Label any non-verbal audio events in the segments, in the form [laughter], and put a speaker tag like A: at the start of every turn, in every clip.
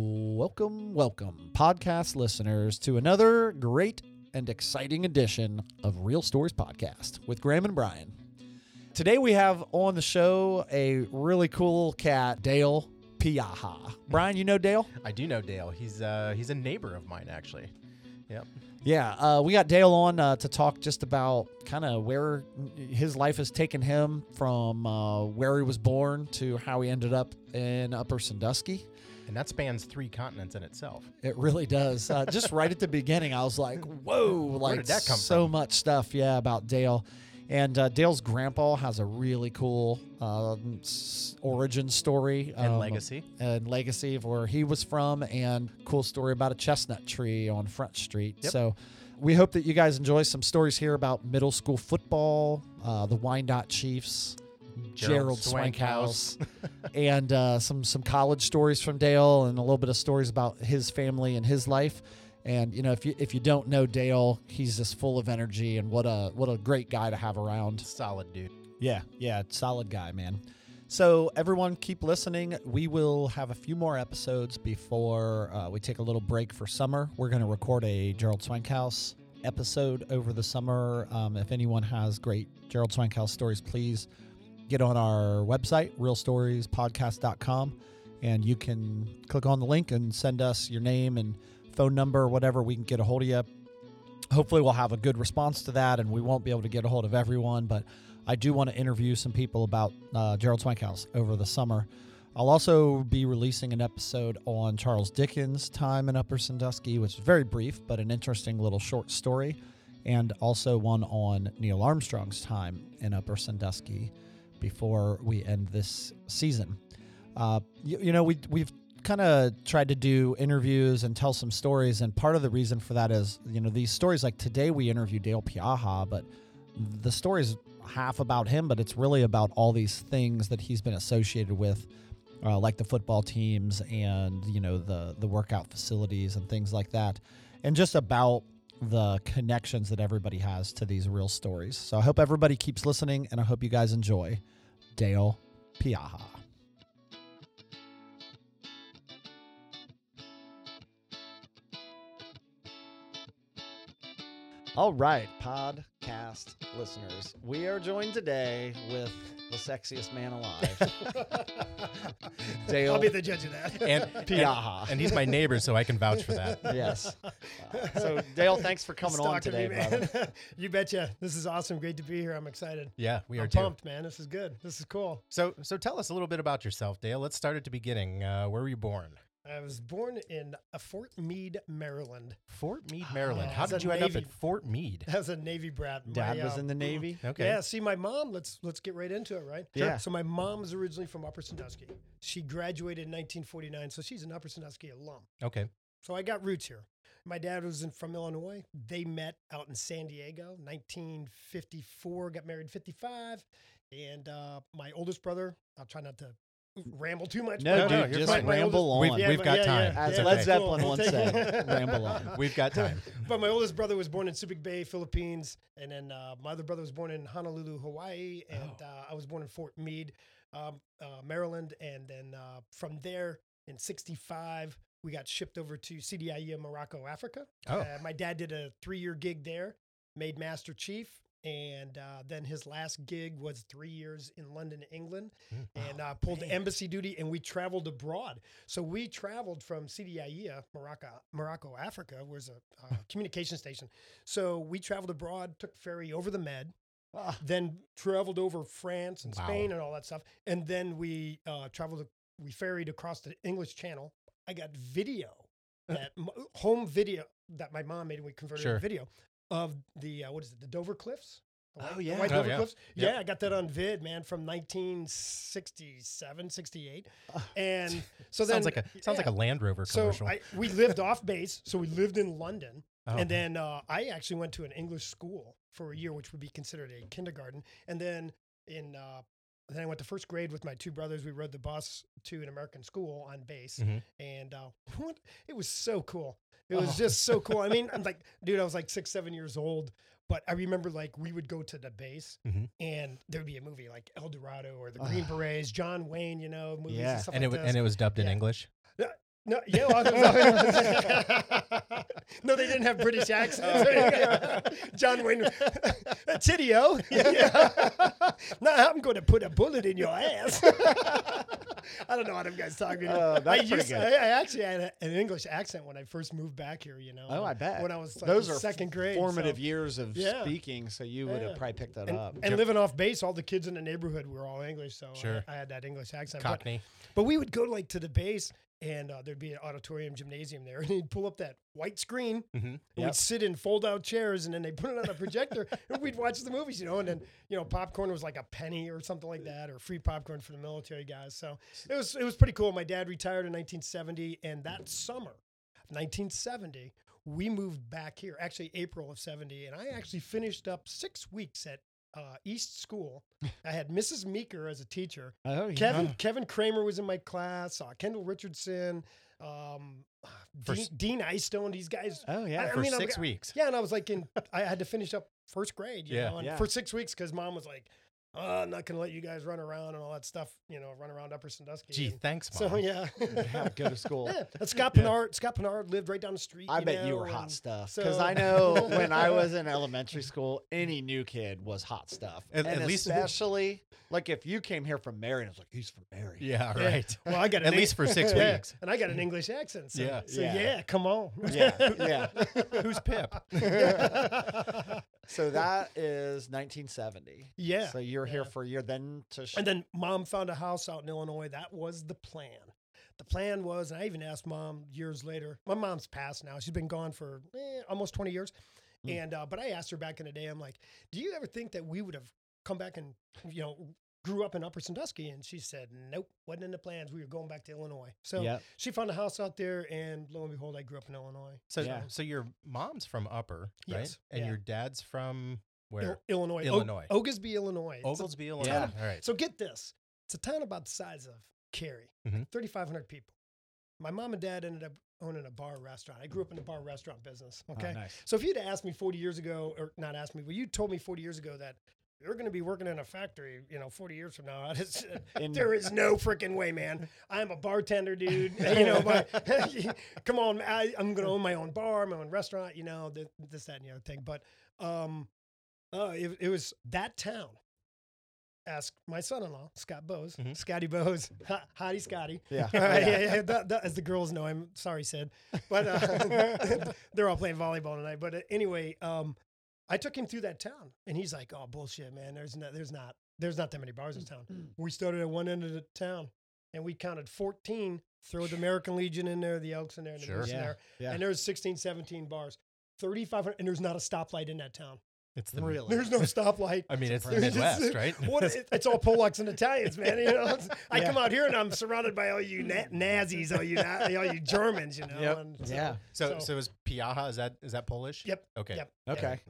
A: Welcome, welcome, podcast listeners, to another great and exciting edition of Real Stories Podcast with Graham and Brian. Today we have on the show a really cool cat, Dale Piaha. Brian, you know Dale?
B: I do know Dale. He's uh, he's a neighbor of mine actually. Yep.
A: Yeah, uh, we got Dale on uh, to talk just about kind of where his life has taken him from uh, where he was born to how he ended up in Upper Sandusky.
B: And that spans three continents in itself.
A: It really does. Uh, just right at the beginning, I was like, "Whoa!" Like
B: did that come
A: so
B: from?
A: much stuff, yeah, about Dale. And uh, Dale's grandpa has a really cool um, s- origin story
C: Oh,
B: And
A: um,
B: legacy.
A: and legacy of where he was from, and cool story about a chestnut tree on Front Street.
B: Yep.
A: So. We hope that you guys enjoy some stories here about middle school football, uh, the Wyandotte Chiefs, Gerald,
B: Gerald
A: Swankhouse, [laughs] and uh, some some college stories from Dale, and a little bit of stories about his family and his life. And you know, if you if you don't know Dale, he's just full of energy, and what a what a great guy to have around.
B: Solid
C: [laughs]
B: dude.
A: Yeah, yeah, solid guy, man. So everyone, keep listening. We will have a few more episodes before uh, we take a little break for summer. We're going to record a Gerald Swankhouse episode over the summer. Um, if anyone has great Gerald Swankhouse stories, please get on our website, realstoriespodcast.com, and you can click on the link and send us your name and phone number, whatever. We can get a hold of you hopefully we'll have a good response to that and we won't be able to get a hold of everyone but i do want to interview some people about uh, gerald swankhouse over the summer i'll also be releasing an episode on charles dickens time in upper sandusky which is very brief but an interesting little short story and also one on neil armstrong's time in upper sandusky before we end this season uh, you, you know, we we've kind of tried to do interviews and tell some stories, and part of the reason for that is you know these stories. Like today, we interviewed Dale Piaja, but the story's half about him, but it's really about all these things that he's been associated with. Uh, like the football teams and you know the the workout facilities and things like that, and just about the connections that everybody has to these real stories. So I hope everybody keeps listening, and I hope you guys enjoy Dale Piaja. All right, podcast listeners, we are joined today with the sexiest man
C: [laughs]
A: alive, Dale
C: I'll be the judge of that.
B: And and,
C: [laughs]
A: Piaja.
B: and he's my neighbor, so I can vouch for that.
A: yes. Uh, so, Dale, thanks for coming on
C: Stalking
A: today,
C: me,
A: brother.
C: man. [laughs] you betcha. This is awesome. Great to be here. I'm excited.
B: Yeah, we are
C: I'm
B: too.
C: pumped, man. This is good. This is cool.
B: So so tell us a little bit about yourself, Dale. Let's start at the beginning. Uh, where were you born?
C: I was born in uh, Fort Meade, Maryland. [laughs]
B: Fort Meade, Maryland.
C: Ah,
B: How
C: it's
B: did
C: a
B: you end up
C: Navy-
B: at Fort
C: [laughs]
B: Meade?
C: As a Navy brat.
A: Dad
C: My,
A: was
C: uh,
A: in the Navy.
B: Okay.
C: Yeah, see, my mom. Let's let's get right into it, right?
A: Sure. Yeah.
C: So my mom's originally from Upper Sandusky. She graduated in 1949, so she's an Upper Sandusky alum.
B: Okay.
C: So I got roots here. My dad was in, from Illinois. They met out in San Diego, 1954. Got married in 55, and uh, my oldest brother. I'll try not to ramble too much.
A: No,
C: but
B: dude,
C: my-
B: just
C: my- my
A: ramble
C: oldest-
A: on.
B: We've
C: my-
B: got time.
A: As
B: It's
A: Led
B: okay.
A: Zeppelin
C: Cool.
A: once
C: We'll take
A: said,
C: [laughs] it.
A: ramble on.
B: We've
C: [laughs]
B: got time.
C: But my oldest brother was born in Subic Bay, Philippines, and then uh, my other brother was born in Honolulu, Hawaii, and uh, I was born in Fort Meade, um, uh, Maryland, and then uh, from there in '65 we got shipped over to CDIE E Morocco, Africa.
B: Oh.
C: Uh, my dad did a three-year gig there, made Master Chief, and uh, then his last gig was three years in London, England,
B: Mm.
C: and uh, pulled embassy duty, and we traveled abroad. So we traveled from CDIE, E, uh, Morocco, Morocco, Africa, was a
B: [laughs]
C: uh, communication station. So we traveled abroad, took ferry over the Med,
A: Ah.
C: then traveled over France and
B: Wow.
C: Spain and all that stuff, and then we uh, traveled, we ferried across the English Channel. I got video that m- home video that my mom made, and we converted it
B: Uh. Sure.
C: to video of the uh, what is it, the Dover Cliffs. The
A: Oh,
C: white- the
A: yeah.
C: white
B: Oh,
C: Dover
B: yeah.
C: Cliffs.
B: Yep.
C: Yeah, I got that on vid, man, from
B: [laughs]
C: 1967, 68. And so then
B: sounds like a sounds like a
C: yeah.
B: Land Rover
C: so
B: commercial.
C: I, we lived off base, so we lived in London,
B: Oh.
C: and then uh, I actually went to an English school for a year, which would be considered a kindergarten, and then in uh, then I went to first grade with my two brothers. We rode the bus to an American school on base,
B: Mhm.
C: and uh, [laughs] what it was so cool. It
B: Oh.
C: was just so cool.
B: [laughs]
C: I mean, I'm like, dude, I was like six, seven years old, but I remember like we would go to the base,
B: Mhm.
C: and there would be a movie like El Dorado or the Green Berets, John Wayne, you know, movies
A: Yeah.
C: and stuff
B: Ah. and it
C: like
B: wa-
C: this.
B: and it was dubbed in
C: Yeah.
B: English.
C: No, yeah, well,
B: [laughs]
C: I
A: [laughs]
C: [laughs] was- no, they didn't have British accents.
A: Oh.
C: [laughs] John Wayne, Titio. [laughs] Yeah. now I'm going to put a bullet in your ass. [laughs] I don't know what them guys talking.
A: Uh,
C: about. I
A: that's pretty
C: used,
A: good.
C: I, I actually had a- an English accent when I first moved back here. You know.
A: Oh, I bet.
C: When I was like,
A: those
C: in
A: are
C: second grade,
A: formative
C: so-
A: years of
C: Yeah.
A: speaking, so you would have
C: Yeah.
A: probably picked that
C: And,
A: up.
C: and living off base, all the kids in the neighborhood were all English, so I-
B: Sure.
C: I, had that English accent. but-
B: Cockney.
C: But we would go like to the base, and uh, there'd be an auditorium gymnasium there, [laughs] and he'd pull up that white screen.
B: Mhm.
C: And
A: Yep.
C: We'd sit in fold-out chairs, and then they put it on a projector, and we'd watch the movies, you know. And then you know, popcorn was like a penny or something like that, or free popcorn for the military guys. So it was it was pretty cool. My dad retired in 1970, and that summer, 1970. We moved back here, actually April of 70, and I actually finished up six weeks at uh, East School. I had Mrs. Meeker as a teacher,
A: oh, yeah.
C: Kevin Kevin Kramer was in my class. Uh, Kendall Richardson, um,
B: For
C: Dean,
B: s-
C: Dean Eystone. These guys.
A: Oh, yeah.
C: I [laughs]
B: for
C: mean, I'm-
B: six weeks.
C: Yeah, and I was like, in I had to finish up first grade. You
B: Yeah.
C: know, and
A: Yeah.
C: for six weeks because mom was like, oh, "I'm not gonna let you guys run around and all that stuff. You know, run around Upper Sandusky."
B: Gee,
C: and-
B: thanks, mom.
C: so [laughs] yeah.
A: have
C: [laughs]
A: to go to school.
C: Yeah, and Scott
B: Yeah.
C: Pinard. Scott Pinard lived right down the street.
A: I bet you
C: know,
A: were hot
C: and-
A: stuff because
C: so- [laughs]
A: I know when I was in elementary school, any new kid was hot stuff.
B: At-
A: and
B: at least-
A: especially like if you came here from Marion, it's like he's from Marion.
B: Yeah,
C: Yeah.
B: right.
C: Well, I
B: [laughs]
C: got
B: At
C: an Eng-
B: least for six
C: [laughs] yeah,
B: weeks.
C: and I got an English accent. So,
B: Yeah.
C: so
A: Yeah.
C: yeah. come on.
A: [laughs] yeah, yeah.
B: Who's Pip?
A: So that is 1970.
C: [laughs] yeah.
A: So you're here
C: yeah.
A: for a year, then to sh-
C: And then mom found a house out in Illinois. That was the plan. The plan was, and I even asked mom years later. My mom's passed now. She's been gone for eh, almost 20 years.
A: Hmm.
C: And, uh, but I asked her back in the day, I'm like, do you ever think that we would have come back and, you know, grew up in Upper Sandusky? And she said, nope, wasn't in the plans. We were going back to Illinois. So
A: Yep.
C: she found a house out there. And lo and behold, I grew up in Illinois.
B: So,
A: Yeah.
B: so your mom's from Upper, right?
C: Yes,
B: And
C: yeah.
B: your dad's from where?
C: Il- Illinois. O-
B: Illinois.
C: Oglesby, Illinois. It's a
B: Oglesby, Illinois.
A: Yeah.
B: All right.
C: So get this. It's a town about the size of Cary,
B: Mhm.
C: 3,500 people. My mom and dad ended up owning a bar restaurant. I grew up in the bar restaurant business. Okay.
A: Oh, nice.
C: So if you'd asked me 40 years ago, or not asked me, but you told me 40 years ago that you're going to be working in a factory, you know, 40 years from now, [laughs] I just,
A: In-
C: there is no freaking way, man. I'm a bartender, dude. [laughs] you know, but [laughs] come on, I, I'm going to own my own bar, my own restaurant, you know, th- this, that, and the other thing. But um, uh, it, it was that town. Ask my son-in-law, Scott Bowes,
B: Mhm.
C: Scotty Bowes, Ho- [laughs] Hottie Scotty.
A: yeah,
C: All right, [laughs] yeah,
A: yeah.
C: yeah. that- that- as the girls know, I'm sorry, Sid, but uh, [laughs] they're all playing volleyball tonight. But uh, anyway, um, I took him through that town, and he's like, "Oh, bullshit, man. There's no, there's not, there's not that many bars in town."
A: Mm-hmm.
C: we started at one end of the town, and we counted 14. Throw the American Legion in there, the Elks in there, and the
B: Sure.
C: Moose in
A: Yeah,
C: there,
A: yeah.
C: and there's 16, 17 bars, 3,500, and there's not a stoplight in that town.
B: It's the
A: really. [laughs]
C: There's no stoplight.
B: I mean, it's
C: [laughs]
B: the
C: There's just-
B: Midwest, right?
C: What
B: [laughs]
C: is, it's all Polacks and Italians, man. You know, I
A: Yeah.
C: come out here and I'm surrounded by all you na- Nazis, all you na- all you Germans, you know.
A: Yep.
C: And
A: yeah.
B: so,
C: so-
B: so is Piaja? Is that is that Polish?
C: Yep.
B: Okay.
C: Yep.
A: Okay.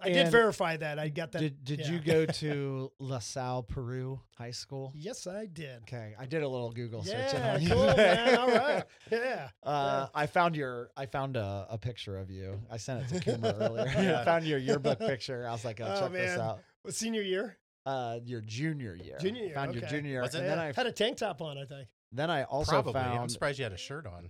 C: I did
A: And
C: verify that. I got that.
A: Did Did
C: yeah.
A: you
C: [laughs]
A: go to La Salle Peru High School?
C: Yes, I did.
A: Okay, I did a little Google search.
C: Yeah,
A: on [laughs] you
C: cool, man.
A: today.
C: All right. Yeah.
A: [laughs] Uh, I found your I found a, a picture of you. I sent
C: [laughs]
A: it to Kimmer earlier. [laughs] I
B: Yeah.
A: found your yearbook picture. I was like, oh,
C: Oh,
A: check this
C: man.
A: out.
C: Well, senior year.
A: Uh, your junior year.
C: Junior year,
A: Found your
C: okay.
A: junior year.
B: Was it-
A: and then
C: [laughs] Yeah.
A: I
C: had a tank top on,
A: [laughs]
C: I think.
A: then I also
B: Probably. I'm
A: found
B: surprised you had a shirt
C: [laughs]
B: on.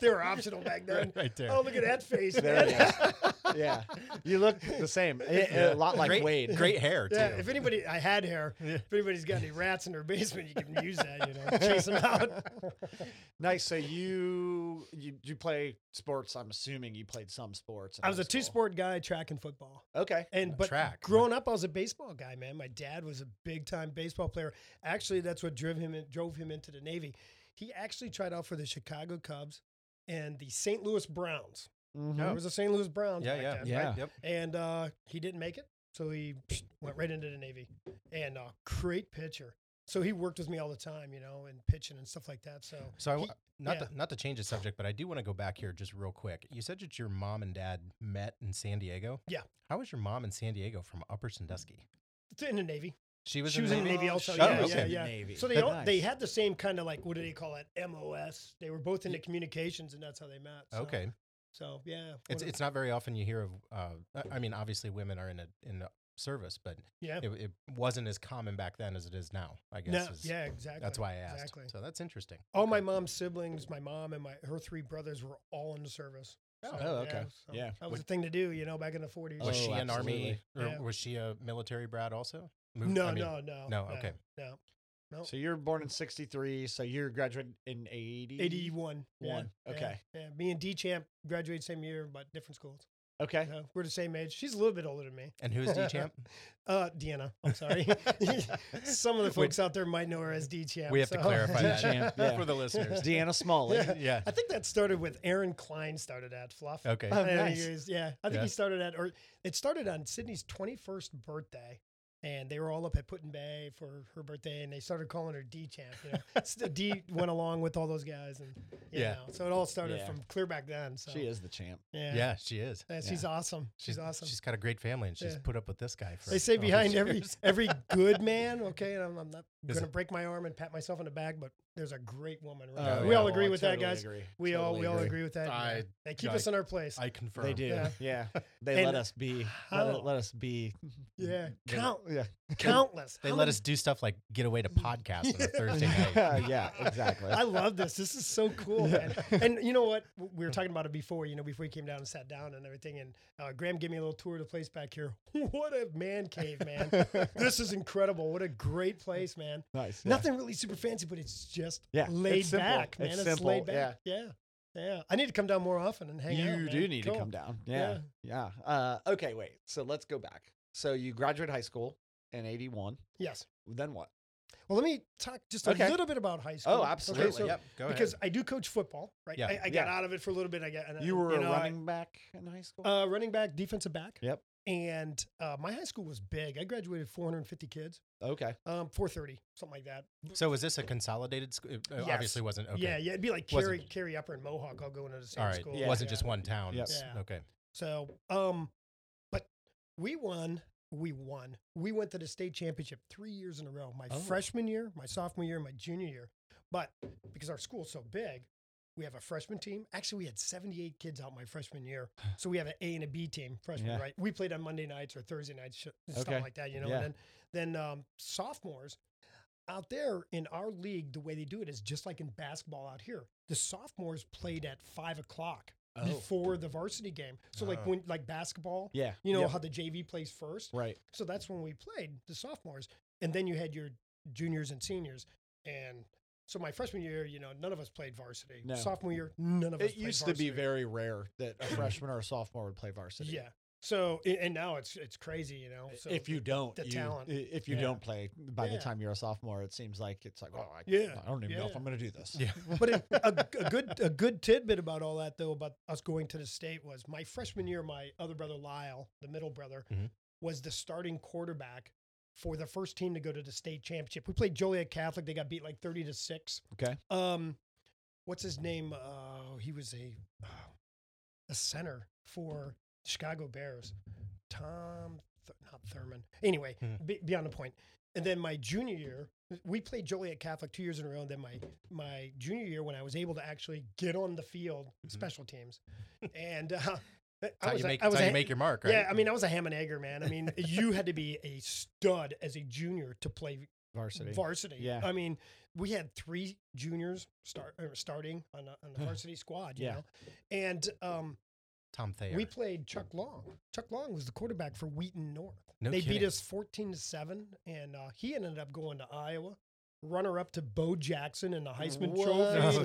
C: they were optional back then.
B: right, [laughs] right there.
C: Oh, look at that face,
A: [laughs] There
C: man.
A: it
C: [laughs]
A: yeah. You look the same. A-
B: Yeah.
A: A lot like
B: great,
A: Wade.
B: Great hair too.
C: Yeah, if anybody, I had hair.
B: [laughs] Yeah.
C: If anybody's got any rats in their basement, you can use that, you
B: [laughs]
C: know, chase them out.
A: [laughs] Nice. So you you you play sports. I'm assuming you played some sports. in
C: I was
A: high
C: a two
A: school.
C: sport guy, track and football.
A: Okay.
C: And but
B: Track.
C: growing up, I was a baseball guy, man. My dad was a big time baseball player. Actually, that's what drove him in, drove him into the Navy. He actually tried out for the Chicago Cubs and the St. Louis Browns. There
A: Mhm.
C: was a St. Louis Browns.
B: Oh. Yeah,
C: back
B: yeah,
C: then,
A: Yeah.
B: Right, yep.
C: and uh, he didn't make it. So he went right into the Navy, and uh, great pitcher. So he worked with me all the time, you know, and pitching and stuff like that. So
B: So I,
C: he-
B: w- not
C: yeah.
B: to, not to change the subject, but I do want to go back here just real quick. You said that your mom and dad met in San Diego.
C: Yeah.
B: How was your mom in San Diego from Upper Sandusky?
C: in the Navy.
B: She was
C: She
B: in
C: was
B: the
C: in the
B: Navy.
C: Navy also.
A: Oh,
C: yeah,
B: okay.
C: yeah,
A: The
C: yeah.
A: Navy.
C: So they all, they
A: Nice.
C: had the same kind of like what do they call it? MOS. They were both into communications, and that's how they met. So,
B: Okay.
C: So yeah,
B: It's
C: one of-
B: it's not very often you hear of. Uh, I- I mean, obviously, women are in a in a service, but
C: Yeah.
B: it, it wasn't as common back then as it is now. I guess.
C: No,
B: is-
C: yeah, exactly.
B: That's why I asked.
C: Exactly.
B: So that's interesting.
C: All my mom's siblings, my mom and my her three brothers were all in the service.
B: Oh,
D: oh, okay.
C: so
D: Yeah.
C: That was
B: Would-
C: the thing to do, you know, back in the 40s.
D: Oh,
B: Was she an army or
C: Yeah.
B: was she a military brat also? Mov-
C: no,
B: I mean,
C: no, no.
B: no, okay.
C: No. no.
A: So you're born in '63. So you're graduated in '80.
C: 81. yeah,
A: One,
C: yeah,
A: okay.
C: Yeah. Me and D Champ graduated same year, but different schools.
A: Okay.
C: [laughs] You know, we're the same age. She's a little bit older than me.
B: And who's D
C: [laughs]
B: champ? [laughs]
C: Uh, Deanna, I'm sorry. [laughs] Some of the folks out there might know her as D Champ.
B: we have to clarify that [laughs]
A: D-Champ, yeah.
B: for the listeners.
A: Deanna Smalley.
C: Yeah.
B: yeah.
C: [laughs] I think that started with Aaron Klein started at Fluff.
B: Okay.
A: Oh,
C: I think
A: nice.
C: it was- yeah, I think
B: Yeah.
C: he started at, or it started on Sydney's 21st birthday. And they were all up at Putin Bay for her birthday, and they started calling her D Champ. You know, [laughs] S- D went along with all those guys, and you
B: Yeah.
C: know, so it all started
A: Yeah.
C: from clear back then. So
A: She is the champ.
C: yeah,
B: yeah. she is.
C: Yeah, she's
A: Yeah.
C: awesome. She's, awesome.
B: She's got a great family and she's
C: Yeah.
B: put up with this guy for
C: they say
B: all these [laughs]
C: behind [laughs] every
B: years.
C: every good man, okay, and I'm, I'm not
B: Is
C: going to
B: it-
C: break my arm and pat myself on the back, but there's a great woman. Right
B: Oh,
C: now. Uh, We
B: yeah.
C: all
A: Well,
C: agree
A: I
C: with that,
A: totally
C: guys.
A: agree.
C: We all
A: Totally
C: we all
B: agree.
C: agree with that.
B: I-
C: yeah. They keep
B: I-
C: us in our place.
B: I confirm.
A: They do. Yeah.
C: Yeah. [laughs]
A: They
C: And
A: let us be. Let,
C: how-
A: it- let us be.
C: yeah,
B: [laughs] They-
C: count [laughs]
A: Yeah.
C: countless.
B: They
C: How
B: let
C: many-
B: us do stuff like get away to podcast on
C: [laughs]
B: a Thursday night.
A: yeah.
B: [laughs]
A: Exactly.
C: I love this. This is so cool, man.
A: Yeah.
C: And you know what? W- We were talking about it before. You know, before we came down and sat down and everything. And uh, Graham gave me a little tour of the place back here. [laughs] What a man cave,
A: [laughs]
C: man! this is incredible. What
B: [laughs]
C: a great place, man.
A: nice. yeah.
C: Nothing really super fancy, but it's just
A: Yeah,
C: laid
A: it's simple.
C: back, man.
A: It's
C: It's,
A: simple,
C: laid back. Yeah. yeah, I need to come down more often and hang out.
A: you
C: man.
A: do need
C: Cool.
A: to come down. Yeah. Yeah. Uh, okay. Wait. So let's go back. So you graduate high school in '81.
C: Yes.
A: Then what?
C: Well, let me talk just a
A: Okay.
C: little bit about high school.
A: Oh, absolutely.
C: so-
B: yep. Go
C: Because
B: ahead.
C: I do coach football, right?
B: Yeah.
C: I, I got
A: Yeah.
C: out of it for a little bit. I got and I-
A: You were
C: Uh, know,
A: a
C: I-
A: running back in high school.
C: Uh, running back, defensive back.
A: Yep.
C: And uh, my high school was big. I graduated 450 kids,
A: okay.
C: um, 430, something like that.
B: So was this a consolidated school? It uh,
C: Yes.
B: obviously wasn't. Okay.
C: Yeah, yeah. It'd be like
B: Wasn't-
C: Carrie, Carrie Upper and Mohawk all going to the same
B: All right.
C: school.
B: It
A: Yeah.
B: wasn't
C: Yeah.
B: just one town.
A: Yep.
B: It's-
C: Yeah.
B: Okay.
C: [laughs] So, um, but we won. We won. We went to the state championship three years in a row. My
B: Oh.
C: freshman year, my sophomore year, my junior year. But because our school's so big, we have a freshman team. Actually, we had 78 kids out my freshman
A: [sighs]
C: year. So we have an A and a B team freshman,
A: Yeah.
C: right? We played on Monday nights or Thursday nights, sh-
A: Okay.
C: stuff like that, you know.
A: Yeah.
C: And then, then um, sophomores out there in our league, the way they do it is just like in basketball out here. The sophomores played at five o'clock
A: Oh.
C: before the varsity game. So like
B: Oh.
C: when like basketball,
A: Yeah.
C: you know
A: Yep.
C: how the JV plays first.
A: Right.
C: So that's when we played the sophomores, and then you had your juniors and seniors. And so my freshman year, you know, none of us played varsity.
A: No.
C: Sophomore year, none of us.
A: It
C: played
A: used to be
C: varsity.
A: very rare that
C: [clears throat]
A: a freshman or a sophomore would play varsity.
C: yeah. So a- and now it's it's crazy, you know. So
A: if you don't,
C: the
A: you-
C: talent.
A: i- If you
C: Yeah.
A: don't play by
C: Yeah.
A: the time you're a sophomore, it seems like it's like, oh, I,
C: Yeah.
A: I don't even know if
C: Yeah.
A: I'm going to do this.
B: Yeah.
C: but it,
A: [laughs]
C: a, a good a good tidbit about all that though about us going to the state was my freshman year my other brother Lyle the middle brother
B: Mhm.
C: was the starting quarterback for the first team to go to the state championship. We played Joliet Catholic. They got beat like thirty to six.
A: Okay.
C: Um, what's his name? Uh, he was a uh, a center for Chicago Bears. Tom, Th- not Thurman. Anyway,
B: Hmm.
C: be- beyond the point. And then my junior year, we played Joliet Catholic two years in a row. And then my my junior year, when I was able to actually get on the field, special teams,
B: [laughs]
C: and uh,
B: It's how Mm-hmm. you
C: a-
B: make. It's how
C: a-
B: you make your mark, right?
C: yeah, I mean, I was a ham and egger, man. I mean, you had to be a stud as a junior to play
A: Varsity.
C: varsity.
A: Yeah.
C: I mean, we had three juniors start or starting on, the on the varsity squad. You
A: Yeah.
C: know? and um,
B: Tom Thayer.
C: we played Chuck Long. Chuck Long was the quarterback for Wheaton North.
B: No
C: they beat
B: kidding.
C: us fourteen to seven, and uh, he ended up going to Iowa. Runner up to Bo Jackson in the Heisman
A: What?
C: Trophy
B: Oh,
C: in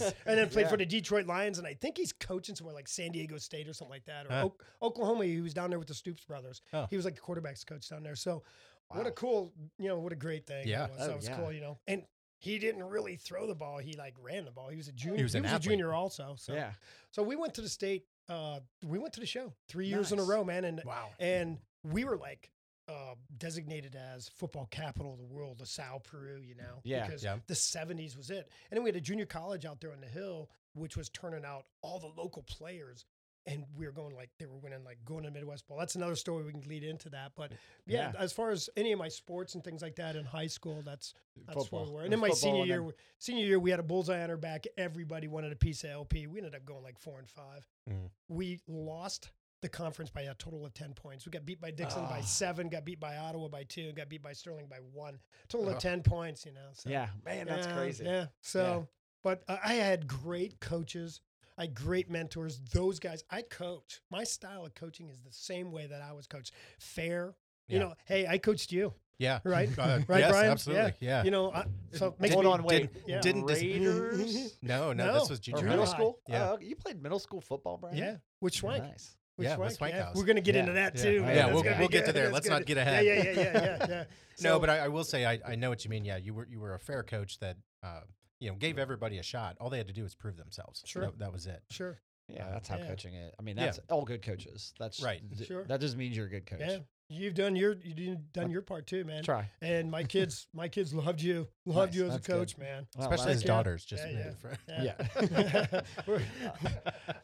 B: [laughs] jeez.
C: and then played
A: Yeah.
C: for the Detroit Lions. And I think he's coaching somewhere like San Diego State or something like that, or
B: Huh.
C: Oak- Oklahoma. He was down there with the Stoops brothers.
B: Oh.
C: He was like the quarterbacks coach down there. So what a
A: Wow.
C: cool, you know, what a great thing.
B: Yeah.
C: That was, That
A: Oh,
C: was
A: yeah.
C: cool, you know. And he didn't really throw the ball. He like ran the ball. He was a junior.
B: He was an
C: a
B: athlete.
C: junior also. So
A: Yeah.
C: so we went to the state. Uh, we went to the show three years in a
A: Nice.
C: row, man, and
B: Wow.
C: and we were like uh, designated as football capital of the world, the Sao Peru, you know,
A: Yeah,
C: because
B: yeah.
C: the '70s was it. And then we had a junior college out there on the hill, which was turning out all the local players. And we were going like they were winning, like going to Midwest Bowl. That's another story we can lead into that. But yeah, as far as any of my sports and things like that in high school, that's that's where we were. And
A: It
C: in
A: was
C: my
A: football
C: senior
A: and
C: year,
A: then-
C: we- senior year, we had a bullseye on our back. Everybody wanted a piece of LP. We ended up going like four and five.
B: Mm.
C: We lost the conference by a total of 10 points. We got beat by Dixon by
A: Ah.
C: seven, got beat by Ottawa by two, got beat by Sterling by one. Total
A: Ugh.
C: of 10 points, you know. So.
A: yeah, man, that's
C: Yeah,
A: crazy.
C: Yeah. So, but uh, I had great coaches. I had great mentors. Those guys, I coach. My style of coaching is the same way that I was coached. Fair. You
B: Yeah.
C: know, hey, I coached you.
B: Yeah.
C: Right?
B: Uh,
C: Right,
B: yes,
C: Brian? Yeah.
B: Absolutely. Yeah.
C: You know, I, so make
A: Hold
C: me-
A: on, wait.
C: did- yeah.
B: didn't dis-
A: Raiders [laughs]
B: no, no, This
C: No.
B: was
A: or
B: junior
A: middle
B: high.
A: school?
B: Yeah.
A: Oh, okay. you played middle school football, Brian?
C: Yeah. Which Schwank.
A: Nice.
C: Which
B: Yeah, with
C: Schwank.
B: Swank House.
C: We're going to get
A: Yeah.
C: into that
B: Yeah.
C: too.
A: Oh,
C: man.
A: yeah,
C: That's
A: we'll-
C: gonna
A: we'll
C: be
B: get to
C: good.
B: there.
C: That's
B: Let's
C: gonna
B: not
C: be-
B: get ahead.
C: Yeah, yeah, yeah, yeah, yeah. yeah.
B: [laughs] no,
C: So-
B: but I, I will say I, I know what you mean. Yeah, you were you were a fair coach that uh, you know gave everybody a shot. All they had to do was prove themselves.
C: Sure.
B: that, that was it.
C: sure.
A: Yeah,
B: Uh,
A: that's how
C: yeah.
A: coaching is. I mean,
B: Yeah.
A: that's all good coaches. That's
B: Right.
A: th-
C: Sure.
A: That just means you're a good coach.
C: Yeah. You've done your you've done your part too, man.
A: Try. [laughs]
C: And my kids, my kids loved you, loved
A: Nice,
C: you as a
A: that's good.
C: coach, man.
A: Well,
B: Especially
A: that's
B: his
C: Yeah.
B: daughters, just
C: Yeah, yeah.
B: for- [laughs]
A: Yeah.
C: We're-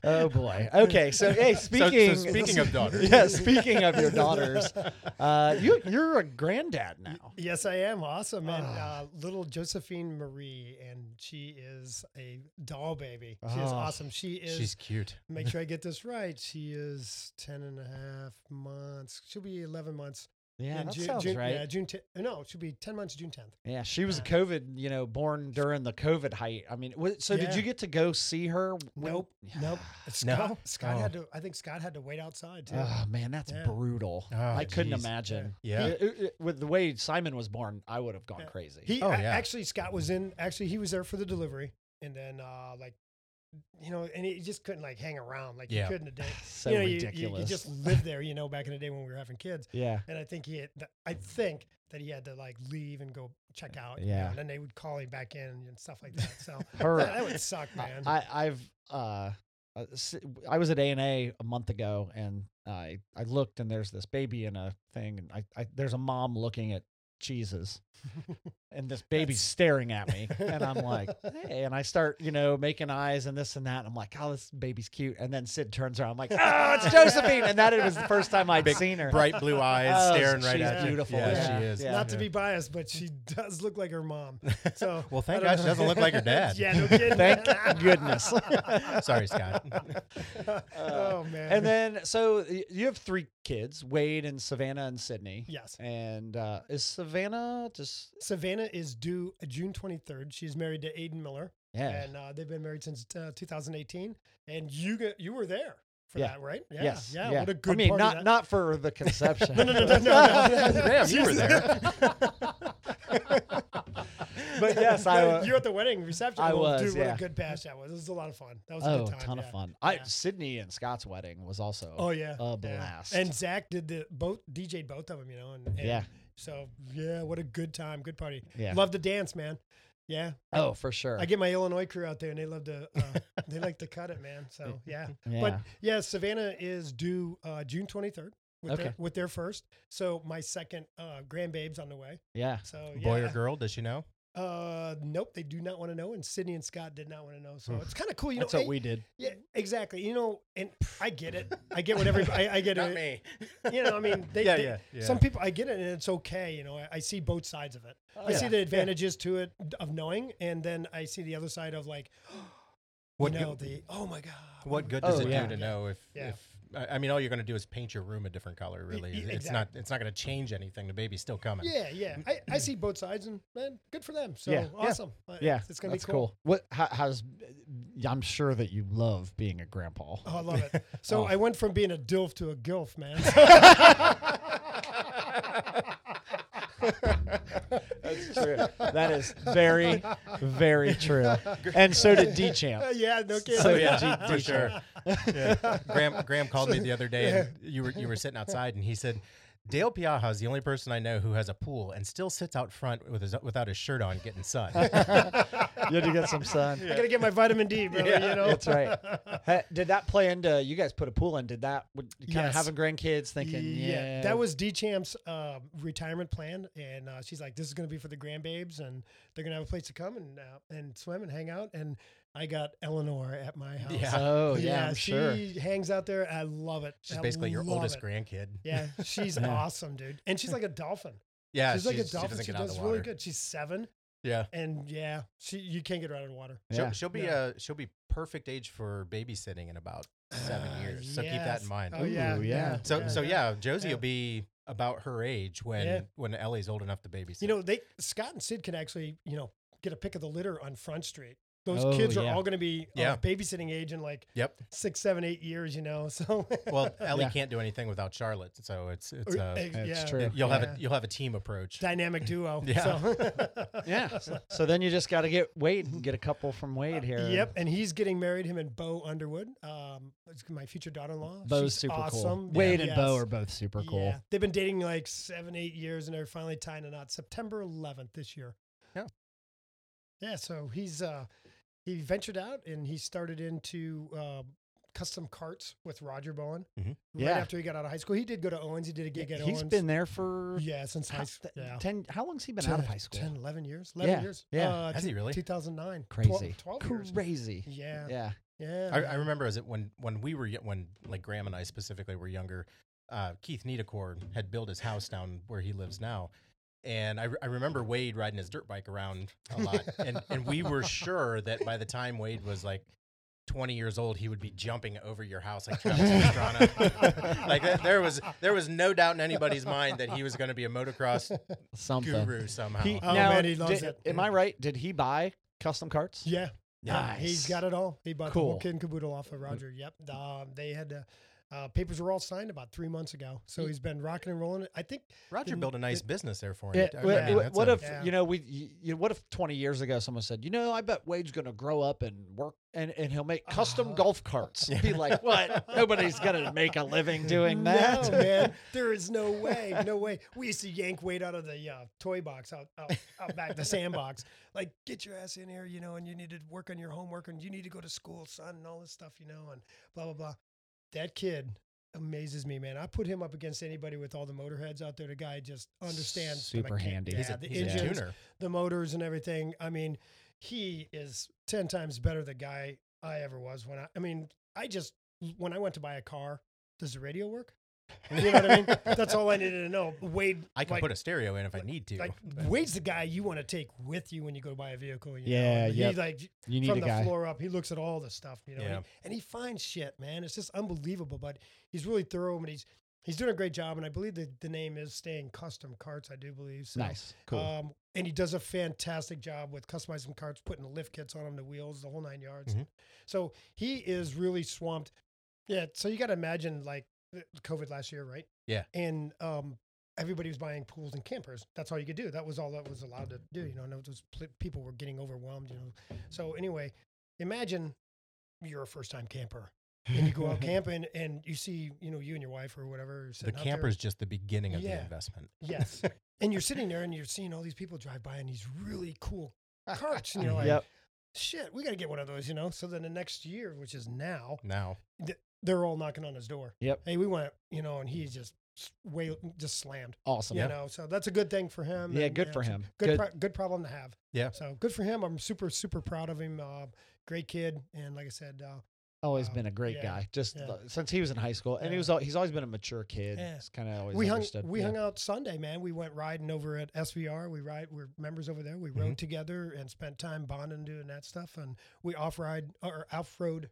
A: Oh boy. Okay. So
C: [laughs]
A: hey, speaking
B: so speaking of
A: [laughs]
B: daughters.
A: yeah, speaking of your daughters, uh, you you're a granddad now.
C: yes, I am awesome, man.
A: Ah.
C: Uh, little Josephine Marie, and she is a doll baby. She is
A: Ah.
C: awesome. She is.
B: [laughs] she's cute.
A: [laughs]
C: make sure I get this right. She is 10 and a half months. She'll be 11 months.
A: Yeah,
C: in
A: that
C: Ju-
A: sounds
C: June,
A: right.
C: Yeah, Uh.
A: Yeah.
C: June 10th. No, she'll be 10 months, June 10th.
A: she was
C: Yeah.
A: COVID. You know, born during the COVID height. I mean, wa- so did
C: Yeah.
A: you get to go see her? when-
C: Nope. Nope. Scott,
B: No?
C: Scott
B: Oh.
C: had to, I think Scott had to wait outside too.
A: Oh man, that's
C: Yeah.
A: brutal.
B: Oh,
A: I couldn't
B: geez.
A: imagine.
B: Yeah.
A: It- it- it- with the way Simon was born, I would have gone
C: Yeah.
A: crazy.
C: He [laughs]
B: Oh,
C: a-
B: yeah.
C: actually Scott was in actually he was there for the delivery and then uh like you know and he just couldn't like hang around like
B: Yeah.
C: he couldn't a day.
A: [laughs] so
C: you know, you- you-
A: ridiculous. [laughs]
C: You, just lived there, you know, back in the day when we were having kids.
A: yeah.
C: And I think he had, th- I think that he had to like leave and go check out. you know,
A: Yeah.
C: and then they would call him back in and stuff like [laughs] that. So
A: Her-
C: that, that would suck,
A: I-
C: man.
A: I, I've uh, uh, s- I was at A and A a month ago, and I I looked, and there's this baby in a thing, and I, I there's a mom looking at
C: [laughs]
A: cheeses, and this baby's
C: That's-
A: staring at me, and I'm
C: [laughs]
A: like, hey, and I start you know making eyes and this and that, and I'm like, oh, this baby's cute, and then Sid turns around, I'm like, oh, it's Josephine, and that it was the first time I'd
B: Big
A: seen her.
B: Bright blue eyes
A: Oh,
B: staring right
A: she's
B: at you.
A: beautiful,
B: Yeah,
C: yeah.
B: she is.
A: Yeah.
C: Not to
B: Yeah.
C: be biased, but she does look like her mom. So
B: Well,
C: I
B: [laughs] thank
C: don't
B: God she
C: know.
B: doesn't look like her dad.
C: [laughs] yeah,
B: [laughs]
C: no kidding. [laughs]
A: Thank goodness.
B: Sorry, Scott.
C: oh man.
A: Uh, And then, so y- you have three kids: Wade and Savannah and Sydney.
C: yes.
A: And uh, is Savannah just
C: Savannah is due June 23rd. She's married to Aiden Miller,
A: yeah?
C: and uh, they've been married since uh, 2018. And you got, you were there for
A: Yeah.
C: that, right? Yeah,
A: yes.
C: Yeah. What a good.
A: I mean,
C: party
A: not
C: [laughs] that-
A: not for the conception.
C: [laughs] No, no, no,
A: [laughs]
C: no, no, no.
B: [laughs] Damn, you were there.
A: but yes, I.
C: No,
A: wa-
C: you were at the wedding reception.
A: I
C: Well,
A: was,
C: Dude, what
A: yeah.
C: a good bash that was. It was a lot of fun. That was a
A: oh,
C: good time.
A: ton
C: yeah.
A: of fun. I
C: Yeah.
A: Sydney and Scott's wedding was also.
C: Oh yeah,
A: a
C: yeah.
A: blast.
C: And Zach did the both DJ'd both of them, you know. And, and
A: Yeah.
C: So yeah, what a good time, good party.
A: Yeah.
C: Love to dance, man. Yeah. I-
A: oh, for sure.
C: I get my Illinois crew out there, and they love to
A: [laughs]
C: uh, they like to cut it, man. So yeah.
A: yeah.
C: But yeah, Savannah is due uh, June twenty third. With,
A: Okay.
C: their, with their first, so my second uh, grandbabe's on the way.
A: yeah.
C: So [laughs] yeah.
B: Boy or girl? Does she know?
C: Uh, nope, they do not want to know, and Sydney and Scott did not want to know. So
B: Oof.
C: it's kind of cool, you
A: That's
C: know.
A: what
C: eh,
A: we did.
C: yeah, exactly. You know, and I
B: [laughs]
C: get it. I get what everybody. I, I get it.
B: me.
C: You know,
B: [laughs]
C: I mean, they,
B: Yeah,
C: they-
B: yeah, yeah.
C: some people. I get it, and it's okay. You know, I, I see both sides of it.
B: Oh,
C: I see the advantages to it d- of knowing, and then I see the other side of like,
B: What
C: you know,
B: good-
C: the oh my god,
B: What good
A: Oh,
B: does it
A: yeah.
B: do to know if,
C: Yeah.
B: if I I mean all you're going to do is paint your room a different color? Really,
C: y-
B: it's not it's not going to change anything. The baby's still coming.
C: Yeah, yeah. I, I see both sides, and man, good for them. So
A: Yeah, yeah,
C: awesome. Uh,
A: Yeah,
C: it's, it's gonna
A: that's
C: be cool.
A: What? How, how's? I'm sure that you love being a grandpa.
C: Oh, I love
A: [laughs]
C: it. So
A: Oh.
C: I went from being a dilf to a gilf, man.
A: [laughs]
C: [laughs]
A: That's
C: [laughs]
A: true. That is very, very true. And so did D Champ.
C: Uh, yeah, no kidding.
A: So
B: yeah,
A: did D-
B: for
A: D
B: sure.
A: Champ.
B: Yeah. Graham Graham called me the other day,
C: [laughs]
B: and you were you were sitting outside, and he said. Dale Piaja is the only person I know who has a pool and still sits out front with his, without his shirt on, getting
C: [laughs]
B: sun.
A: You had to get some sun.
C: I gotta get my
A: [laughs]
C: vitamin D, brother. you know,
A: That's
C: [laughs]
A: right. Hey, Did that play into you guys put a pool in? Did that would kind
C: Yes.
A: of having grandkids thinking? Yeah,
C: that was D Champ's uh, retirement plan, and uh, she's like, "This is going to be for the grandbabes, and they're going to have a place to come and uh, and swim and hang out." And I got Eleanor at my house.
B: Yeah.
A: [laughs] Oh yeah, I'm
C: she
A: sure.
C: hangs out there. I love it.
B: She's
C: I
B: basically your
C: love
B: oldest
C: it.
B: grandkid. [laughs]
C: Yeah, she's
A: Yeah.
C: awesome, dude, and she's like a dolphin.
B: Yeah,
C: she's like a
B: she's- she
C: dolphin.
B: doesn't
C: She,
B: get out of
C: does
B: the
C: really
B: water.
C: good. She's seven,
B: Yeah,
C: and yeah, she you can't get her out of the water.
B: She'll,
C: [laughs]
A: Yeah.
B: she'll be
C: Yeah.
B: uh she'll be perfect age for babysitting in about seven
C: Ah,
B: years. So keep that
C: yes.
B: in mind.
C: Oh, yeah,
E: Ooh, yeah.
C: yeah.
B: so so yeah, Josie
C: yeah.
B: will be about her age when
C: Yeah.
B: when Ellie's old enough to babysit.
C: You know, they Scott and Sid can actually, you know, get a pick of the litter on Front Street. Those
A: Oh,
C: kids are
A: yeah.
C: all going to be uh,
B: Yeah.
C: babysitting age in like
B: Yep.
C: six, seven, eight years. You know, [laughs] so
B: Well, Ellie
A: Yeah.
B: can't do anything without Charlotte, so it's it's
C: [laughs] Or-
B: uh,
C: ex-
A: That's
C: yeah,
A: true.
B: you'll have
C: Yeah.
B: a you'll have a team approach.
C: dynamic duo.
B: [laughs] Yeah.
C: so- [laughs]
A: Yeah. So, so then you just got to get Wade and get a couple from Wade here.
C: Uh, Yep, and he's getting married. Him and Bo Underwood, um, it's my future daughter-in-law.
A: Bo's
C: She's
A: super cool.
C: awesome.
E: Wade and Bo
C: Yes.
E: are both super cool.
C: Yeah, they've been dating like seven, eight years, and they're finally tying a knot September 11th this year.
B: Yeah.
C: yeah. So he's uh, he ventured out and he started into uh, custom carts with Roger Bowen.
B: Mhm.
C: Right
A: Mm-hmm. Yeah.
C: after he got out of high school, he did go to Owens. He did a gig at
A: He's
C: Owens.
A: been there for
C: yeah since high
A: how,
C: school. Yeah.
A: ten. How long's he been out of
C: 10,
A: high school?
C: 10, 11 years. 11
A: Yeah,
C: years.
A: yeah.
C: Uh,
B: Has he really?
C: 2009.
A: Crazy.
C: 12, years.
A: Crazy.
C: Yeah.
A: Yeah.
C: Yeah.
B: I, I
A: Uh-huh.
B: remember as it when when we were y- when like Graham and I specifically were younger, uh, Keith Niedekor had built his house down where he lives now, and I, re- I remember Wade riding his dirt bike around a lot, and and
A: [laughs]
B: we were sure that by the time Wade was like. 20 years old, he would be jumping over your house like Travis Pastrana. [laughs] like th- there was there was no doubt in anybody's mind that he was going to be a motocross
A: Something.
B: guru somehow.
A: He, uh,
C: Oh,
A: now,
C: man, he loves
A: did-
C: it.
A: Am I right? Did he buy custom carts?
C: Yeah. Yeah,
A: Nice.
C: He's got it all. He bought the whole
A: Cool.
C: kid and caboodle off of Roger. Yep. Um, they had uh uh, papers were all signed about three months ago. So he's been rocking and rolling. it. I think
B: Roger
C: didn't-
B: built a nice
C: did-
B: business there for
A: Yeah,
B: him. I
A: wha-
B: mean,
A: wha-
B: that's
A: what
B: a-
A: if
C: Yeah.
A: you know we? y- You know, what if twenty years ago someone said, you know, I bet Wade's going to grow up and work and, and he'll make custom
C: Uh-huh.
A: golf carts. Be
C: [laughs]
A: like, what? Nobody's going to make a living doing that. [laughs]
C: No, man, there is no way, no way. We used to yank weight out of the uh, toy box out, out out back, the sandbox. Like, get your ass in here, you know, and you need to work on your homework, and you need to go to school, son, and all this stuff, you know, and blah blah blah. That kid amazes me, man. I put him up against anybody with all the motorheads out there. The guy just understands the
A: Super
C: mechan-
A: handy.
C: Yeah,
A: He's
B: he's a,
C: the
B: he's a
C: engines,
B: tuner.
C: the motors and everything. I mean, he is 10 times better the guy I ever was when I I mean, I just when I went to buy a car, does the radio work? You know what I mean? That's all I needed to know. Wade
B: I can
C: like,
B: put a stereo in if I need to.
C: like
B: [laughs] but-
C: Wade's the guy you want to take with you when you go buy a vehicle. You
E: Yeah,
C: know?
E: yep.
C: He like
E: You need
C: from
E: a
C: the
E: guy.
C: floor up, he looks at all the stuff, you know, and,
B: Yeah.
C: he, and he finds shit, man. It's just unbelievable. But he's really thorough and he's he's doing a great job. And I believe that the name is staying custom carts. I do believe so.
A: nice, cool.
C: Um, and he does a fantastic job with customizing carts, putting the lift kits on them, the wheels, the whole nine yards.
B: Mhm.
C: So he is really swamped. Yeah. So you got to imagine like the- the COVID last year, right?
B: Yeah.
C: And um, everybody was buying pools and campers. That's all you could do. That was all that was allowed to do. You know, and it was, pl- people were getting overwhelmed. You know. So anyway, imagine you're a first time camper. and you go
B: [laughs]
C: out camping and you see, you know, you and your wife or whatever.
B: the
C: sitting out there.
B: camper is just the beginning of the
C: Yeah.
B: investment.
A: [laughs]
C: Yes. and you're sitting there and you're seeing all these people drive by in these really cool carts. And you're like,
A: yep.
C: shit, we got to get one of those, you know? So then the next year, which is now,
B: Now,
C: th- they're all knocking on his door.
A: Yep.
C: Hey, we want, you know, and he's just s- way just slammed,
A: Awesome.
C: you know? So that's a good thing for him.
A: Yeah,
C: and,
A: good
C: you know,
A: for
C: it's a
A: him.
C: Good,
A: Good.
C: pro- good problem to have.
B: Yeah.
C: So good for him. I'm super, super proud of him. Uh, great kid. And like I said, uh,
A: Always
C: Wow.
A: been a great
C: Yeah,
A: guy. Just
C: yeah.
A: uh, since he was in high school, and he
C: Yeah.
A: was al- he's always been a mature kid.
C: Yeah.
A: It's kind of always
C: we hung
A: understood.
C: we
A: yeah.
C: hung out Sunday, man. We went riding over at SVR. We ride we're members over there. We
A: Mm-hmm.
C: rode together and spent time bonding doing that stuff and we off ride or off road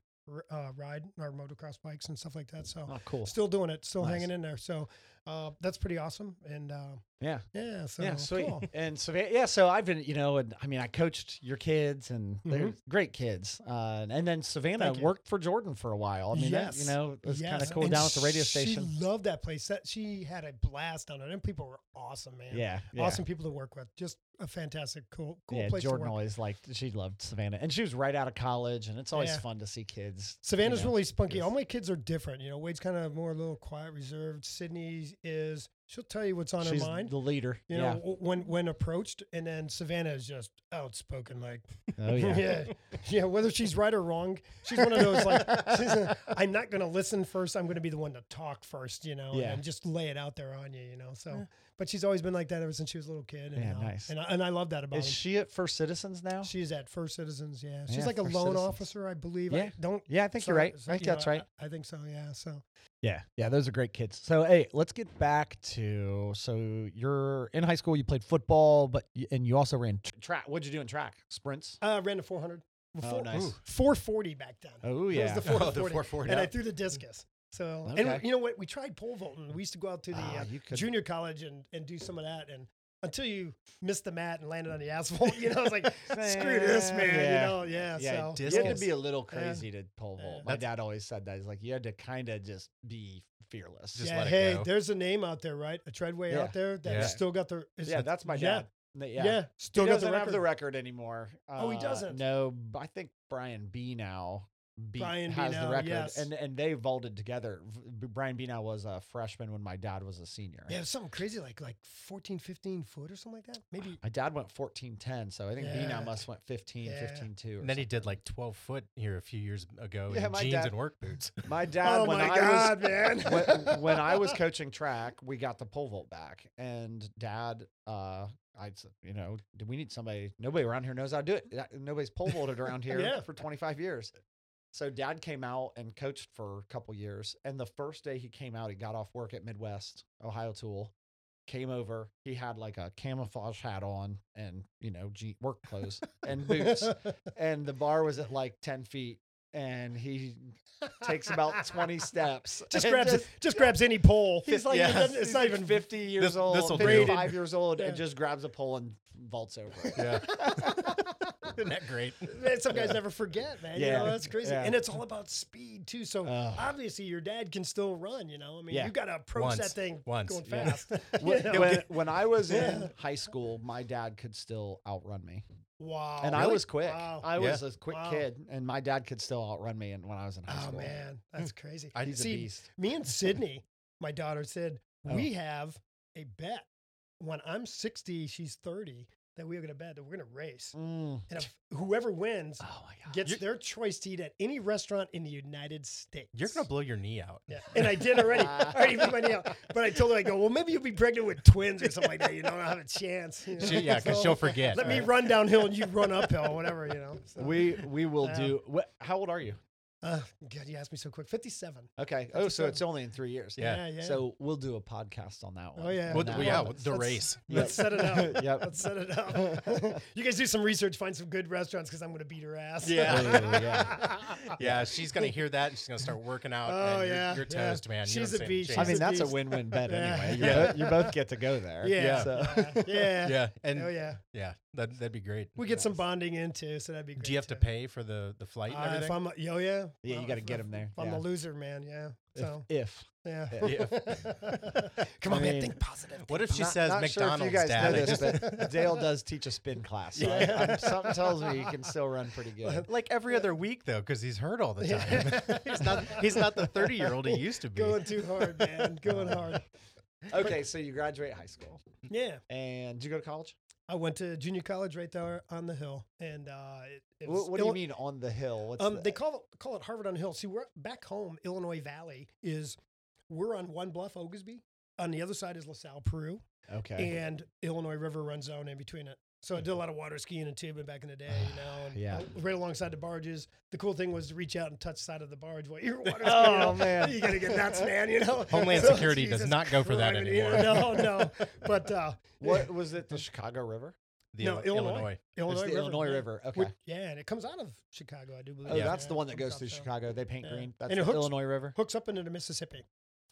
C: uh, ride our motocross bikes and stuff like that. So
A: Oh, cool.
C: still doing it, still
A: Nice.
C: hanging in there. So uh, that's pretty awesome. And uh,
A: Yeah.
C: yeah, so
A: yeah, sweet. [laughs]
C: cool.
A: And so yeah, so I've been, you know, and I mean, I coached your kids, and they're great kids. Uh, and then Savannah
C: Mm-hmm. Thank you.
A: worked for Jordan for a while. I mean, that, you
C: Yes.
A: know, it was kind of
C: Yes.
A: cool
C: And
A: down at the radio
C: she
A: station.
C: loved that place. That she had a blast down there. And people were awesome, man.
A: Yeah, yeah.
C: Awesome people to work with. Just a fantastic, cool, cool
A: yeah,
C: place
A: Jordan
C: to work.
A: always liked. She loved Savannah, and she was right out of college, and it's always
C: Yeah.
A: fun to see kids. you
C: Savannah's
A: know.
C: really spunky. All
A: is-
C: my kids are different. You know, Wade's kind of more a little quiet, reserved. Sydney is she'll tell you what's on
A: she's
C: her mind.
A: the leader.
C: you know, w- when when approached, and then Savannah is just outspoken. Like,
A: yeah. Oh yeah.
C: [laughs] yeah, yeah. Whether she's right or wrong, she's one of those like,
A: [laughs]
C: she's a, I'm not going to listen first. I'm going to be the one to talk first. You know,
A: Yeah.
C: and just lay it out there on you. You know, so. But she's always been like that ever since she was a little kid. And,
A: Yeah,
C: uh,
A: nice.
C: And I, and I love that about
A: Is
C: her.
A: she at First Citizens now?
C: She's at First Citizens. Yeah, she's
A: Yeah,
C: like a
A: First
C: loan
A: Citizens.
C: officer, I believe.
A: Yeah.
C: I don't.
A: yeah, I think you're
C: so-
A: right.
C: so,
A: I think
C: you know,
A: that's right.
C: I think so. Yeah. So
A: Yeah, yeah, those are great kids. So, hey, let's get back to so you're in high school, you played football, but y- and you also ran tr- track. What'd you do in track? Sprints.
C: I uh, ran the 400.
A: Oh,
C: Four-
A: nice.
B: ooh.
C: 440 back then.
A: Oh
C: That
A: yeah.
C: was
B: [laughs]
C: the
B: Oh, the
C: 440.
B: 440.
C: and I threw the discus. So, and
A: Okay.
C: you know what? We tried pole vaulting. We used to go out to the
A: Ah,
C: uh,
A: you could-
C: junior college and, and do some of that. And until you missed the mat and landed on the asphalt, [laughs] you know, I was like,
A: [laughs]
C: screw this,
A: Yeah,
C: man.
A: yeah.
C: You know, yeah.
A: yeah,
C: so,
A: you had
B: discus.
A: to be a little
C: Yeah.
A: crazy to pole
C: Yeah.
A: vault. My
B: That's-
A: dad always said that. He's like, you had to kind of just be fearless.
B: Just
C: yeah,
B: let it
C: hey,
B: go.
C: there's a name out there, right? A treadway
A: Yeah.
C: out there that's
B: Yeah.
C: still got the. is
A: yeah,
C: it-
A: that's my
C: yeah.
A: dad. N-
C: Yeah,
A: Yeah.
C: still
A: he
C: got
A: doesn't
C: the
A: have
C: record.
A: the record anymore.
C: Oh, he
A: Uh,
C: doesn't?
A: No, b- I think Brian B now
C: Brian B.
A: has
C: now,
A: the record,
C: yes.
A: and and they vaulted together. V- B- Brian B now was a freshman when my dad was a senior.
C: Yeah, it was something crazy like like 14, 15 foot or something like that. Maybe.
A: My dad went fourteen ten, so I think B now
C: Yeah.
A: must went 15,
C: Yeah.
A: 15 2.
B: And then he did like 12 foot here a few years ago
A: Yeah,
B: in
A: my
B: jeans
A: dad-
B: and work
C: [laughs]
B: boots.
A: My dad,
C: oh
A: when
C: my
A: I was
C: God, [laughs] man.
A: [laughs] when, when I was coaching track, we got the pole vault back, and Dad, uh, I said, you know, do we need somebody? Nobody around here knows how to do it. That- Nobody's pole vaulted
C: [laughs]
A: around here
C: Yeah.
A: for 25 years. So Dad came out and coached for a couple years, and the first day he came out, he got off work at Midwest Ohio Tool, came over. He had like a camouflage hat on and you know je- work clothes and boots, and the bar was at like 10 feet. And he takes about 20 steps.
C: just [laughs]
A: and
C: grabs just, just grabs any pole.
A: He's like,
B: Yeah.
A: it doesn't-
C: He's
A: it's not
C: like
A: even 50 years
B: This-
A: old,
B: this'll do.
A: 55 years old,
C: Yeah.
A: and just grabs a pole and vaults over. it.
B: Yeah. Isn't that great?
C: [laughs] Man, some guys never forget, man. You know,
A: Yeah.
C: that's crazy.
A: Yeah.
C: And it's all about speed too. So
A: Ugh.
C: [laughs]
A: [laughs]
C: obviously your dad can still run, you know. I mean,
A: Yeah.
C: you gotta approach that
B: Once.
C: thing
B: Once.
C: going
B: Yeah.
C: fast. [laughs] you
A: When,
C: know?
A: when, when I was
C: Yeah.
A: in high school, my dad could still outrun me,
C: Wow.
A: and I was quick.
C: Oh, Wow.
A: I
B: Yeah.
A: was a quick
C: Wow.
A: kid, and my dad could still outrun me. And when I was in high
C: oh
A: school,
C: man, that's crazy.
B: I-
A: he's
C: See,
A: a beast.
C: Me and Sydney, my daughter said,
A: Oh.
C: we have a bet. When I'm 60, she's 30, that we are gonna bet that we're gonna race.
A: Mm.
C: And if whoever wins
A: Oh my god!
B: Ah,
C: gets
B: You're-
C: their choice to eat at any restaurant in the United States.
B: You're
C: [laughs]
B: going to blow your knee out. [laughs]
C: Yeah, and I did already. I already beat my nail. But I told her, I go, well, maybe you'll be pregnant with twins or something like that. You know, I don't have a chance. you know?
B: She, yeah, because
C: [laughs] So,
B: she'll forget.
C: Let me
B: right?
C: run downhill and you run uphill, or whatever, you know. So,
A: We we will
C: Yeah.
A: do. What, how old are you?
C: uh, God, you asked me so quick. 57.
A: Okay. Oh, so
C: 57.
A: it's only in three years.
B: Yeah.
C: yeah.
A: So we'll do a podcast on that one.
C: Oh, yeah.
A: and
B: Well,
A: that
B: the- yeah,
A: one.
B: the
C: [laughs]
B: race.
C: Let's set
B: [laughs]
C: it
A: [laughs]
C: up.
A: Yep.
C: Let's set it up. [laughs] you guys do some research, find some good restaurants because I'm going to beat her ass. [laughs]
B: Yeah.
A: Oh, yeah.
B: Yeah, she's going to hear that and she's going to start working out.
C: Oh,
B: and you're-
C: yeah,
B: You're,
C: yeah.
B: toast, man. You
C: She's
B: don't
C: a
B: stand
C: beast.
B: chance.
A: I
C: She's
A: mean,
C: a
A: that's a
C: beast.
A: win-win bet
C: Yeah.
A: anyway. You,
B: Yeah.
A: both, you both get to go there.
C: Yeah. uh,
A: So.
C: yeah.
B: Yeah. And
C: Oh, yeah.
B: yeah, that, that'd be great.
C: We get some
A: Nice.
C: bonding in too, so that'd be great.
B: Do you have to
C: too.
B: pay for the, the flight and
C: Uh, if
B: everything?
C: I'm a, yo, yeah.
A: Yeah, you
C: Well,
A: gotta
C: if-
A: get
C: if-
A: 'em there,
C: If I'm
A: yeah.
C: a loser, man. Yeah. So,
A: If, if
C: yeah.
A: [laughs]
B: Yeah.
C: Come on,
A: I
C: man.
A: mean-
C: Think positive.
B: What if she
A: Not-
B: says
A: not sure if
B: McDonald's,
A: you guys
B: Dad?
A: know
B: I
A: this,
B: just- [laughs]
C: [laughs]
A: but Dale does teach a spin class. So I-
C: Yeah.
A: I'm- something tells me you can still run
C: [laughs]
A: pretty good.
B: like every other week though, because he's hurt all the time. [laughs] he's not he's not the thirty year old he used to be.
C: [laughs] Going too hard, man. Going
A: Uh-huh.
C: hard.
A: Okay, so you graduate high school,
C: Yeah.
A: and did you go to college?
C: I went to junior college right there on the hill, and uh, it, it was
A: What, what do you
C: Illi-
A: mean on the hill? What's
C: Um,
A: the-
C: they call it, call it Harvard on the hill. See, we're back home. Illinois Valley is we're on one bluff, Oglesby. On the other side is LaSalle, Peru,
A: okay. Mm-hmm.
C: and Illinois River runs zone in between it. So I did a lot of water skiing and tubing back in the day, you know, and
A: Ah, Yeah.
C: uh, right alongside the barges. The cool thing was to reach out and touch the side of the barge while you're [laughs] water skiing. you know?
A: Oh man,
C: [laughs] you gotta get
A: [laughs]
C: nuts, man. You know,
B: [laughs] Homeland
C: [laughs] So,
B: Security does
C: Oh, Jesus
B: not go for that
C: Christ, you know,
B: anymore.
C: No, no. But uh,
A: [laughs] What was it? The Chicago River?
B: The uh,
C: No,
B: Illi-
C: Illinois. Illinois
A: It's the
C: River,
A: Illinois
C: yeah.
A: River. Okay.
C: Which- yeah, and it comes out of Chicago, I do believe.
A: oh,
B: Yeah.
A: that's the
C: Yeah,
A: one that
C: comes
A: goes
C: out
A: through
C: south.
A: Chicago. They paint
C: Yeah.
A: green. That's
C: And it
A: the
C: hooks-
A: Illinois River.
C: Hooks up into the Mississippi.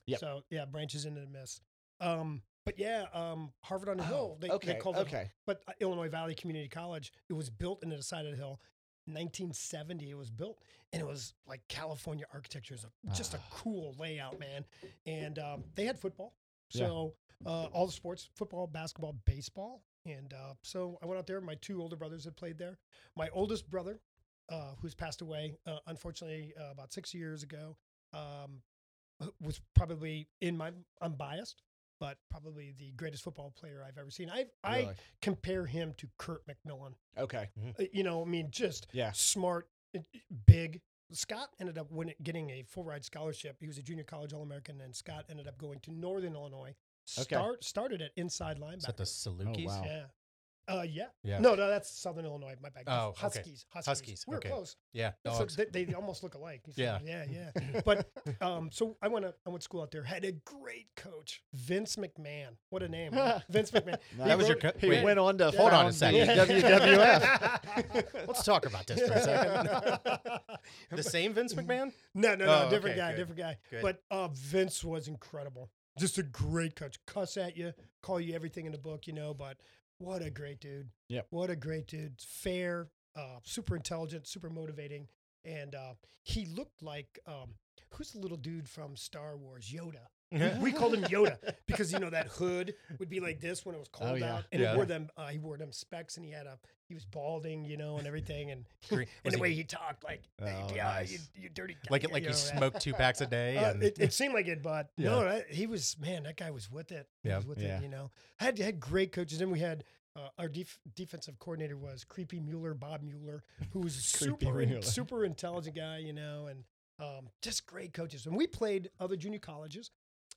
A: Yep.
C: So yeah, branches into the Miss. Um, but yeah, um, Harvard on the Hill.
A: Oh,
C: They,
A: okay.
C: they called it,
A: okay.
C: but uh, Illinois Valley Community College. It was built into the side of the hill. 1970, it was built, and it was like California architecture is a, just a
A: Ah.
C: cool layout, man. And um, they had football,
A: Yeah.
C: so uh, all the sports: football, basketball, baseball. And uh, so I went out there. My two older brothers had played there. My oldest brother, uh, who's passed away, uh, unfortunately, uh, about six years ago, um, w- was probably in my I'm biased, but probably the greatest football player I've ever seen. I I
A: Really?
C: compare him to Kurt McMillan.
A: Okay.
C: Uh, You know, I mean, just
A: Yeah.
C: smart, uh, big. Scott ended up winning, getting a full ride scholarship. He was a junior college All American, and Scott ended up going to Northern Illinois.
A: Okay.
C: Start started at inside
B: Is that the
C: Oh, linebacker.
B: Salukis?
A: wow.
C: Yeah, Uh, yeah.
B: Yeah.
C: No, no, that's Southern Illinois. My bad.
B: Oh, okay.
C: Huskies, Huskies.
B: Huskies,
C: We're
B: okay.
C: close.
B: Yeah.
C: So
B: dogs.
C: they, they almost look alike. You see,
B: Yeah.
C: Yeah. Yeah.
B: [laughs]
C: But um, so I went to, I went to school out there. Had a great coach, Vince McMahon. What a
B: [laughs]
C: name, huh? Vince McMahon.
A: That
C: He
B: was your
C: wrote-
B: co-
A: He
B: Wait.
A: went on to
B: Uh, Hold on a
A: found
B: second.
A: the
C: [laughs]
A: WWF.
B: Let's talk about this for a second. the same
C: [laughs]
B: Vince McMahon? [laughs]
C: no, no, no,
B: Oh, okay,
C: different guy,
B: good,
C: different guy.
B: good.
C: But uh, Vince was incredible. Just a great coach. Cuss at you, call you everything in the book, you know. But what a great dude.
A: Yep.
C: What a great dude. Fair, uh, super intelligent, super motivating, and uh, he looked like um, who's the little dude from Star Wars, Yoda. We called him Yoda because you know that hood would be like this when it was cold
A: yeah.
C: out, and
B: Oh, Yeah.
C: he wore them. Uh, he wore them specs, and he had a he was balding, you know, and everything, and
B: Green-
C: [laughs] and
B: was
C: the
B: he-
C: way he talked, like, hey,
A: Oh,
C: yeah, you,
A: nice.
C: you dirty, guy,
B: like
C: you
B: it, like
C: know,
B: he
C: that-
B: smoked two packs a day
C: Uh,
B: and
C: it, it seemed like it, but
B: Yeah.
C: no, that, he was man. That guy was with it. He
B: Yeah.
C: was with
A: Yeah.
C: it. You know, had had great coaches. Then we had uh, our def- defensive coordinator was Creepy Mueller, Bob Mueller, who was a
B: [laughs]
A: Creepy
C: super in-
A: Mueller.
C: super intelligent guy. You know, and um, just great coaches. And we played other junior colleges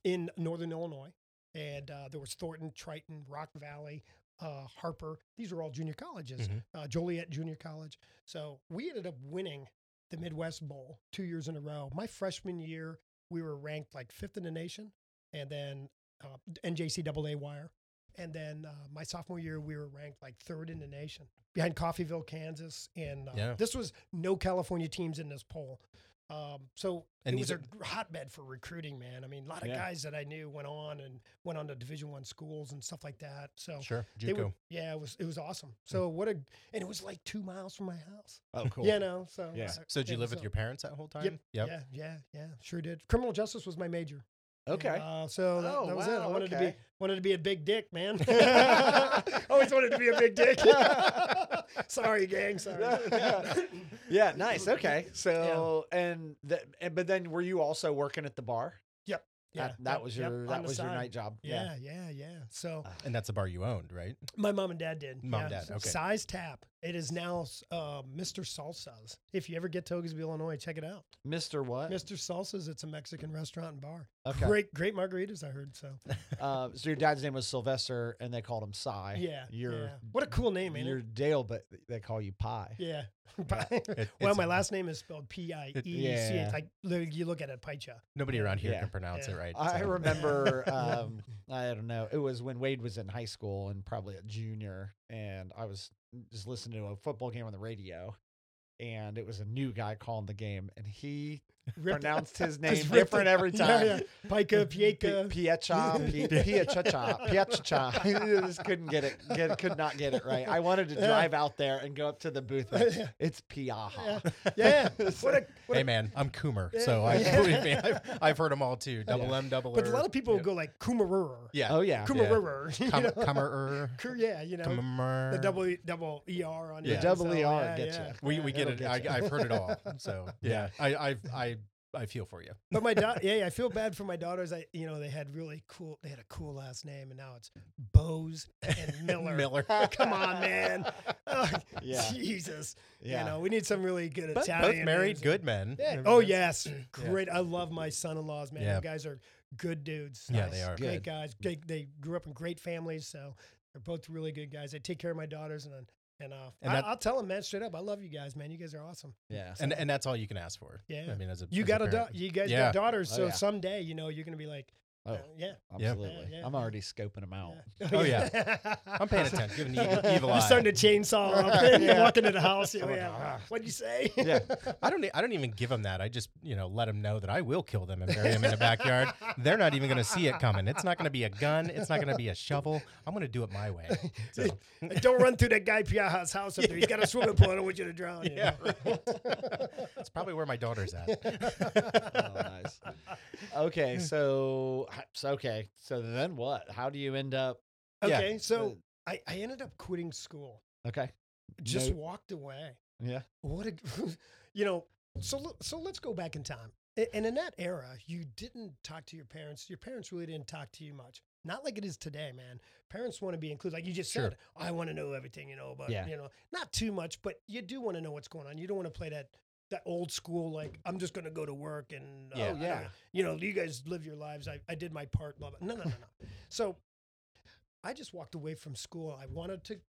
C: in Northern Illinois, and uh, there was Thornton, Triton, Rock Valley. Uh, Harper, these are all junior colleges,
B: Mhm.
C: uh, Joliet Junior College. So we ended up winning the Midwest Bowl two years in a row. My freshman year, we were ranked like fifth in the nation, and then uh, NJCAA wire. And then uh, my sophomore year, we were ranked like third in the nation behind Coffeeville, Kansas. And uh,
B: Yeah.
C: this was no California teams in this poll. Um, so
B: And
C: it was
B: these
C: a gr- hotbed for recruiting, man. I mean, a lot of
A: Yeah.
C: guys that I knew went on and went on to Division One schools and stuff like that. So
B: [laughs] sure
C: they
B: JUCO.
C: were, yeah, it was it was awesome. So
B: Hmm.
C: what a and it was like two miles from my house.
A: Oh, cool.
C: You know, so
A: Yeah.
C: I-
B: so did you
C: yeah,
B: live with
C: so-
B: your parents that whole time?
C: Yep.
B: Yep.
C: Yeah, yeah, yeah. Sure did. Criminal justice was my major. And,
A: Okay.
C: uh, so that,
A: Oh,
C: that was it. I
A: wow,
C: wanted to be
A: okay.
C: wanted to be a big
A: [laughs]
C: dick, man. [laughs] [laughs] Always wanted to be a big dick.
A: [laughs]
C: sorry, gang. Sorry.
A: yeah, nice. Okay. So and the, and but then were you also working at the bar?
C: [laughs] Yeah,
A: That,
C: yep,
A: that was
C: yep,
A: your
C: on
A: that
C: the
A: was your
C: side.
A: night Uh, job.
C: Yeah, yeah, yeah. So
B: And that's a bar you owned,
C: [laughs]
B: right?
C: my mom and dad did.
B: Mom and
C: yeah.
B: dad, okay.
C: Size Tap. It is now uh, Mr. Salsa's. If you ever get to Oglesby, Illinois, check it out.
A: Mr. What?
C: Mr. Salsa's. It's a Mexican restaurant and bar.
A: Uh, Okay.
C: Great, great margaritas. I heard so.
A: Uh, so your dad's name was Sylvester and they called him Cy.
C: Yeah.
A: Your
C: yeah. what a cool name, ain't
A: your
C: it?
A: Dale, but they call you Pie.
C: Yeah. [laughs]
B: It-
C: well,
B: it's-
C: my last name is spelled P I E C
A: Yeah.
C: H. Like li- you look at it, Paicha.
B: Nobody around here
A: Yeah.
B: can pronounce
C: Yeah.
B: it right.
A: I
B: so-
C: [laughs]
A: remember, um, I don't know, it was when Wade was in high school and probably a junior, and I was just listening to a football game on the radio, and it was a new guy calling the game, and
C: [laughs]
A: he [laughs] pronounced his name
C: ripped
A: different
C: it.
A: every
C: Yeah,
A: time.
C: yeah.
A: [laughs]
C: Pica,
A: Piecha,
C: Pieca.
A: Piecha,
C: [laughs]
A: Piecha. Just couldn't get it. Get, could not get it right. I wanted to
C: [laughs] Yeah.
A: drive out there and go up to the
C: [laughs]
A: booth. Like,
C: Yeah.
A: it's Piaha. [laughs]
C: Yeah. What a, what
B: Hey
C: a,
B: man, I'm Coomer, so I
C: [laughs] Yeah.
B: believe me. I've, I've heard them all too. Double M, double
C: but a
B: R.
C: lot of people
B: Yep.
C: go like Kumarur.
B: Yeah.
A: Oh yeah,
B: Cool.
C: Kumarur. [laughs] you know?
B: Comer.
C: Ku- yeah, you know. the double E. double ER on
B: Yeah.
C: it,
A: double
C: so,
A: ER
C: yeah,
A: gets
C: yeah.
A: you.
B: We we get
A: It'll
B: it.
A: get
B: I,
A: you.
B: I've heard it all.
C: [laughs]
B: So yeah, I I I I feel for you.
C: But
A: [laughs]
C: my daughter, yeah, yeah, I feel bad for my daughters. I, you know, they had really cool, they had a cool last name, and now it's Bose
A: [laughs]
C: and
B: [laughs]
C: Miller.
B: Miller.
C: Come on, man. [laughs] Oh,
A: Yeah.
C: Jesus.
A: yeah.
C: You know, we need some really good
B: But
C: Italian.
B: both married
C: names.
B: good men.
C: Yeah.
B: Remember
C: Oh
B: that?
C: yes, great. I love my son-in-laws, man.
B: Yeah.
C: You guys are good dudes.
B: Yeah,
C: Nice.
B: they are.
A: Good.
C: great guys. They, they grew up in great families, so they're both really good guys. They take care of my daughters, and and uh,
B: And
C: I,
B: that-
C: I'll tell them, man, straight up, I love you guys, man. You guys are awesome.
A: Yeah.
B: And and that's all you can ask for.
C: Yeah.
B: I mean, as a
C: You
B: as
C: got a da-
B: parent.
C: you guys
B: Yeah.
C: got daughters,
A: Oh,
C: so
A: yeah.
C: someday you know you're gonna be like,
A: Oh,
C: uh, yeah,
B: Yeah.
A: absolutely.
C: yeah,
A: I'm
C: yeah.
A: already scoping them out.
C: yeah.
B: [laughs] Oh,
C: [laughs]
B: I'm paying attention. Giving the evil, evil
C: I'm
B: eye.
C: starting to chainsaw up
B: [laughs]
C: and [laughs]
A: Yeah.
C: walk into the house. Yeah,
A: I'm like,
C: yeah.
A: "Ah."
C: What'd you say? [laughs]
A: Yeah.
B: I don't. e- I don't even give them that. I just you know let them know that I will kill them and bury them in the backyard.
C: [laughs]
B: They're not even going to see it coming. It's not going to be a gun. It's not going to be a shovel. I'm going to do it my
C: [laughs]
B: way. So,
C: Like, [laughs] Don't run through that guy Piaja's house up there. He's got a swimming pool. I don't want you to drown. you
B: yeah,
C: know? [laughs]
B: right. it's probably where my daughter's at.
A: oh, nice.
C: [laughs]
A: Okay, so h- so okay, so then what? How do you end up?
B: Yeah. Uh,
C: Okay, so I, I ended up quitting school.
A: Okay,
C: Just
A: No-
C: walked away.
A: yeah,
C: What a, [laughs] you know. So l- so let's go back in time. A- And in that era, you didn't talk to your parents. Your parents really didn't talk to you much. Not like it is today, man. Parents want to be included. Like you just
B: Sure.
C: said, I want to know everything, you know, but
A: Yeah.
C: you know, not too much, but you do want to know what's going on. You don't want to play that that old school like I'm just going to go to work and
B: Yeah.
C: oh, I
A: Yeah.
C: don't- you know, you guys live your lives. I, I did my part, blah blah. No, no, no, no. so I just walked away from school. I wanted to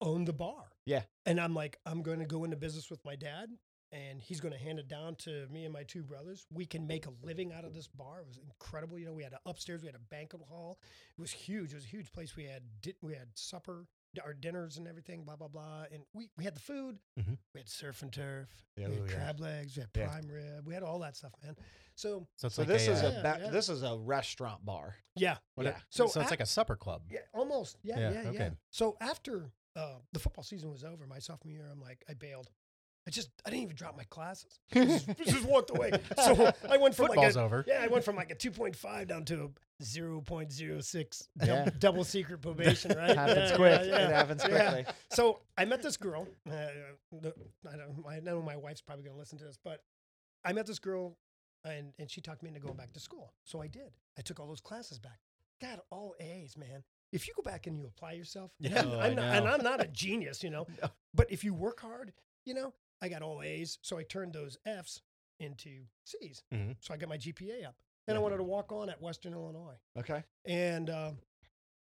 C: owned the bar.
A: Yeah.
C: And I'm like, I'm going to go into business with my dad and he's going to hand it down to me and my two brothers. We can make a living out of this bar. It was incredible. You know, we had a upstairs, we had a banquet hall. It was huge. It was a huge place. We had di- we had supper, d- our dinners and everything, blah blah blah. And we we had the food.
B: Mhm.
C: We had surf and turf.
D: Mm-hmm. Yeah,
C: we
D: ooh,
C: had
D: yeah.
C: crab legs. We had
D: Yeah.
C: prime rib. We had all that stuff, man. So
B: So it's
A: So
B: like
A: this
B: a,
A: is
B: uh,
A: a
C: Yeah,
A: ba-
C: yeah.
A: this is a restaurant bar.
C: yeah,
B: what
A: yeah.
B: a-
C: So
B: so, it's
C: I-
B: like a supper club.
C: Yeah, almost. Yeah,
B: Yeah,
C: yeah, yeah.
B: okay.
C: So after uh, the football season was over, my sophomore year, I'm like, I bailed. I just, I didn't even drop my classes. just, just walked away. So I went from
B: Football's
C: like a,
B: over.
C: yeah, I went from like a 2.5 down to a 0.06 dou-
A: Yeah.
C: double secret probation, right?
A: It happens
C: Uh, Yeah,
A: quick.
C: yeah, yeah.
A: It happens
C: Yeah.
A: quickly.
C: So I met this girl. Uh, the- I, don't, I know my wife's probably going to listen to this, but I met this girl and, and she talked me into going back to school. So I did. I took all those classes back. Got all A's, man. If you go back and you apply yourself, and
B: Yeah.
C: I'm-
B: Oh, I
C: I'm not, and
B: know.
C: I'm not a genius, you know,
B: [laughs]
C: but if you work hard, you know, I got all A's. So I turned those F's into C's.
B: Mhm.
C: So I got my GPA up. And I
B: Yeah.
C: wanted to walk on at Western Illinois
A: Okay. Oh
C: and uh,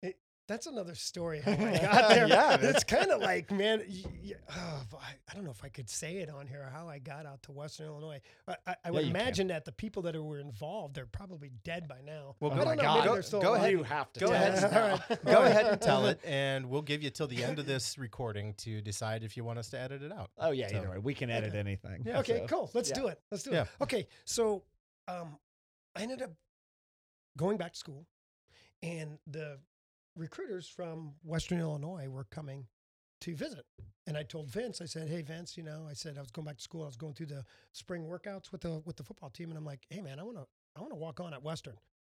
C: it, that's another story how I
A: [laughs]
C: got there.
A: Yeah, man.
C: it's
A: [laughs]
C: kind of like, man, y y oh, if I, I don't know if I could say it on here or how I got out to Western Illinois. I, I, I would
A: you can.
C: imagine that the people that were involved, they're probably dead by now.
B: Well,
C: I
B: go-
C: don't know,
B: God.
C: maybe
B: Go-
C: they're still
A: go
C: alive.
A: ahead. You have to.
C: Go
A: tell
C: ahead
A: us
C: and-
A: now.
C: all right. [laughs]
B: Go ahead and tell it, and we'll give you till the end of this recording to decide if you want us to edit it out.
A: Oh yeah.
B: So-
A: Either way, we can edit
C: Okay.
A: anything.
B: Yeah,
C: okay,
A: so-
C: cool. Let's
A: yeah.
C: do it. Let's do
B: Yeah.
C: it. Okay, so um, I ended up going back to school, and the recruiters from Western Illinois were coming to visit. And I told Vince, I said, "Hey, Vince, you know, I said I was going back to school. I was going through the spring workouts with the with the football team, and I'm like, hey, man, I want to I want to walk on at Western.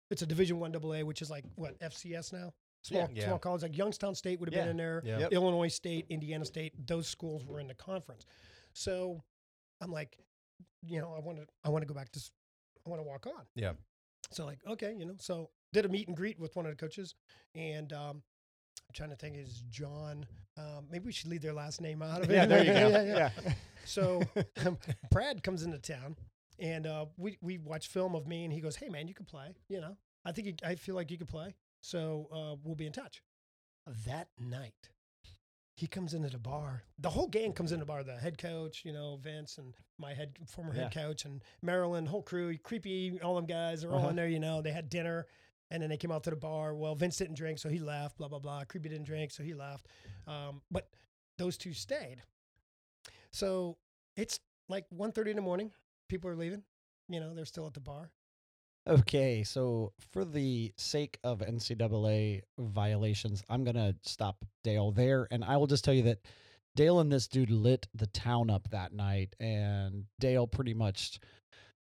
C: It's a Division One AA, which is like what FCS now." Small,
B: Yeah.
C: small college like Youngstown State would have
A: Yeah.
C: been in there.
B: Yeah.
A: Yep.
C: Illinois State, Indiana State, those schools were in the conference. So I'm like, you know, I want to, I want to go back to, s- I want to walk on.
B: Yeah.
C: So like, okay, you know, so did a meet and greet with one of the coaches, and um, I'm trying to think is John. Um, maybe we should leave their last name out of it.
A: Yeah. There you go.
C: [laughs] Yeah, yeah.
A: yeah.
C: So um, [laughs] Brad comes into town, and uh, we we watch film of me, and he goes, "Hey man, you can play. You know, I think you, I feel like you could play. So uh, we'll be in touch." That night, he comes into the bar. The whole gang comes into the bar. The head coach, you know, Vince, and my head former head coach, and Marilyn, whole crew, creepy, all them guys are all
A: Uh-huh.
C: in there. You know, they had dinner. And then they came out to the bar. Well, Vince didn't drink, so he left. Blah blah blah. Creepy didn't drink, so he left. Um, but those two stayed. So it's like 1.30 in the morning. People are leaving. You know, they're still at the bar. [laughs]
A: Okay, so for the sake of NCAA violations, I'm going to stop Dale there. And I will just tell you that Dale and this dude lit the town up that night. And Dale pretty much,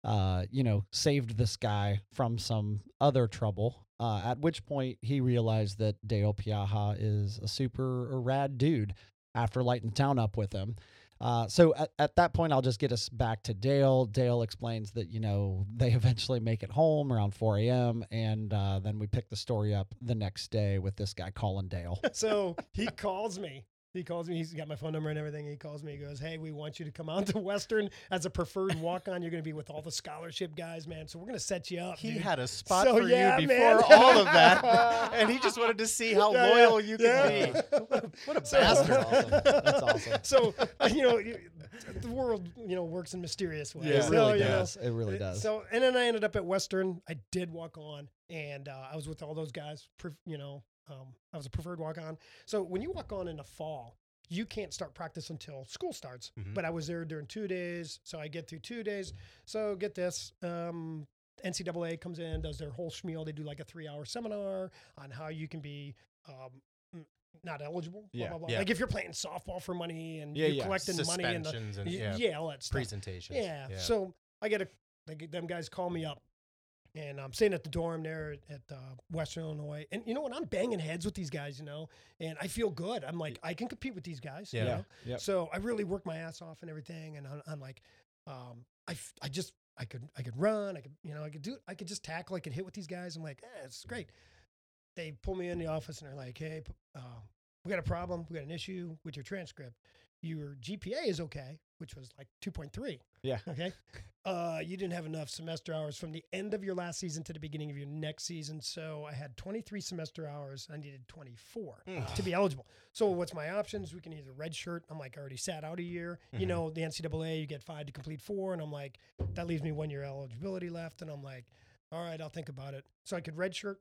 A: uh, you know, saved this guy from some other trouble. Uh, at which point he realized that Dale Piaja is a super uh, rad dude after lighting the town up with him. Uh, so at, at that point, I'll just get us back to Dale. Dale explains that, you know, [laughs] they eventually make it home around 4 a.m. And uh, then we pick the story up the next day with this guy calling
C: [laughs]
A: Dale.
C: So he calls me. He calls me. He's got my phone number and everything. He calls me. He goes, "Hey, we want you to come out to Western as a preferred walk-on. You're going to be with all the scholarship guys, man. So we're going to set you up."
B: He
C: dude."
B: had a spot
C: So,
B: for
C: yeah,
B: you
C: man.
B: before all of
C: [laughs]
B: that, and he just wanted to see how
C: Yeah, yeah,
B: loyal you could
C: yeah.
B: be. What a
A: That's
B: bastard!
A: awesome. That's awesome.
C: [laughs] so uh, you know, you- the world you know works in mysterious ways.
B: Yeah,
A: It
C: So,
A: really
C: you know,
A: does. It really
C: Uh,
A: does.
C: So, and then I ended up at Western. I did walk on, and uh, I was with all those guys. pref- You know, um, I was a preferred walk on. So when you walk on in the fall, you can't start practice until school starts.
A: Mm-hmm.
B: Mhm.
C: But I was there during two days, so I get through two days. So get this. Um, NCAA comes in, does their whole schmeal. They do like a three-hour seminar on how you can be um, m- not eligible. Blah,
A: Yeah,
C: blah, blah.
B: yeah.
C: Like if you're playing softball for money and
A: Yeah,
C: you're
A: yeah.
C: [laughs] collecting money and the
B: Suspensions and, yeah,
C: y- yeah, all that stuff.
B: presentations.
C: Yeah. So I get a, they get, them guys call me up, and I'm staying at the dorm there at uh, Western Illinois. And you know what? I'm banging heads with these guys, you know, and I feel good. I'm like, I can compete with these guys. you
B: Yeah.
C: know?
A: Yep.
C: So I really work my ass off and everything, and I'm, I'm like, um, I, f- I just I could I could run, I could you know I could do I could just tackle, I could hit with these guys. I'm like, eh, it's great. They pull me in the office and they're like, hey, p- uh, we got a problem, we got an issue with your transcript. your GPA is okay, which was like 2.3.
A: Yeah.
C: [laughs] Okay. Uh, you didn't have enough semester hours from the end of your last season to the beginning of your next season. So I had 23 semester hours. I needed 24
B: Mm.
C: to be eligible. So what's my options? We can either redshirt. I'm like, I already sat out a year. You
A: Mm-hmm.
B: Mhm.
C: know, the NCAA, you get five to complete four. And I'm like, that leaves me one year eligibility left. And I'm like, all right, I'll think about it. So I could redshirt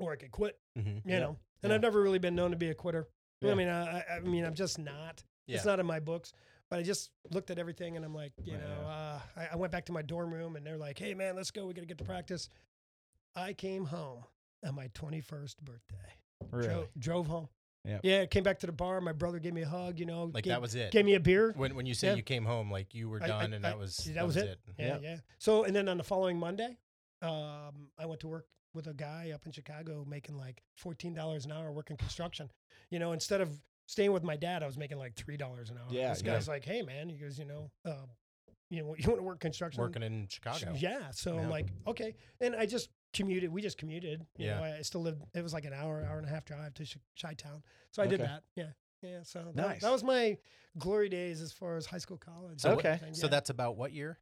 C: or I could quit,
B: Mhm.
C: you
A: Yeah.
C: know. And
A: Yeah.
C: I've never really been known to be a quitter.
A: Yeah.
C: I mean, I, I- I mean, I'm just not.
B: Yeah.
C: It's not in my books. But I just looked at everything and I'm like, you
A: Right,
C: know, uh, I, I went back to my dorm room and they're like, hey, man, let's go. We got to get to practice. I came home on my 21st birthday.
A: Really?
C: Dro- drove home.
A: Yep.
C: Yeah, came back to the bar. My brother gave me a hug, you know.
B: like
C: gave,
B: that was it.
C: Gave me a beer.
B: when when you say
C: Yeah.
B: you came home, like you were
C: I- I-
B: done, and
C: I-
B: that was
C: that was it. Yeah,
A: Yep.
C: yeah. So, and then on the following Monday, um, I went to work with a guy up in Chicago making like fourteen dollars an hour working construction. You know, instead of staying with my dad, I was making like three dollars an hour.
A: Yeah,
C: this
B: yeah. Mm.
C: guy's like, "Hey, man," he goes, "You know, um, you know, [laughs] you want to work construction?
B: Working in Chicago.
C: Yeah. So
B: Yeah.
C: I'm like, okay. And I just commuted. We just commuted. You
B: Yeah.
C: know, I I still lived, it was like an hour, hour and a half drive to Chi Town. So I did
A: Okay.
C: that. Yeah. Yeah. So that,
A: Nice.
C: that was my glory days as far as high school, college.
B: So
C: and
A: what-
C: everything,
B: So
C: yeah.
B: that's about what year?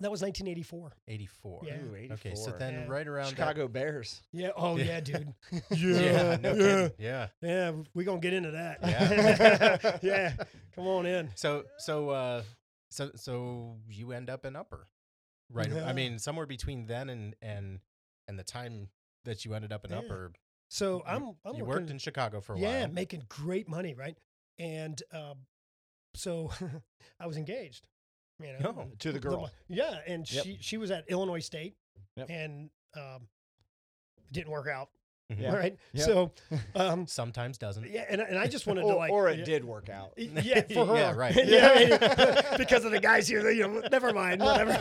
C: that was 1984.
B: Eighty four.
C: Yeah.
A: Ooh, 84.
B: Okay, so then
C: Yeah.
B: right around that-
A: Chicago Bears.
C: Yeah. Oh,
B: Yeah.
C: [laughs]
B: [laughs]
C: yeah, dude.
B: yeah, no
C: yeah.
B: kidding.
C: [laughs]
B: yeah.
C: Yeah. We're going to get into that.
B: Yeah.
C: [laughs]
B: [laughs]
C: yeah. Come on in.
B: So so uh so so you end up in upper. Right.
C: Yeah.
B: I mean somewhere between then and and and the time that you ended up in
C: Yeah.
B: upper
C: So
B: You-
C: I'm, I'm
B: you
C: working,
B: worked in Chicago for a
C: yeah,
B: while.
C: making great money, right? And um, so [laughs] I was engaged, you know,
B: Oh,
A: to the
C: mo-
A: girl.
C: yeah, and
A: Yep.
C: she she was at Illinois State,
A: Yep.
C: and um, it didn't work out.
B: Mhm.
A: Yeah.
C: All right,
A: Yep.
C: so um,
B: Sometimes doesn't.
C: yeah, and I- and I just wanted to
A: Or,
C: like,
A: or it
C: yeah,
A: did work out.
C: y- Yeah,
A: [laughs]
C: for her.
B: Yeah,
C: [laughs]
B: right.
C: yeah, I mean, because of the guys here. You know, never mind. Whatever.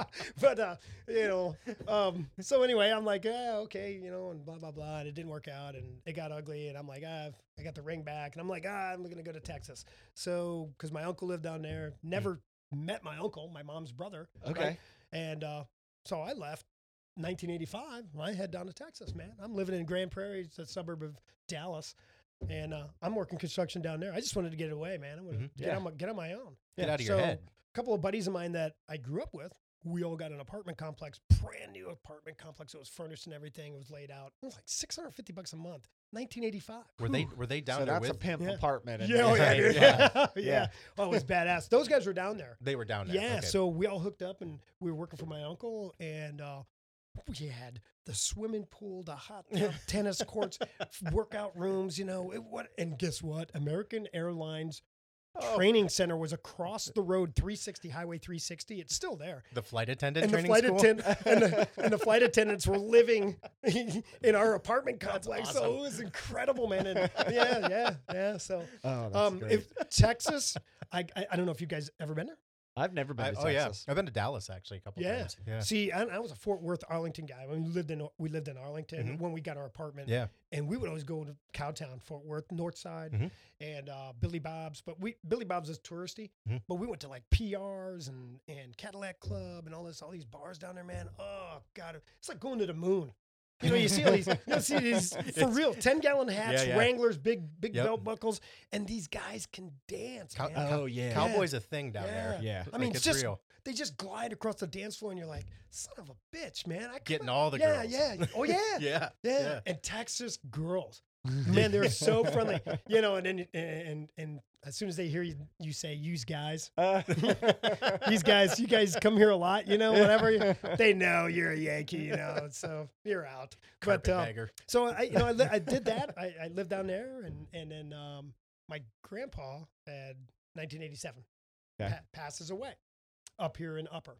C: [laughs] but uh, you know, um, so anyway, I'm like, ah, okay, you know, and blah blah blah. And it didn't work out, and it got ugly. And I'm like, ah, I got the ring back, and I'm like, ah, I'm gonna go to Texas. So because my uncle lived down there,
A: Hmm.
C: never met my uncle, my mom's brother. [laughs] right?
A: Okay.
C: And uh, so I left 1985. and I head down to Texas, man. I'm living in Grand Prairie, it's a suburb of Dallas. And uh, I'm working construction down there. I just wanted to get away, man. I wanted
B: Mhm.
C: to get,
A: Yeah.
C: on my, get on my own.
B: Get
A: Yeah,
B: out of your
C: so-
B: head.
C: A couple of buddies of mine that I grew up with, we all got an apartment complex, brand new apartment complex. It was furnished and everything. It was laid out. It was like 650 bucks a month, 1985.
B: Were they were they down
A: so
B: there
A: that's
B: with
A: a pimp
C: Yeah.
A: apartment. in
C: Yeah, oh, yeah,
A: there.
C: dude.
B: Yeah.
C: [laughs] yeah, Oh, it was badass. Those guys were down there.
B: they were down there.
C: Yeah,
B: okay.
C: so we all hooked up and we were working for my uncle, and uh, we had the swimming pool, the hot tub, tennis courts, f- workout rooms. You know it, what? And guess what? American Airlines
A: Oh,
C: training center was across the road, 360 Highway 360. It's still there,
B: the flight attendant
C: and the
B: training
C: flight
B: school. [laughs]
C: attend and the, and the flight attendants were living [laughs] in our apartment complex. So
B: awesome.
C: it was incredible, man. And yeah, yeah, yeah. So.
A: [laughs] oh, that's
C: Um,
A: great.
C: if Texas, I, I I don't know if you guys ever been there.
A: I've never been
B: I-
A: to
B: oh yeah,
A: Texas.
B: I've been to Dallas actually a couple
C: Yeah.
B: times. Yeah,
C: See, I, I was a Fort Worth Arlington guy. When we lived in we lived in Arlington
B: Mhm.
C: when we got our apartment,
B: yeah.
C: and we would always go to Cowtown, Fort Worth, North Side,
B: Mhm.
C: and uh, Billy Bob's. But we Billy Bob's is touristy,
B: Mhm.
C: but we went to like PRs and and Cadillac Club and all this all these bars down there, man. Oh God, it's like going to the moon. You know, you see all these, you see these
B: [laughs]
C: for
B: It's-
C: real ten gallon hats,
B: yeah.
C: Wranglers, big big
B: Yep.
C: belt buckles, and these guys can dance.
B: Cow- uh,
C: man.
B: cow-
A: Oh, yeah.
B: Cowboy's a thing down there.
A: Yeah.
C: I mean,
B: Like, it's
C: it's, just
B: real.
C: they just glide across the dance floor, and you're like, "Son of a bitch, man!" I
B: Getting
C: couldn't-
B: all the
C: yeah,
B: girls.
C: yeah,
B: [laughs]
C: oh yeah, yeah,
B: yeah, yeah.
C: And Texas
B: [laughs]
C: girls, [laughs] man, they're so friendly, you know. And then and and, and as soon as they hear you, you say, "Use guys." [laughs] These guys, you guys come here a lot, you
B: [laughs]
C: know. Whatever they know, you're a Yankee, you know, so you're out. But um,
B: Carpetbagger.
C: so I, you know, I, li-
B: [laughs]
C: I did that. I, I lived down there, and and then um, my grandpa had 1987
A: Okay.
C: pa- passes away up here in Upper,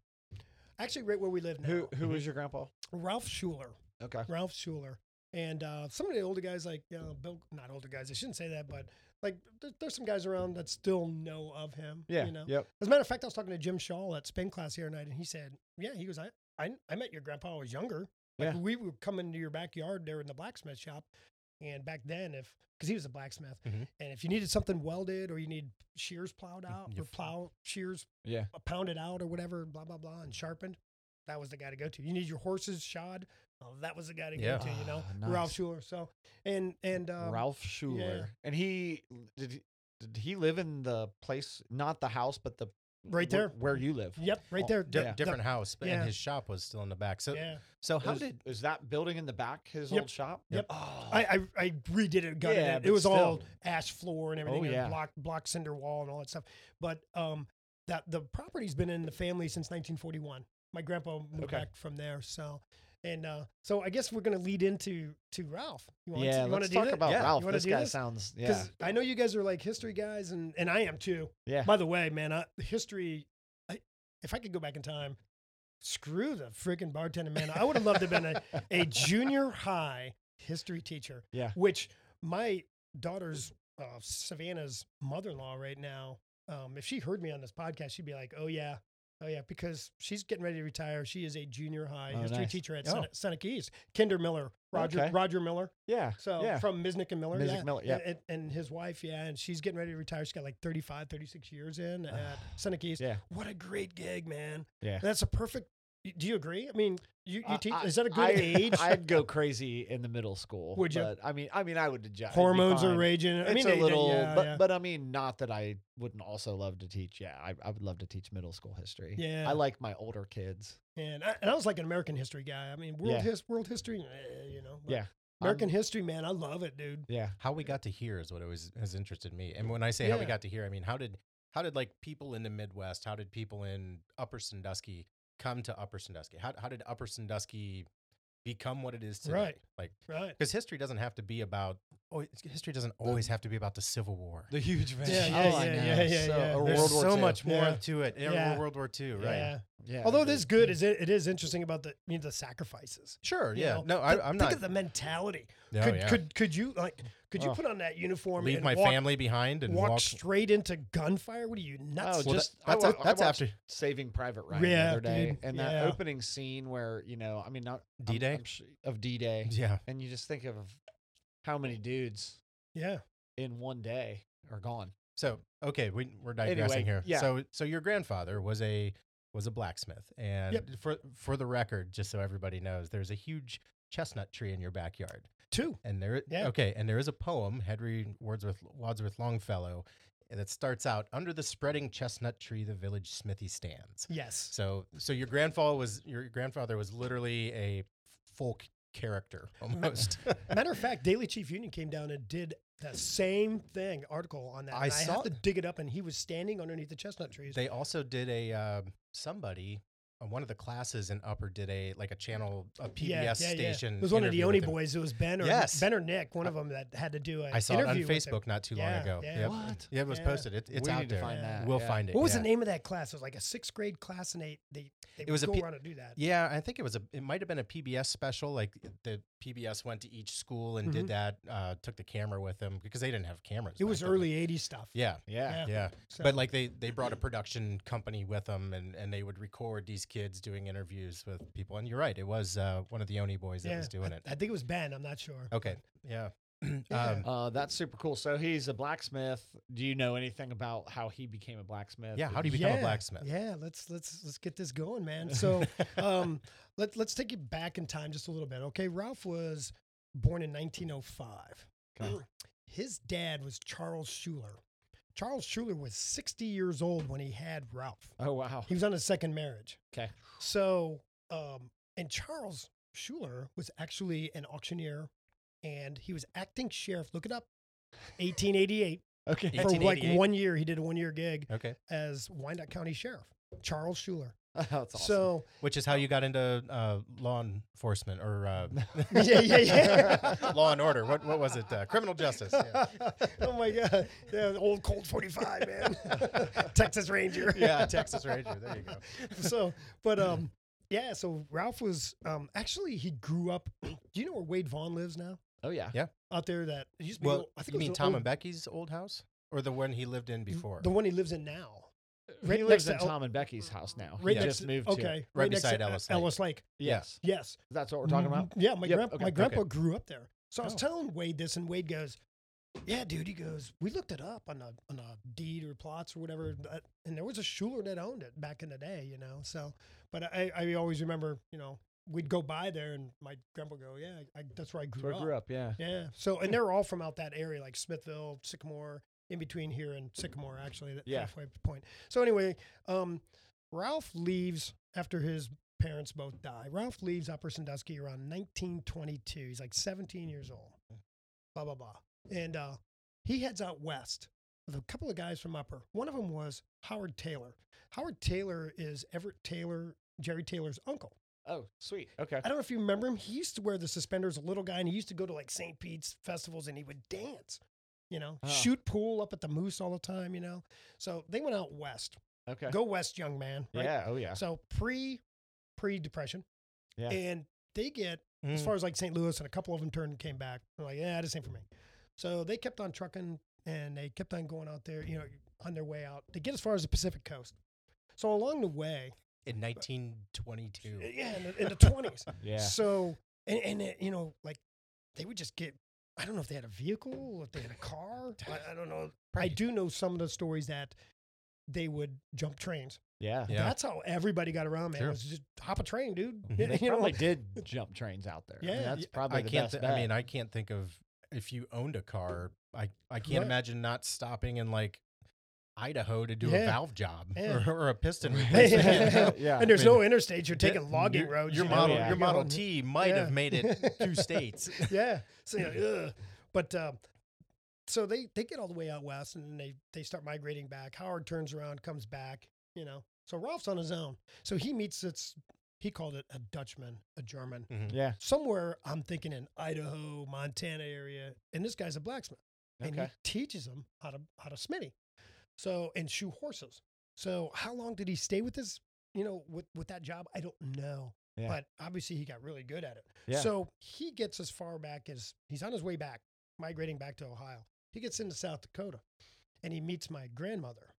C: actually right where we live now.
A: who who was your grandpa?
C: Ralph Schuler,
A: [laughs] Okay.
C: Ralph Schuler, and uh, some of the older guys like you know, Bill, not older guys. I shouldn't say that, but like there, there's some guys around that still know of him.
A: Yeah.
C: you know.
A: Yep.
C: As a matter of fact, I was talking to Jim Shaw at spin class here tonight, and he said, "Yeah, he goes, I, I, I met your grandpa. when I was younger. Like
A: Yeah.
C: we would come into your backyard there in the blacksmith shop, and back then, if because he was a blacksmith,
A: Mm-hmm.
B: Mhm.
C: and if you needed something welded or you need shears plowed out
B: you
C: or
B: f-
C: plow shears
A: Yeah.
C: pounded out or whatever, blah blah blah, and sharpened, that was the guy to go to. You need your horses shod, well, that was the guy to
B: Yeah.
C: go to. You know,
A: Ah,
C: Ralph
A: nice.
C: Schuler. So and and um,
A: Ralph Schuler.
C: yeah.
A: And he did. He, Did he live in the place, not the house, but the
C: Right
A: wh-
C: there.
A: where you live?
C: Yep, right
A: Oh,
C: there.
B: Di-
A: Yeah. Uh,
B: different house, but
C: yeah.
B: and his shop was still in the back. So
C: yeah.
B: so how
A: is,
B: did
A: is that building in the back his
C: Yep.
A: old shop?
C: Yep.
A: Oh,
C: I, I, I redid it, gutted
A: Yeah,
C: it. It
A: but
C: was all
A: still.
C: ash floor and everything,
A: Oh,
C: and
A: yeah.
C: block block cinder wall and all that stuff. But um, that the property's been in the family since 1941. My grandpa moved
A: Okay.
C: back from there, so and uh, so I guess we're gonna lead into to Ralph. You want
A: yeah.
C: to, you wanna
A: let's
C: do
A: talk
C: that?
A: about
B: Yeah.
A: Ralph.
C: You wanna
A: This
C: do
A: guy
C: this?
A: sounds yeah.
C: Because I know you guys are like history guys, and and I am too.
A: Yeah.
C: By the way, man, I, history. I, if I could go back in time, screw the freaking bartender, man. I would have loved to have been a, a junior high history teacher.
A: Yeah.
C: Which my daughter's uh, Savannah's mother-in-law right now. Um, if she heard me on this podcast, she'd be like, "Oh yeah." Oh yeah, because she's getting ready to retire. She is a junior high
A: Oh,
C: history
A: nice.
C: teacher at
A: Oh.
C: Sen- Seneca East. Kinder Miller, Roger
A: Okay.
C: Roger Miller.
A: [laughs] Yeah.
C: So
A: yeah.
C: from Misnick and Miller,
A: Misnick
C: yeah.
A: Miller, yeah.
C: And, and his wife, yeah, and she's getting ready to retire. She's got like 35, 36
A: [sighs]
C: years in at Seneca East.
A: Yeah.
C: What a great gig, man.
A: Yeah.
C: That's a perfect. Do you agree? I mean, you, you
A: I-
C: teach,
A: I-
C: is that a good
A: I-
C: age?
A: I'd go crazy in the middle school.
C: Would ya?
A: But, I mean, I mean, I would adjust.
C: Hormones are raging. I
A: It's
C: mean,
A: a
C: it-
A: little,
C: yeah,
A: but
C: yeah.
A: but I mean, not that I wouldn't also love to teach. Yeah, I, I would love to teach middle school history.
C: Yeah.
A: I like my older kids.
C: and, I, and I was like an American history guy. I mean, world,
A: Yeah.
C: his, world history, eh, you know. but
A: Yeah.
C: American history, man, I love it, dude.
A: [laughs] Yeah,
B: how we got to here is what always has interested me. And when I say how we
C: Yeah.
B: got to here, I mean how did how did like people in the Midwest, how did people in Upper Sandusky come to Upper Sandusky? How how did Upper Sandusky become what it is today?
C: Right.
B: Like
C: Right.
B: because history doesn't have to be about oh, it's- history doesn't always have to be about the Civil War.
A: the
B: [laughs]
A: huge
C: [laughs]
A: [laughs]
C: Yeah, yeah,
A: Oh, I
C: yeah,
A: know.
C: yeah, yeah,
A: So-
C: yeah.
A: or
B: There's
A: World War
B: so
A: II.
B: much more
C: Yeah.
B: to it. Yeah,
C: Yeah.
B: World War II, right?
C: Yeah.
A: Yeah,
C: Although
A: the-
C: it is good, is it, it is interesting about the, you know, the sacrifices.
B: Sure.
C: you
B: Yeah.
C: know?
B: No, I,
C: Th-
B: I'm
C: Think
B: not.
C: of the mentality.
B: Oh,
C: could,
B: yeah.
C: could could you like could you
A: Oh.
C: put on that uniform
B: leave
C: and
B: my
C: walk,
B: family behind and
C: walk,
B: walk.
C: straight into gunfire? What are you nuts?
A: Oh,
B: Well,
A: just
B: that- that's
A: I,
B: a-
A: wa- I
B: that's
A: watched
B: after-
A: Saving Private Ryan
C: Yeah,
A: the other day,
C: dude,
A: and
C: yeah.
A: that opening scene where you know, I mean, not I'm-
B: D-Day?
A: I'm sh- of D Day,
B: yeah.
A: and you just think of how many dudes
C: yeah.
A: in one day are gone.
B: So okay, we, we're digressing
A: Anyway,
B: here.
A: yeah.
B: So so your grandfather was a was a blacksmith, and for for the record, just so everybody knows, there's a huge chestnut tree in your backyard,
C: Two.
B: and there
C: Yeah.
B: okay, and there is a poem Henry Wordsworth Wadsworth Longfellow that starts out under the spreading chestnut tree, the village smithy stands.
C: Yes.
B: So so your grandfather was your grandfather was literally a folk
A: [laughs]
B: character almost. [laughs]
C: Matter of fact, Daily Chief Union came down and did the same thing article on that.
B: I
C: and I
B: saw
C: have to dig it up, and he was standing underneath the chestnut trees.
B: They also did a uh, somebody on one of the classes in Upper did a like
C: Mm.
B: a channel a PBS station.
C: It was one of the
B: interview with
C: Oni
B: him.
C: boys. It was Ben or
B: Yes.
C: Ben or Nick, one of them that had to do a
B: I saw it on
C: interview with him.
B: Facebook not too long
C: Yeah,
B: ago.
C: yeah.
B: Yep.
A: What?
B: Yeah, it was
C: Yeah.
B: posted. It, it's
A: we
B: out
A: need
B: there.
A: to find
C: Yeah.
A: that.
B: We'll
A: yeah.
B: find it.
C: What was
B: yeah.
C: the name of that class? It was like a sixth grade class, and they they, they would
B: was a
C: go
B: P-
C: around and do that.
B: Yeah, I think it was a. It might have been a PBS special. Like the PBS went to each school and did that. Uh, took the camera with them because they didn't have cameras.
C: Mm-hmm. It
B: back
C: was
B: then.
C: early '80s stuff.
B: Yeah,
A: Yeah.
C: Yeah.
B: yeah.
C: So-
B: But like they they brought a production company with them, and and they would record these kids doing interviews with people. And you're right, it was uh, one of the Oni boys that was doing
C: I,
B: it.
C: I think it was Ben. I'm not sure.
B: Okay. Yeah. [clears throat]
C: Yeah.
B: Um,
A: Uh, that's super cool. So he's a blacksmith. Do you know anything about how he became a blacksmith?
B: yeah. How
A: Did
B: do you
A: he-
B: become
C: Yeah,
B: a blacksmith?
C: Yeah, let's let's let's get this going, man. So um, let let's take it back in time just a little bit. Okay, Ralph was born in 1905.
A: Okay.
C: [clears throat] His dad was Charles Schuler. Charles Schuler was 60 years old when he had Ralph.
A: Oh wow.
C: [laughs] He was on his second marriage.
A: Okay.
C: So um, and Charles Schuler was actually an auctioneer, and he was acting sheriff. Look it up. 1888
A: Okay.
C: for like
B: 1888?
C: one year. He did a one year gig
B: [laughs] Okay.
C: as Wyandotte County Sheriff Charles Schuler.
A: [laughs] that's awesome. [laughs]
C: So [laughs]
B: Which is how you got into uh, law enforcement or [laughs] uh,
C: yeah, yeah, yeah.
B: law and order. What what was it? Uh, criminal justice. Yeah.
C: oh my god, yeah, the old Colt 45 man, [laughs] Texas Ranger.
B: yeah. Texas Ranger. There you go.
C: [laughs] So, but um, yeah. So Ralph was um actually he grew up. Do you know where Wade Vaughn lives now?
A: oh
C: [laughs]
A: yeah.
C: Out there that it used to
B: [laughs]
C: be.
B: Well,
C: old- I think
B: you
C: it was
B: mean
C: an
B: Tom
C: old-
B: and Becky's old house or the one he lived in before?
C: the one he lives in now. Right
A: he
C: next
A: lives in
C: to El-
A: Tom and Becky's house now.
C: Right
A: he
C: next
A: just
C: to-
A: moved
C: okay,
A: to.
C: right,
B: Right
C: next
B: beside
C: to
B: Ellis
C: El-
B: Lake.
C: Ellis Lake.
A: Yes.
C: Yes.
A: That's what we're talking about.
C: Mhm. Yeah, my
A: Yep,
C: grand-
A: okay,
C: my
A: okay.
C: grandpa grew up there. So I was
B: Oh.
C: telling Wade this, and Wade goes, "Yeah, dude." He goes, "We looked it up on a on a deed or plots or whatever,
A: Mm-hmm.
C: but- and there was a Schuler that owned it back in the day, you know." So, but I I always remember, you know, we'd go by there, and my grandpa go, "Yeah, I, that's where I
A: That's
C: grew,
A: where I
C: up.
A: grew up. Yeah.
C: Yeah. So, and they're all from out that area, like Smithville, Sycamore, in between here and Sycamore, actually, that
A: Yeah.
C: halfway point. So anyway, um, Ralph leaves after his parents both die. Ralph leaves Upper Sandusky around 1922. He's like 17 years old.
A: Mm.
C: Blah blah blah. And uh, he heads out west with a couple of guys from Upper. One of them was Howard Taylor. Howard Taylor is Everett Taylor, Jerry Taylor's uncle.
A: Oh, sweet. Okay.
C: I don't know if you remember him. He used to wear the suspenders, a little guy, and he used to go to like St. Pete's festivals and he would dance, you know,
A: Oh.
C: shoot pool up at the Moose all the time, you know. So they went out west.
A: Okay.
C: Go west, young man. Right?
A: Yeah.
C: [laughs]
A: Oh, yeah.
C: So pre pre depression.
A: Yeah. Mm.
C: And they get
B: Hmm.
C: as far as like St. Louis, and a couple of them turned and came back. They're like, yeah, this ain't for me. So they kept on trucking and they kept on going out there, you know, on their way out. They get as far as the Pacific coast. So along the way,
B: in 1922.
C: yeah, in
A: [laughs]
C: the, in the 20s,
A: Yeah.
C: So and and it, you know like they would just get I don't know if they had a vehicle, if they had
B: [laughs]
C: a car. I, I don't know. I do know some of the stories that they would jump trains.
A: Yeah.
B: Yeah.
C: That's how everybody got around, man.
B: Sure.
C: Was just hop a train, dude.
B: Mhm.
A: They
C: [laughs] You know,
A: probably did jump trains out there. I mean,
C: Yeah,
A: that's
C: yeah,
A: probably
B: Eh, I
A: the
B: can't.
A: best
B: Th-
A: bet.
B: I mean, I can't think of if you owned a car. I I can't
C: Right.
B: imagine not stopping in like Idaho to do a
C: Yeah.
B: valve job [laughs]
C: Yeah.
B: or, or a piston
A: [laughs]
B: [laughs]
C: Yeah. [laughs]
B: replacement.
A: yeah.
C: and there's
B: [laughs] I mean,
C: no interstates. You're taking logging
B: your,
C: roads.
B: Your
C: you know,
B: model,
C: you're
B: your model
C: going-
B: T might
C: Yeah.
B: have made it
C: [laughs]
B: two states.
C: yeah.
A: [laughs]
C: So you're like, Ugh. but uh, so they they get all the way out west, and then they they start migrating back. Howard turns around, comes back. You know, so Ralph's on his own. So he meets this. He called it a Dutchman, a German,
A: yeah.
C: somewhere I'm thinking in Idaho, Montana area, and this guy's a blacksmith, and
A: Okay.
C: he teaches him how to how to smitty, so and shoe horses. So how long did he stay with this? You know, with with that job, I don't know,
A: Yeah.
C: but obviously he got really good at it.
A: Yeah.
C: So he gets as far back as he's on his way back, migrating back to Ohio. He gets into South Dakota, and he meets my grandmother,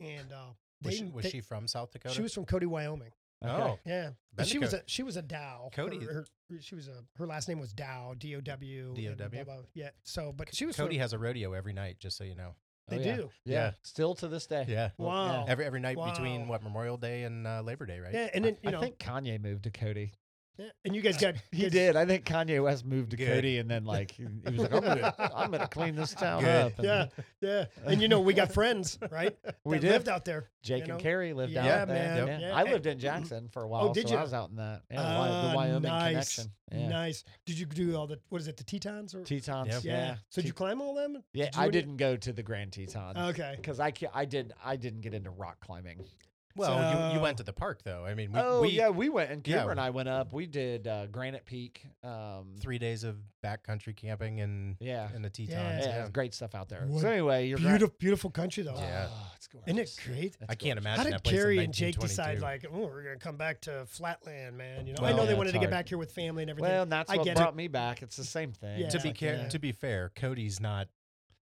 C: and uh,
B: Was,
C: they-
B: she, was
C: they-
B: she from South Dakota?
C: she was from Cody, Wyoming.
B: Oh,
C: Yeah,
B: Been
C: she
B: to
C: was
B: Cody.
C: a she was a Dow.
B: Cody-
C: Her, her- she was a her last name was Dow. D O W. and blah,
B: DOW?
C: blah, blah. Yeah. So, but she was
B: Cody
C: From,
B: has a rodeo every night, just so you know.
C: they
A: Oh, yeah.
C: do.
A: Yeah.
B: Yeah.
A: Still to this day.
B: Yeah.
A: Well,
C: Wow.
B: Every every night between
C: Wow.
B: what Memorial Day and uh, Labor Day, right?
C: Yeah, and then you
A: I
C: know,
A: think Kanye moved to Cody.
C: yeah, and you guys got you
A: He
C: guys-
A: did. I think Kanye West moved to
B: Good.
A: Cody, and then like he, he was like, "I'm gonna, I'm gonna clean this town
B: Good.
A: up." And
C: [laughs] Yeah, yeah, and you know we got friends, right?
A: we
C: that
A: did.
C: lived out there.
A: Jake
C: you know?
A: and Carrie lived
C: Yeah,
A: out there.
C: man.
A: Yeah.
C: Yeah. Oh,
A: I lived in Jackson for a while.
C: did
A: so
C: ya?
A: I was out in that. Yeah, the Wy- the
C: Ah,
A: Wyoming
C: nice.
A: connection. Yeah.
C: Nice. Did you do all the what is it? The Tetons or
A: Tetons.
B: Yep.
A: Yeah.
C: yeah? So did you
A: Te-
C: climb all them?
A: yeah,
C: Did you Oh.
A: I
C: any-
A: didn't go to the Grand Teton
C: Okay.
A: because I ca- I did I didn't get into rock climbing.
B: Well, you, you
C: So-
B: went to the park though. I mean, we,
A: oh
B: we
A: yeah, we went and
B: yeah.
A: Cooper and I went up. We did uh, Granite Peak. Um,
B: three days of backcountry camping and
A: yeah,
B: and the Tetons.
C: Yeah.
A: yeah,
B: yeah.
A: great stuff out there.
C: What
A: so anyway, you're Oh,
C: Beautiful, beautiful country though.
B: Yeah.
A: it's
C: Isn't
A: gorgeous.
C: it great?
A: That's
B: I can't
A: gorgeous.
B: imagine
C: How did
B: that place in
C: Carrie and Jake
B: 1922.
C: decide like, oh, we're gonna come back to Flatland, man? You know, I
B: Well,
C: know they
A: yeah,
C: wanted
A: it's
C: to get
A: hard.
C: back here with family and everything.
A: Well, and that's
C: I
A: what
C: get
A: brought me back. It's the same thing.
C: Yeah.
B: to
A: It's
B: be
A: like,
B: ca-
A: yeah.
B: to be fair, Cody's not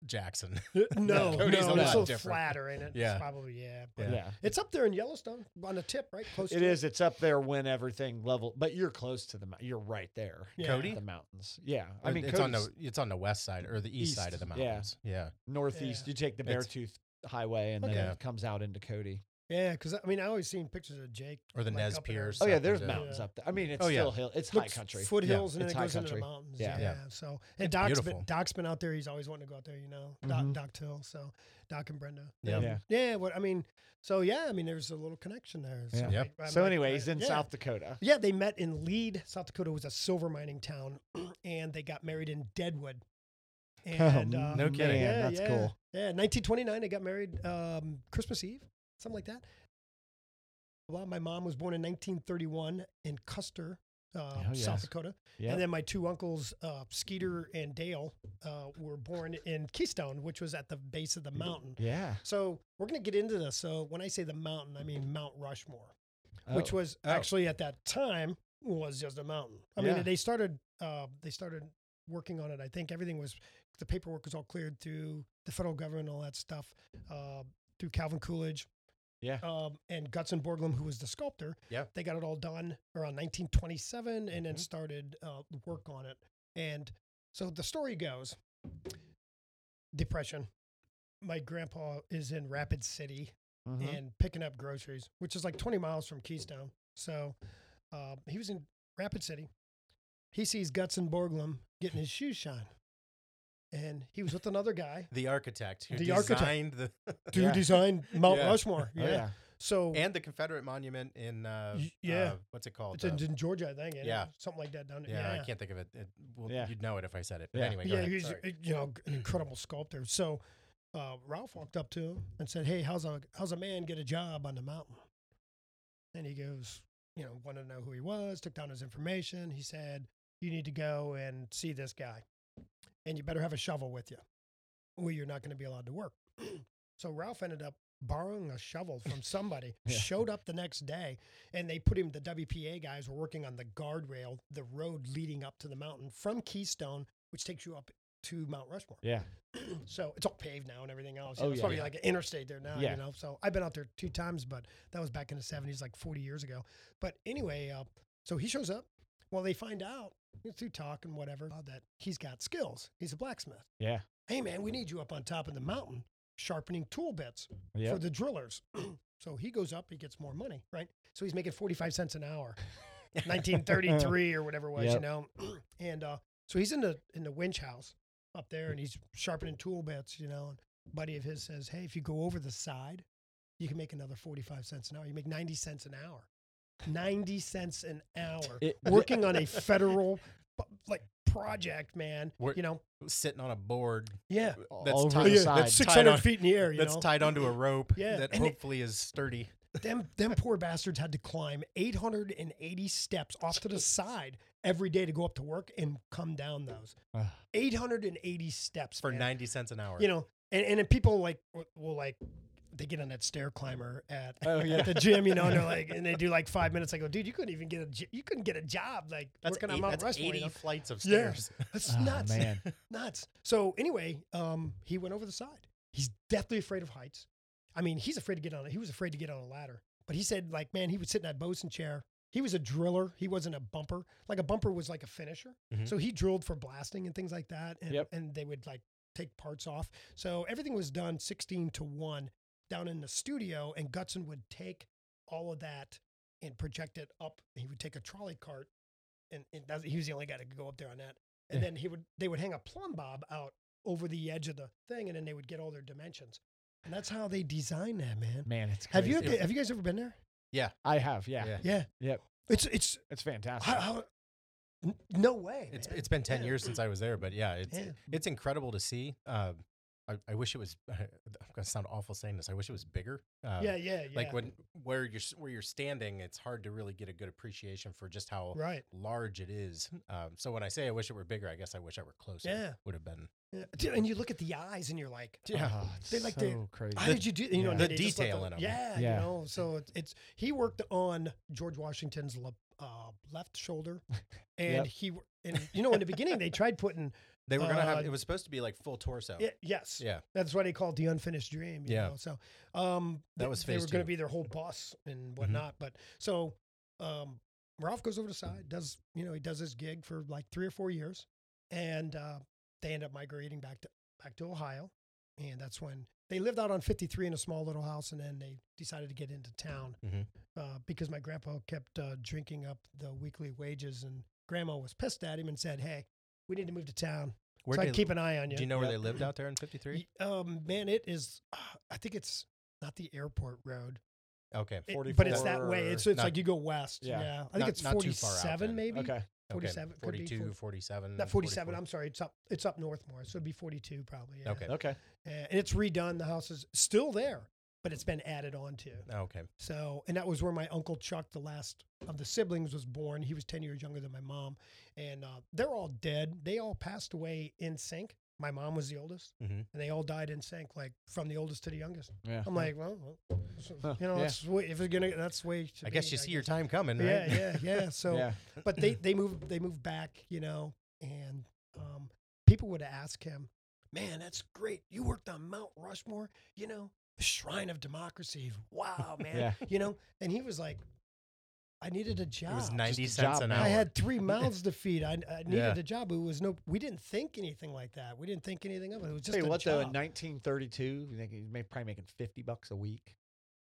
B: Jackson.
C: [laughs] no, no,
B: Cody's a lot
C: it's so
B: different.
C: flatter, ain't it? It's
B: Yeah.
C: probably yeah.
B: Yeah.
C: But
A: yeah.
C: It's up there in Yellowstone on the tip, right? Close.
A: It
C: to
A: is. It's up there when everything level, but you're close to the. mou- You're right there.
C: Yeah.
B: Cody?
A: The mountains. Yeah. I
B: Or
A: mean,
B: it's on
A: Cody's
B: the it's on the west side or the east, side of
A: East,
B: the
A: yeah.
B: mountains. Yeah.
A: northeast.
C: Yeah.
A: You take the
B: It's-
A: Beartooth Highway, and
B: Okay.
A: then
B: Yeah.
A: it comes out into Cody.
C: Yeah, because I mean, I always seen pictures of Jake
B: Or the Nez
C: up in
B: Perce.
A: Oh
B: Up
A: yeah, there's
B: into-
A: mountains up there. I mean, it's
B: Oh, yeah.
A: still hill. It's
C: Look,
A: high country.
C: foothills, and
A: it's
C: then it
A: high
C: goes
A: country.
C: into the mountains.
A: Yeah.
C: Yeah.
B: Yeah.
C: So and Doc's
B: beautiful. Mm-hmm.
C: been Doc's been out there. He's always wanting to go out there. You know, Doc,
A: Mhm.
C: Doc Till. So Doc and Brenda.
B: Yeah.
A: Yeah.
C: Yeah. What I mean. So yeah, I mean, there's a little connection there. So,
A: Yeah.
B: Yeah.
C: I- I'm
A: So
C: like,
A: anyway,
C: I-
A: he's in
C: yeah.
A: South Dakota.
C: Yeah, they met in Lead, South Dakota was a silver mining town, [clears throat] and they got married in Deadwood.
A: Oh,
C: And uh,
B: no kidding.
A: man, Um, that's
C: yeah,
A: cool.
C: Yeah, 1929, they got married um, Christmas Eve, something like that. Well, my mom was born in 1931 in Custer, uh,
A: Oh, yes.
C: South Dakota,
A: Yeah.
C: and then my two uncles, uh, Skeeter and Dale, uh, were born in Keystone, which was at the base of the mountain.
A: Yeah.
C: So we're gonna get into this. So when I say the mountain, I mean Mount Rushmore which
A: Oh,
C: was
B: Oh.
C: actually at that time was just a mountain. I
A: Yeah.
C: mean, they started uh, they started working on it. I think everything was the paperwork was all cleared through the federal government, all that stuff uh, through Calvin Coolidge.
A: Yeah.
C: Um, and Gutzon Borglum, who was the sculptor,
B: Yeah.
C: they got it all done around 1927, and
A: Mm-hmm.
C: then
B: Mhm.
C: started uh, work on it. And so the story goes: Depression. My grandpa is in Rapid City,
B: Mm-hmm.
A: mhm.
C: and picking up groceries, which is like 20 miles from Keystone. So uh, he was in Rapid City. He sees Guts and Borglum getting his shoes shined. and he was with another guy
B: The architect who
C: The architect.
B: designed the
C: who
A: Yeah.
C: designed Mount
B: Yeah.
C: Rushmore.
A: Oh,
C: Yeah. So
B: [laughs] and the Confederate monument in uh,
C: Y- yeah.
B: uh, what's it called?
C: it's in,
B: Uh,
C: in Georgia, I think. and
B: yeah.
C: Something like that down there.
B: yeah,
C: Yeah.
B: I can't think of it. it well,
A: Yeah.
B: you'd know it if I said it. But
A: Yeah.
B: anyway, go
C: yeah,
B: ahead.
C: he's
B: Sorry.
C: uh, you know an incredible sculptor. So uh, Ralph walked up to him and said, "Hey, how's a how's a man get a job on the mountain?" And he goes, you know, wanted to know who he was. Took down his information. He said, "You need to go and see this guy, and you better have a shovel with you, or you're not going to be allowed to work." [clears throat] so Ralph ended up borrowing a shovel
B: [laughs]
C: from somebody.
A: Yeah.
C: Showed up the next day, and they put him. The WPA guys were working on the guardrail, the road leading up to the mountain from Keystone, which takes you up to Mount Rushmore.
A: yeah,
C: So it's all paved now and everything else.
A: Oh,
C: it's
A: yeah,
C: probably
B: yeah.
C: like an interstate there now,
A: Yeah.
C: you know. So I've been out there two times, but that was back in the 70s, like 40 years ago. But anyway, uh, so he shows up. Well, they find out you know, through talk and whatever uh, that he's got skills. He's a blacksmith.
A: yeah,
C: Hey, man, we need you up on top of the mountain sharpening tool bits
A: yeah.
C: for the drillers. [clears throat] so he goes up, he gets more money, right? So he's making 45 cents
A: [laughs]
C: an hour, 1933 or whatever it was, you
A: Yep.
C: know. [clears throat] and uh, so he's in the in the winch house up there and he's sharpening tool bits, you know. And a buddy of his says, Hey, if you go over the side, you can make another 45 cents an hour. You make 90 cents an hour. 90 cents an hour
A: It- [laughs]
C: working on a federal like project, man.
B: We're-
C: you know,
B: sitting on a board
C: yeah.
B: that's
A: Over
B: tied,
A: the
C: yeah,
A: side.
C: that's
B: tied
C: 600
B: on-
C: feet in the air. You
B: that's
C: know?
B: tied onto a rope
C: Yeah,
B: that
C: and it-
B: hopefully is sturdy.
C: them them poor bastards had to climb 880 steps off to the side every day to go up to work and come down those
A: Ah.
C: 880 steps
B: for
C: man.
B: 90 cents an hour.
C: you know and and then people like w- will like they get on that stair climber [laughs] at,
A: Oh, yeah.
C: at the gym you know and they're like and they do like five minutes i go dude you couldn't even get a j- you couldn't get a job like
B: that's
C: working
B: gonna
C: on Mount
B: that's
C: Rushmore, you
B: 80
C: know?
B: flights of
C: Yeah.
B: stairs.
C: that's
A: [laughs] Ah,
C: nuts
A: man.
C: nuts. So anyway, um, he went over the side. He's deathly afraid of heights. I mean, he's afraid to get on. He was afraid to get on a ladder. But he said, like, man, he would sit in that bosun chair. He was a driller. He wasn't a bumper. Like a bumper was like a finisher.
B: Mhm.
C: So he drilled for blasting and things like that. And,
A: Mm-hmm. Yep.
C: and they would like take parts off. So everything was done 16 to 1 down in the studio. And Gutson would take all of that and project it up. He would take a trolley cart. And, and that's, he was the only guy that could go up there on that. And
A: Yeah.
C: then he would they would hang a plumb bob out over the edge of the thing. And then they would get all their dimensions. And that's how they design that, man.
A: Man, it's
C: Have you
A: crazy.
C: have you guys ever been there?
A: I have, yeah.
B: Yeah.
C: Yeah.
A: Yep.
C: It's it's
A: It's fantastic.
C: how, how n- no way.
B: [laughs] It's
C: man.
B: it's been 10
C: Yeah.
B: years since I was there, but yeah, it's
C: Yeah.
B: it's incredible to see. Uh, I, I wish it was. [laughs] I'm gonna sound awful saying this. I wish it was bigger. Uh,
C: yeah, yeah, yeah.
B: Like when where you're s- where you're standing, it's hard to really get a good appreciation for just how
C: right.
B: large it is. Um, so when I say I wish it were bigger, I guess I wish I were closer.
C: Yeah.
B: would have been
C: Yeah. Dude, and you look at the eyes and you're like,
B: Yeah.
A: Oh, it's
C: They like
A: so
C: to-
A: crazy.
C: how
B: The-
C: did you do? You know,
A: yeah.
C: and
B: the
C: they just let
B: detail in 'em.
C: Yeah,
A: Yeah.
C: you know. So it's, it's he worked on George Washington's le, uh,
B: [laughs]
C: left shoulder, and
A: Yep.
C: he wor- and you know in the beginning they
B: [laughs]
C: tried putting
B: they were gonna
C: Uh,
B: have. It was supposed to be like full torso.
C: yeah, yes
B: Yeah.
C: that's why they call it the unfinished dream. You
B: Yeah.
C: know? So um,
B: That
C: th-
B: was
C: they were
B: phase two.
C: going to
B: Mm-hmm.
C: be their whole boss and whatnot. But so um, Ralph goes over to side, does you know he does his gig for like three or four years, and uh, they end up migrating back to back to Ohio, and that's when they lived out on 53 in a small little house, and then they decided to get into town
B: Mhm.
C: uh, because my grandpa kept uh, drinking up the weekly wages, and Grandma was pissed at him and said, "Hey, we need to move to town.
B: Where
C: so I
B: they,
C: keep an eye on you."
B: do you know where
A: Yeah.
B: they lived out there in '53?
C: Ye- Um, man, it is. ah, I think it's not the airport road,
B: Okay.
C: it- but it's that way.
A: 44,
C: It's it's
B: not-
C: like you go west.
A: Yeah.
C: Yeah, I think
B: Not-
C: it's
B: not too far out
C: forty-seven,
B: then.
C: maybe.
A: okay.
C: 47,
B: okay.
C: could be
B: 42,
C: 40
B: 47.
C: Not forty-seven.
B: 44.
C: I'm sorry. It's up. It's up north more. So it'd be forty-two probably. Yeah. [laughs]
B: Okay.
A: Okay.
C: Yeah, and it's redone. The house is still there, but it's been added on to.
B: Okay.
C: So, and that was where my uncle Chuck, the last of the siblings, was born. He was 10 years younger than my mom. And uh, they're all dead. They all passed away in sync. My mom was the oldest,
B: Mhm.
C: and they all died in sync, like from the oldest to the youngest.
A: Yeah.
C: I'm like, well, well, so,
A: Huh,
C: you know,
A: yeah.
C: that's the way, if it's gonna, that's the way. it should
B: I guess
C: be,
B: you see your time coming, right?
C: Yeah, yeah, yeah.
B: [laughs]
C: So,
A: yeah.
C: but they they moved they moved back, you know, and um, people would ask him, "Man, that's great. You worked on Mount Rushmore, you know, the shrine of democracy.
B: [laughs]
C: Wow, man,
A: Yeah.
C: you know." And he was like, "I needed a job.
B: It was 90
A: Just a
B: cents
A: job,
B: an
A: man.
B: hour.
C: I
B: [laughs]
C: had three mouths to feed. I, I needed
B: Yeah.
C: a job. It was no. We didn't think anything like that. We didn't think anything of it. It was just
A: Tell you
C: a
A: what, though, in
C: job.
A: 1932, you think he's ma- probably making 50 bucks a week.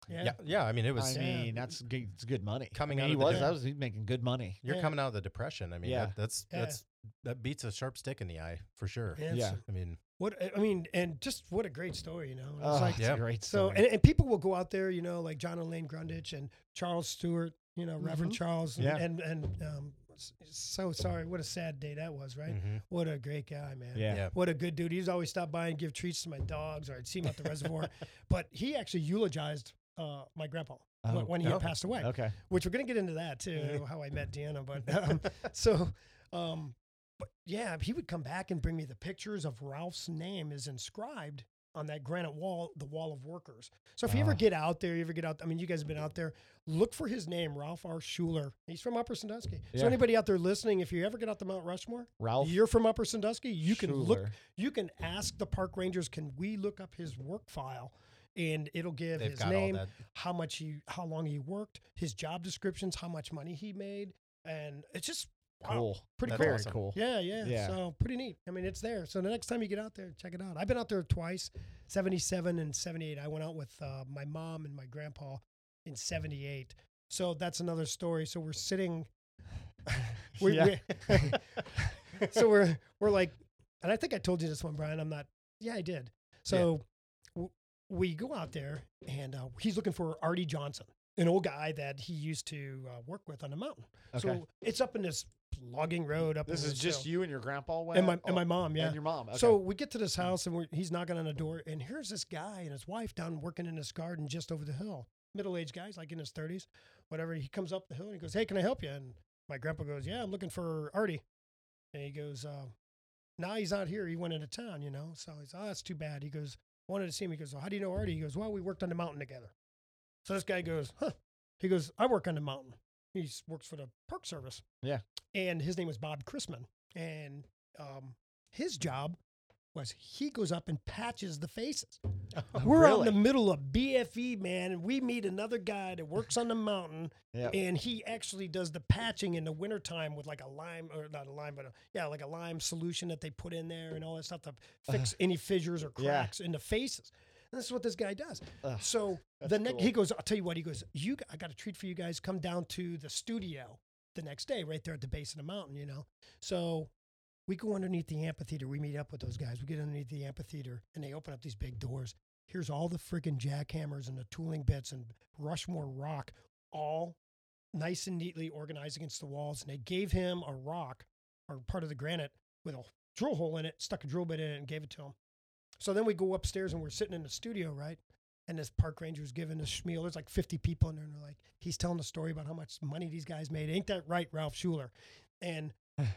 B: yeah. yeah, I mean, it was.
A: I
C: Yeah.
A: mean, that's good, it's good money.
B: Coming
A: I
B: out
A: mean,
B: of
A: he
B: the
A: was,
B: dep-
A: I was he's making good money.
B: you're
C: yeah.
B: coming out of the depression. I mean,
A: Yeah.
B: that, that's
C: Yeah.
B: that's that beats a sharp stick in the eye for sure.
C: Yeah. it's-
A: Yeah.
B: I mean,
C: What I- I mean, and just what a great story, you know. And It's
A: Oh,
C: like
A: it's
B: Yeah.
A: a great.
C: so,
A: story.
C: and, and people will go out there, you know, like John and Lane Grundage and Charles Stewart, you know, Reverend Charles, and
A: Mm-hmm. Yeah.
C: and, and um, s- so sorry, what a sad day that was, right?
B: mhm.
C: What a great guy, man.
A: Mm. yeah.
B: yeah.
C: What a good dude. He's always stop by and give treats to my dogs, or I'd see him at the
A: [laughs]
C: reservoir. But he actually eulogized uh, my grandpa
A: Oh,
C: when, when he
B: oh,
C: had passed away
A: Okay.
C: which we're going to get into that too,
A: Mm-hmm.
B: Mhm.
C: how I met Deanna.
A: [laughs]
C: But um, so, um, but yeah, he would come back and bring me the pictures of Ralph's name is inscribed on that granite wall, the wall of workers. So if you ever
A: Ah.
C: get out there, you ever get out, I mean, you guys have been out there, look for his name, Ralph R. Schuler. He's from Upper Sandusky.
A: Yeah.
C: So anybody out there listening, if you ever get out to Mount Rushmore,
A: Ralph.
C: you're from Upper Sandusky, you can look
A: Schuler.
C: you can ask the park rangers, can we look up his work file? And it'll give
B: They've
C: his
B: got all
C: name,
B: that.
C: how much he, how long he worked, his job descriptions, how much money he made, and it's just wow,
A: Cool.
C: pretty
B: That's
C: cool.
A: Very
B: awesome.
A: cool. [laughs]
C: Yeah, yeah,
A: Yeah.
C: So pretty neat. I mean, it's there. So the next time you get out there, check it out. I've been out there twice, seventy-seven and seventy-eight. I went out with uh, my mom and my grandpa in seventy-eight. So that's another story. So we're sitting.
A: [laughs]
C: we, [laughs]
A: Yeah.
C: we,
A: [laughs]
C: so we're we're like, and I think I told you this one, Brian. I'm not. Yeah, I did. So w- we go out there, and uh, he's looking for Artie Johnson, an old guy that he used to uh, work with on the mountain.
A: Okay.
C: So it's up in this logging road up.
A: this
C: in
A: is
C: this
A: just
C: hill.
A: you and your grandpa went.
C: and my
A: Oh,
C: and my mom. Yeah.
A: And your mom. Okay.
C: So we get to this house, and we're, he's knocking on the door, and here's this guy and his wife down working in this garden just over the hill. Middle aged guy, he's like in his thirties, whatever. He comes up the hill and he goes, "Hey, can I help you?" And my grandpa goes, "Yeah, I'm looking for Artie." And he goes, uh, "Nah, he's not here. He went into town, you know." So he's, "Oh, that's too bad." He goes, "Wanted to see him." He goes, well, "How do you know Artie?" He goes, "Well, we worked on the mountain together." So this guy goes, "Huh." He goes, "I work on the mountain." He works for the Park Service.
A: Yeah.
C: And his name was Bob Chrisman, and um, his job was he goes up and patches the faces.
A: Oh,
C: [laughs] We're out in the middle of BFE, man, and we meet another guy that works on the mountain,
A: Yeah.
C: and he actually does the patching in the wintertime with like a lime, or not a lime, but a, yeah, like a lime solution that they put in there and all that stuff to fix any fissures or
A: Uh-huh. Yeah.
C: cracks in the faces. And this is what this guy does.
A: Ugh,
C: so
A: that's
C: the next,
A: cool.
C: he goes, I'll tell you what, he goes, you, g- I got a treat for you guys. Come down to the studio the next day, right there at the base of the mountain, you know? So we go underneath the amphitheater. We meet up with those guys. We get underneath the amphitheater and they open up these big doors. Here's all the freaking jackhammers and the tooling bits and Rushmore rock, all nice and neatly organized against the walls. And they gave him a rock or part of the granite with a drill hole in it, stuck a drill bit in it, and gave it to him. So then we go upstairs and we're sitting in the studio, right? And this park ranger was giving a schmeal. There's like 50 people in there, and they're like, he's telling a story about how much money these guys made. Ain't that right, Ralph Schuler?
A: [sighs]
C: And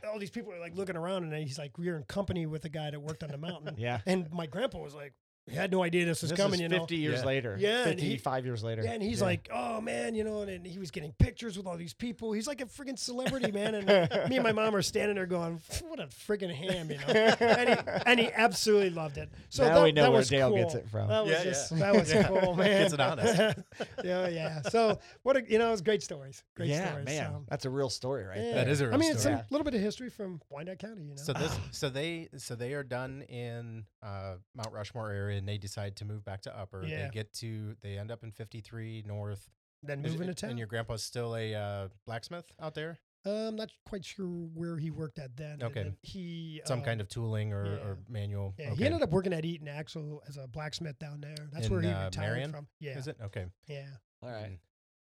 C: all these people are like looking around, and then he's like, we're in company with a guy that worked on
A: [laughs]
C: the mountain.
A: Yeah.
C: And my grandpa was like, he had no idea this was
A: This
C: coming,
A: is
C: you know.
A: 50 years
B: Yeah.
A: later.
C: Yeah, and he-
A: 55 years later.
C: Yeah, and he's
A: Yeah.
C: like, oh man, you know, and, and he was getting pictures with all these people. He's like a freaking celebrity, man.
A: [laughs]
C: And [laughs] me and my mom are standing there going, what a freaking ham, you know. And he, and he absolutely loved it. So
A: Now
C: that,
A: we know
C: that
A: where
C: was
A: Dale
C: cool.
A: gets it from.
C: That was
B: Yeah,
C: just,
B: yeah.
C: that
B: [laughs]
C: was
B: Yeah.
C: cool, man.
B: Gets it honest.
C: [laughs] yeah, yeah. So what a, you know, it was great stories. Great
A: yeah,
C: stories.
A: man.
C: so,
A: That's a real story, right?
C: yeah.
A: there.
B: That is a
C: I
B: real
C: mean, it's
A: story.
C: a little bit of history from Wyandotte County, you know.
B: So this, so they, so they are done in uh, Mount Rushmore area, and they decide to move back to Upper.
C: Yeah.
B: They get to, they end up in 53 North.
C: then
B: Is-
C: moving to town.
B: And your grandpa's still a uh, blacksmith out there,
C: Uh, I'm not quite sure where he worked at then. and
B: Okay.
C: then He
B: some
C: um,
B: kind of tooling or,
C: yeah.
B: or manual.
C: Yeah, he ended up working at Eaton Axel as a blacksmith down there. That's where
B: In,
C: he
B: uh,
C: retired
B: Marion?
C: from. Yeah,
B: Is it okay?
C: yeah,
A: All right.
B: Mm.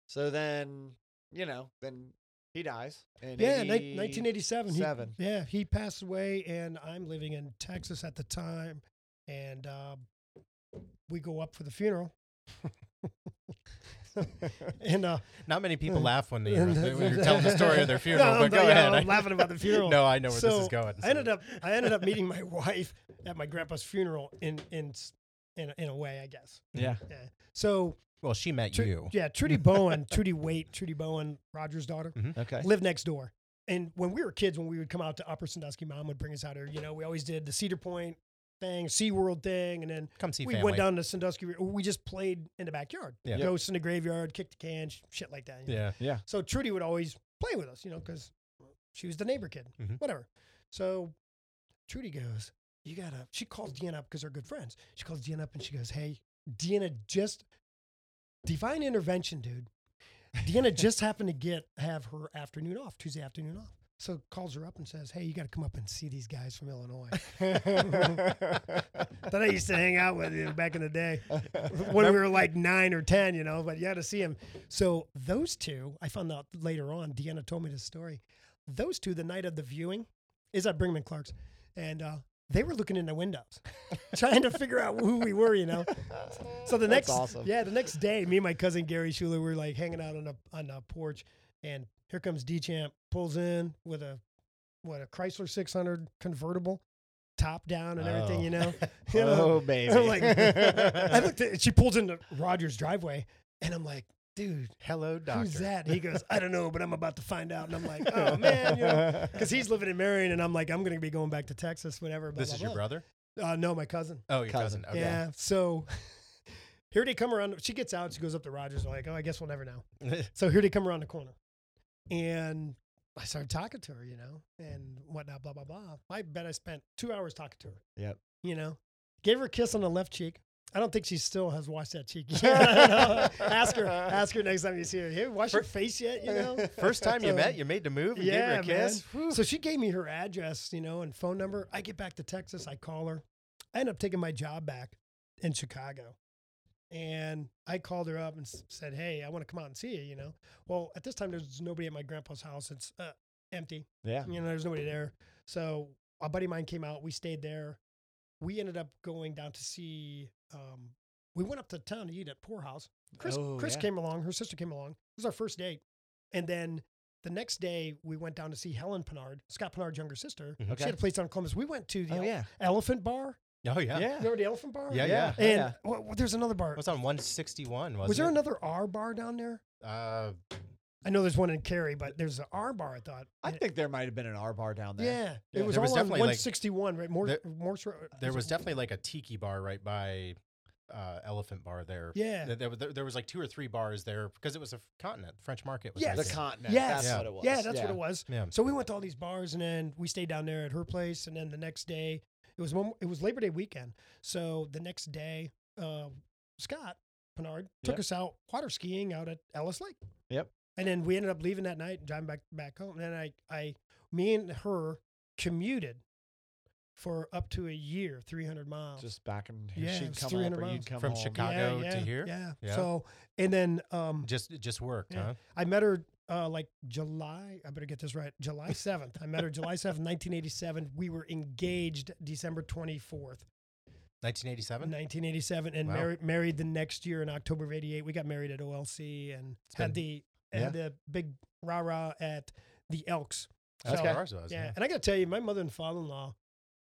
A: So then, you know, then he dies. In
C: yeah. ni- 1987. He,
A: seven.
C: yeah, he passed away, and I'm living in Texas at the time, and uh, we go up for the funeral. [laughs] and uh,
B: Not many people
C: Mm.
B: laugh when, they,
C: [laughs] And
B: when you're
C: that's-
B: telling the story of their funeral.
C: [laughs] No,
B: but
C: but
B: go
C: yeah,
B: ahead. [laughs]
C: I'm laughing about the funeral.
B: no, I know where this is
C: So,
B: going.
C: I ended up I ended up meeting my [laughs] wife at my grandpa's funeral in in s- in a- in a way, I guess. [laughs]
A: Yeah.
C: Yeah. So
B: Well, she met
C: Tru-
B: you.
C: yeah, Trudy Bowen, Trudy Waite, Trudy Bowen, Roger's daughter.
A: Okay.
C: lived next door. And when we were kids, when we would come out to Upper Sandusky, mom would bring us out here. You know, we always did the Cedar Point thing, SeaWorld thing. And then
B: Come see
C: we
B: family.
C: went down to Sandusky. Re- We just played in the backyard.
B: Yeah. Yep.
C: Ghosts in the graveyard, kick the can, sh- shit like that. you know?
B: [laughs] Yeah.
C: So Trudy would always play with us, you know, because she was the neighbor kid,
B: Mhm.
C: whatever. So Trudy goes, You gotta, she calls Deanna up because they're good friends. She calls Deanna up and she goes, Hey, Deanna just, divine intervention, dude. Deanna just happened to get, have her afternoon off, Tuesday afternoon off. So calls her up and says, "Hey, you got to come up and see these guys from Illinois that I used to hang out with you know, back in
A: [laughs]
C: the day when we were like nine or ten, you know." But you had to see him. So those two, I found out later on. Deanna told me this story. Those two, the night of the viewing, is at Brigham and Clark's, and uh, they were looking in
A: [laughs]
C: the windows, trying to figure out who we were, you know. So the
A: That's
C: next,
A: awesome.
C: yeah, the next day, me and my cousin Gary Schuler were like hanging out on a on a porch, and here comes D Champ pulls in with a what a Chrysler 600 convertible, top down and everything,
B: Oh.
C: you know. [laughs] You know?
A: Oh, baby.
C: [laughs]
A: [laughs]
C: I'm like, I looked at, she pulls into Roger's driveway, and I'm like, dude,
B: Hello, doctor.
C: who's
B: [laughs]
C: that? He goes, I don't know, but I'm about to find out, and I'm like, oh man, you know. [laughs] Because he's living in Marion, and I'm like, I'm going to be going back to Texas whenever.
B: [laughs]
C: Blah,
B: This
C: blah,
B: is your
C: blah.
B: brother?
C: Uh, no, my cousin.
B: Oh, your
A: Cousin.
B: cousin. Okay.
C: Yeah. So [laughs] here they come around. She gets out. She goes up to Rogers. Like, oh, I guess we'll never know. So here they come around the corner, and I started talking to her, you know, and whatnot, blah blah blah. I bet I spent two hours talking to her.
A: Yep.
C: You know, gave her a kiss on the left cheek. I don't think she still has washed that cheek. yet. [laughs] I don't know. ask her. Ask her next time you see her. Hey, wash your face yet?
A: [laughs]
C: You know.
B: [laughs] First time you
C: So-
B: met, you made the move and
C: Yeah,
B: gave her a kiss. Whew.
C: So she gave me her address, you know, and phone number. I get back to Texas. I call her. I end up taking my job back in Chicago. And I called her up and s- said, Hey, I want to come out and see you, you know. Well, at this time, there's nobody at my grandpa's house. It's uh, empty.
A: Yeah.
C: You know, there's nobody there. So a buddy of mine came out. We stayed there. We ended up going down to see, um, we went up to town to eat at Poorhouse. Chris,
A: Oh,
C: Chris
A: yeah.
C: came along. Her sister came along. It was our first date. And then the next day, we went down to see Helen Pennard, Scott Pennard's younger sister. She
A: Mm, Okay.
C: had a place down in Columbus. We went to the
A: Oh,
C: ele-
A: yeah.
C: Elephant Bar.
B: Oh, yeah.
A: Yeah.
C: Remember the Elephant Bar?
B: Yeah,
A: yeah.
C: And
A: Oh, Yeah.
C: well, well, there's another bar.
B: It was on 161, wasn't
C: was there
B: it?
C: another R bar down there?
B: Uh,
C: I know there's one in Cary, but there's an R bar. I thought.
A: I
C: And-
A: think there might have been an R bar down there.
C: Yeah,
A: Yeah.
C: it was
B: There
C: all
B: was
C: on
B: definitely, like-
C: 161, right? More,
B: There-
C: more.
B: there was definitely like a tiki bar right by uh, Elephant Bar there.
C: [laughs] Yeah.
B: There, there, was- there was like two or three bars there because it was a f- continent. French market was right
C: Yes.
A: The
B: there.
A: continent.
C: Yes.
A: That's
B: Yeah.
A: what it was.
C: Yeah, that's what it was.
B: Yeah.
C: So we went to all these bars, and then we stayed down there at her place. And then the next day, it was one, it was Labor Day weekend. So the next day, uh, Scott Pennard took
A: Yep.
C: us out water skiing out at Ellis Lake.
A: Yep.
C: And then we ended up leaving that night, and driving back back home. And then I, I, me and her commuted for up to a year, three hundred miles.
A: Just back and
C: Yeah, it
A: she'd
C: was
A: come
C: 300
A: up or
C: miles.
A: you'd come
B: From
A: home.
B: Chicago. to here?
C: Yeah.
B: Yeah.
C: So and then um,
B: Just just worked,
C: Yeah.
B: huh?
C: I met her uh, like July. I better get this right. July 7th. I met her July 7th, 1987. We were engaged December 24th,
B: 1987.
C: 1987, and
B: Wow.
C: married married the next year in October of 88. We got married at OLC and had the had the big rah rah at the Elks.
B: That's
C: So,
B: where ours was.
C: yeah,
B: Yeah.
C: and I gotta tell you, my mother and father in law,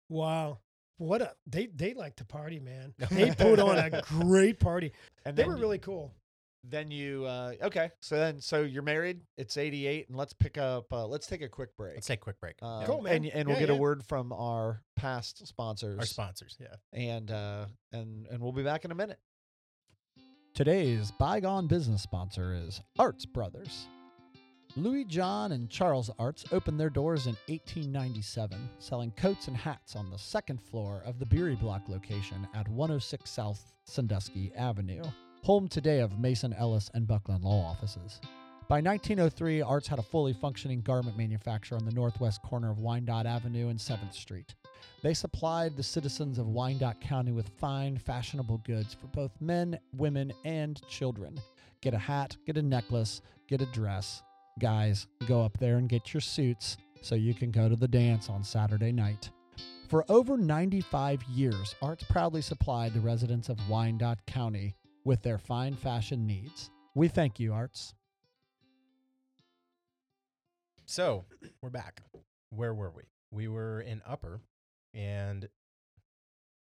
C: wow. What a they they like to
B: [laughs]
C: party, man. They put on a great party.
A: And
C: They
A: then
C: were really cool.
A: then you uh okay so then so you're married it's 88 and let's pick up uh let's take a quick break
B: Let's take a quick break.
A: um,
C: Cool, man.
A: and, and we'll
C: Yeah,
A: get a
C: yeah.
A: word from our past sponsors
B: Our sponsors. Yeah.
A: and uh and and we'll be back in a minute
D: Today's Bygone Business sponsor is Arts Brothers. Louis John and Charles Arts opened their doors in 1897, selling coats and hats on the second floor of the Beery Block location at 106 South Sandusky Avenue, home today of Mason Ellis and Buckland Law offices. By 1903, Arts had a fully functioning garment manufacturer on the northwest corner of Wyandotte Avenue and 7th Street. They supplied the citizens of Wyandotte County with fine, fashionable goods for both men, women, and children. Get a hat, get a necklace, get a dress. Guys, go up there and get your suits so you can go to the dance on Saturday night. For over 95 years, Arts proudly supplied the residents of Wyandotte County with their fine fashion needs. We thank you, Arts.
B: So we're back. Where were we? We were in Upper, and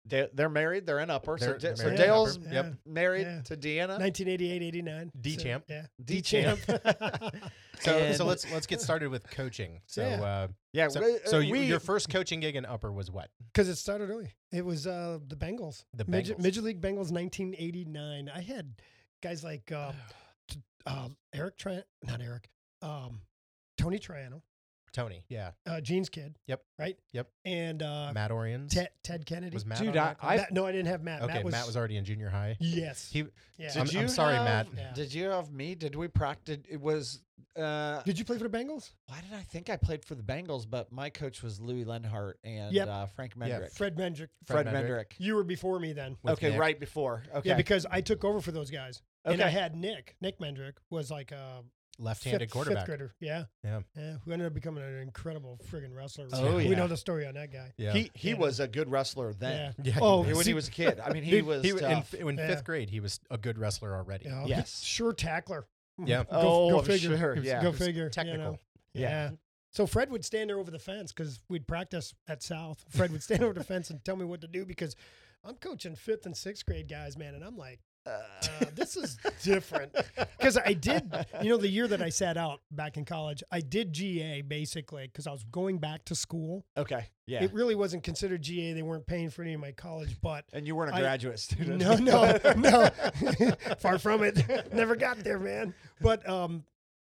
A: Da- they're married they're in upper
B: they're-
A: so,
B: they're
A: Da- so
B: married in
A: dale's
B: Upper. Yep.
C: Yeah.
A: married
C: Yeah.
A: to deanna
C: 1988, 89.
B: D
C: So,
B: champ.
C: yeah.
A: D
B: champ.
C: [laughs] champ.
B: so
A: And-
B: so let's let's get started with
C: [laughs]
B: coaching. So
C: Yeah.
B: uh,
A: yeah
B: so,
A: we-
B: so
A: uh,
B: you,
A: we,
B: your first coaching gig in Upper was what?
C: Because it started early. It was uh, the Bengals.
B: The
C: Major,
B: Bengals.
C: Major League Bengals, 1989. I had guys like
B: [sighs]
C: uh, t- um, Eric Trent, not Eric, um, Tony Triano,
B: Tony. Yeah.
C: uh, Gene's kid.
B: Yep.
C: Right?
B: Yep.
C: And uh,
B: Matt Orions.
C: Ted, Ted Kennedy.
B: was Matt?
A: Dude,
B: on that
A: I- I've-
C: Matt- no, I didn't have Matt.
B: okay,
C: Matt was,
B: already in junior high.
C: Yes.
B: He
C: yeah. Um,
A: did
B: I'm-
A: you
B: I'm sorry,
A: have-
B: Matt.
C: Yeah.
A: did you have me did we practice it was Uh,
C: Did you play for the Bengals?
A: why did I think I played for the Bengals? But my coach was Louis Lenhart and
C: Yep.
A: uh, Frank
B: Yeah,
A: Mendrick.
C: Fred Mendrick.
B: Fred
A: Fred,
B: Mendrick.
A: Mendrick.
C: You were before me then.
B: with
A: okay,
B: Nick.
A: right before. Okay.
C: Yeah, because I took over for those guys. And I
A: Okay.
C: had Nick. Nick Mendrick was like a
B: Left-handed
C: fifth,
B: quarterback.
C: fifth grader. Yeah.
B: Yeah.
C: Yeah. Who ended up becoming an incredible friggin' wrestler.
A: Oh,
C: We know
A: yeah.
C: the story on that guy.
B: yeah.
A: He he
C: Yeah.
A: was a good wrestler then.
B: yeah, he
C: Oh,
B: was.
A: He- When
C: see-
A: he was a kid. I mean, he
B: Dude,
A: was.
B: in,
A: tough.
B: f- in
C: Yeah.
B: fifth grade. He was a good wrestler already.
C: Yeah.
A: Yes.
C: [laughs] Sure tackler.
B: Yeah.
C: Go,
A: Oh,
C: go
A: I'm
C: figure.
A: sure,
C: Go
A: yeah.
C: Go
B: It was
C: figure. you
B: technical.
C: know.
A: Yeah.
C: Yeah. So Fred would stand there over the fence because we'd practice at South. Fred would stand over the fence and tell me what to do because I'm coaching fifth and sixth grade guys, man, and I'm like, uh, this is
A: [laughs]
C: different. Because I did, you know, the year that I sat out back in college, I did GA basically because I was going back to school.
A: Okay. Yeah.
C: It really wasn't considered GA; they weren't paying for any of my college, but.
A: and you weren't a
C: I-
A: graduate student. [laughs]
C: No, no, no. Far from it. Never got there, man. But um,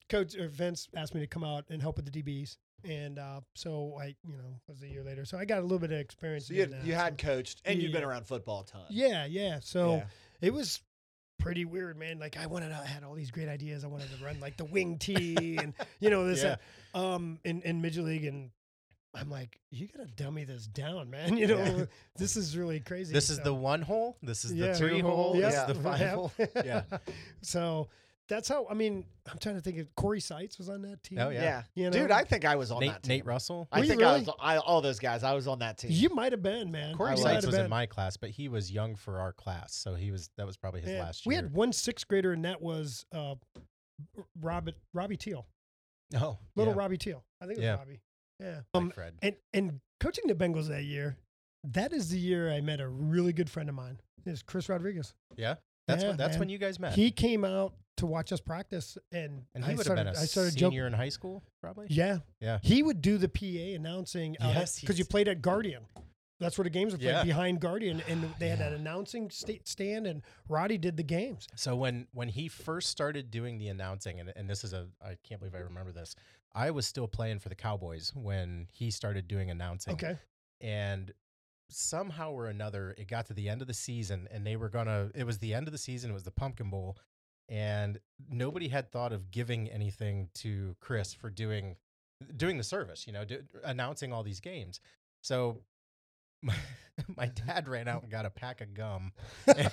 C: Coach or Vince asked me to come out and help with the DBs, and uh, so I, you know, was a year later. So I got a little bit of experience.
A: So you
C: doing
A: had,
C: that,
A: you had coached, and you've been
C: Yeah.
A: around football a ton. [laughs]
C: yeah, yeah. So
A: Yeah.
C: it was pretty weird, man. Like I wanted, to, I had all these great ideas. I wanted to run like the wing tee, and you know this,
B: Yeah.
C: uh, um, in in midget league, and I'm like, you gotta dummy this down, man. [laughs] You know,
A: Yeah.
C: this is really crazy.
B: This is
C: So-
B: the one hole. This is
C: Yeah,
B: the three
C: two hole,
B: hole. This
A: yeah.
B: is the five
C: Yep.
B: hole. [laughs] Yeah.
C: So that's how. I mean, I'm trying to think. of Corey Seitz was on that team.
B: Oh,
A: Yeah.
B: Yeah.
C: You know?
A: Dude, I think I was on that
B: Nate,
A: team.
B: Nate Russell.
A: I
C: Were you
A: think I
C: really?
A: was I, all those guys. I was on that team.
C: You might have been, man.
B: Corey
C: You
A: was-
B: Seitz
C: might
B: was
C: have
B: in
C: been.
B: my class, but he was young for our class, so he was that was probably his
C: Yeah.
B: last year.
C: We [laughs] had one sixth grader, and that was uh, Robert Robbie Teal,
B: oh,
C: little
B: yeah,
C: Robbie Teal. I think it was
B: Yeah.
C: Robbie. Yeah.
B: like
C: Um,
B: Fred.
C: and and coaching the Bengals that year, that is the year I met a really good friend of mine. Is Chris Rodriguez.
B: Yeah, that's
C: yeah,
B: when, that's
C: man.
B: when you guys met.
C: He came out to watch us practice, and,
B: and he
C: I
B: would have
C: started.
B: been a
C: I started
B: senior
C: joking.
B: in high school, probably.
C: Yeah.
B: Yeah.
C: He would do the PA announcing uh,
B: Yes,
C: because you
B: he's-
C: played at Guardian. That's where the games were played
B: Yeah.
C: behind Guardian,
B: [sighs]
C: and they had
B: Yeah.
C: an announcing sta- stand, and Roddy did the games.
B: So when when he first started doing the announcing, and, and this is a I can't believe I remember this. I was still playing for the Cowboys when he started doing announcing.
C: Okay,
B: and somehow or another it got to the end of the season and they were gonna it was the end of the season it was the pumpkin bowl and nobody had thought of giving anything to chris for doing doing the service you know do, announcing all these games so [laughs] my, my dad ran out and got a pack of gum [laughs] and,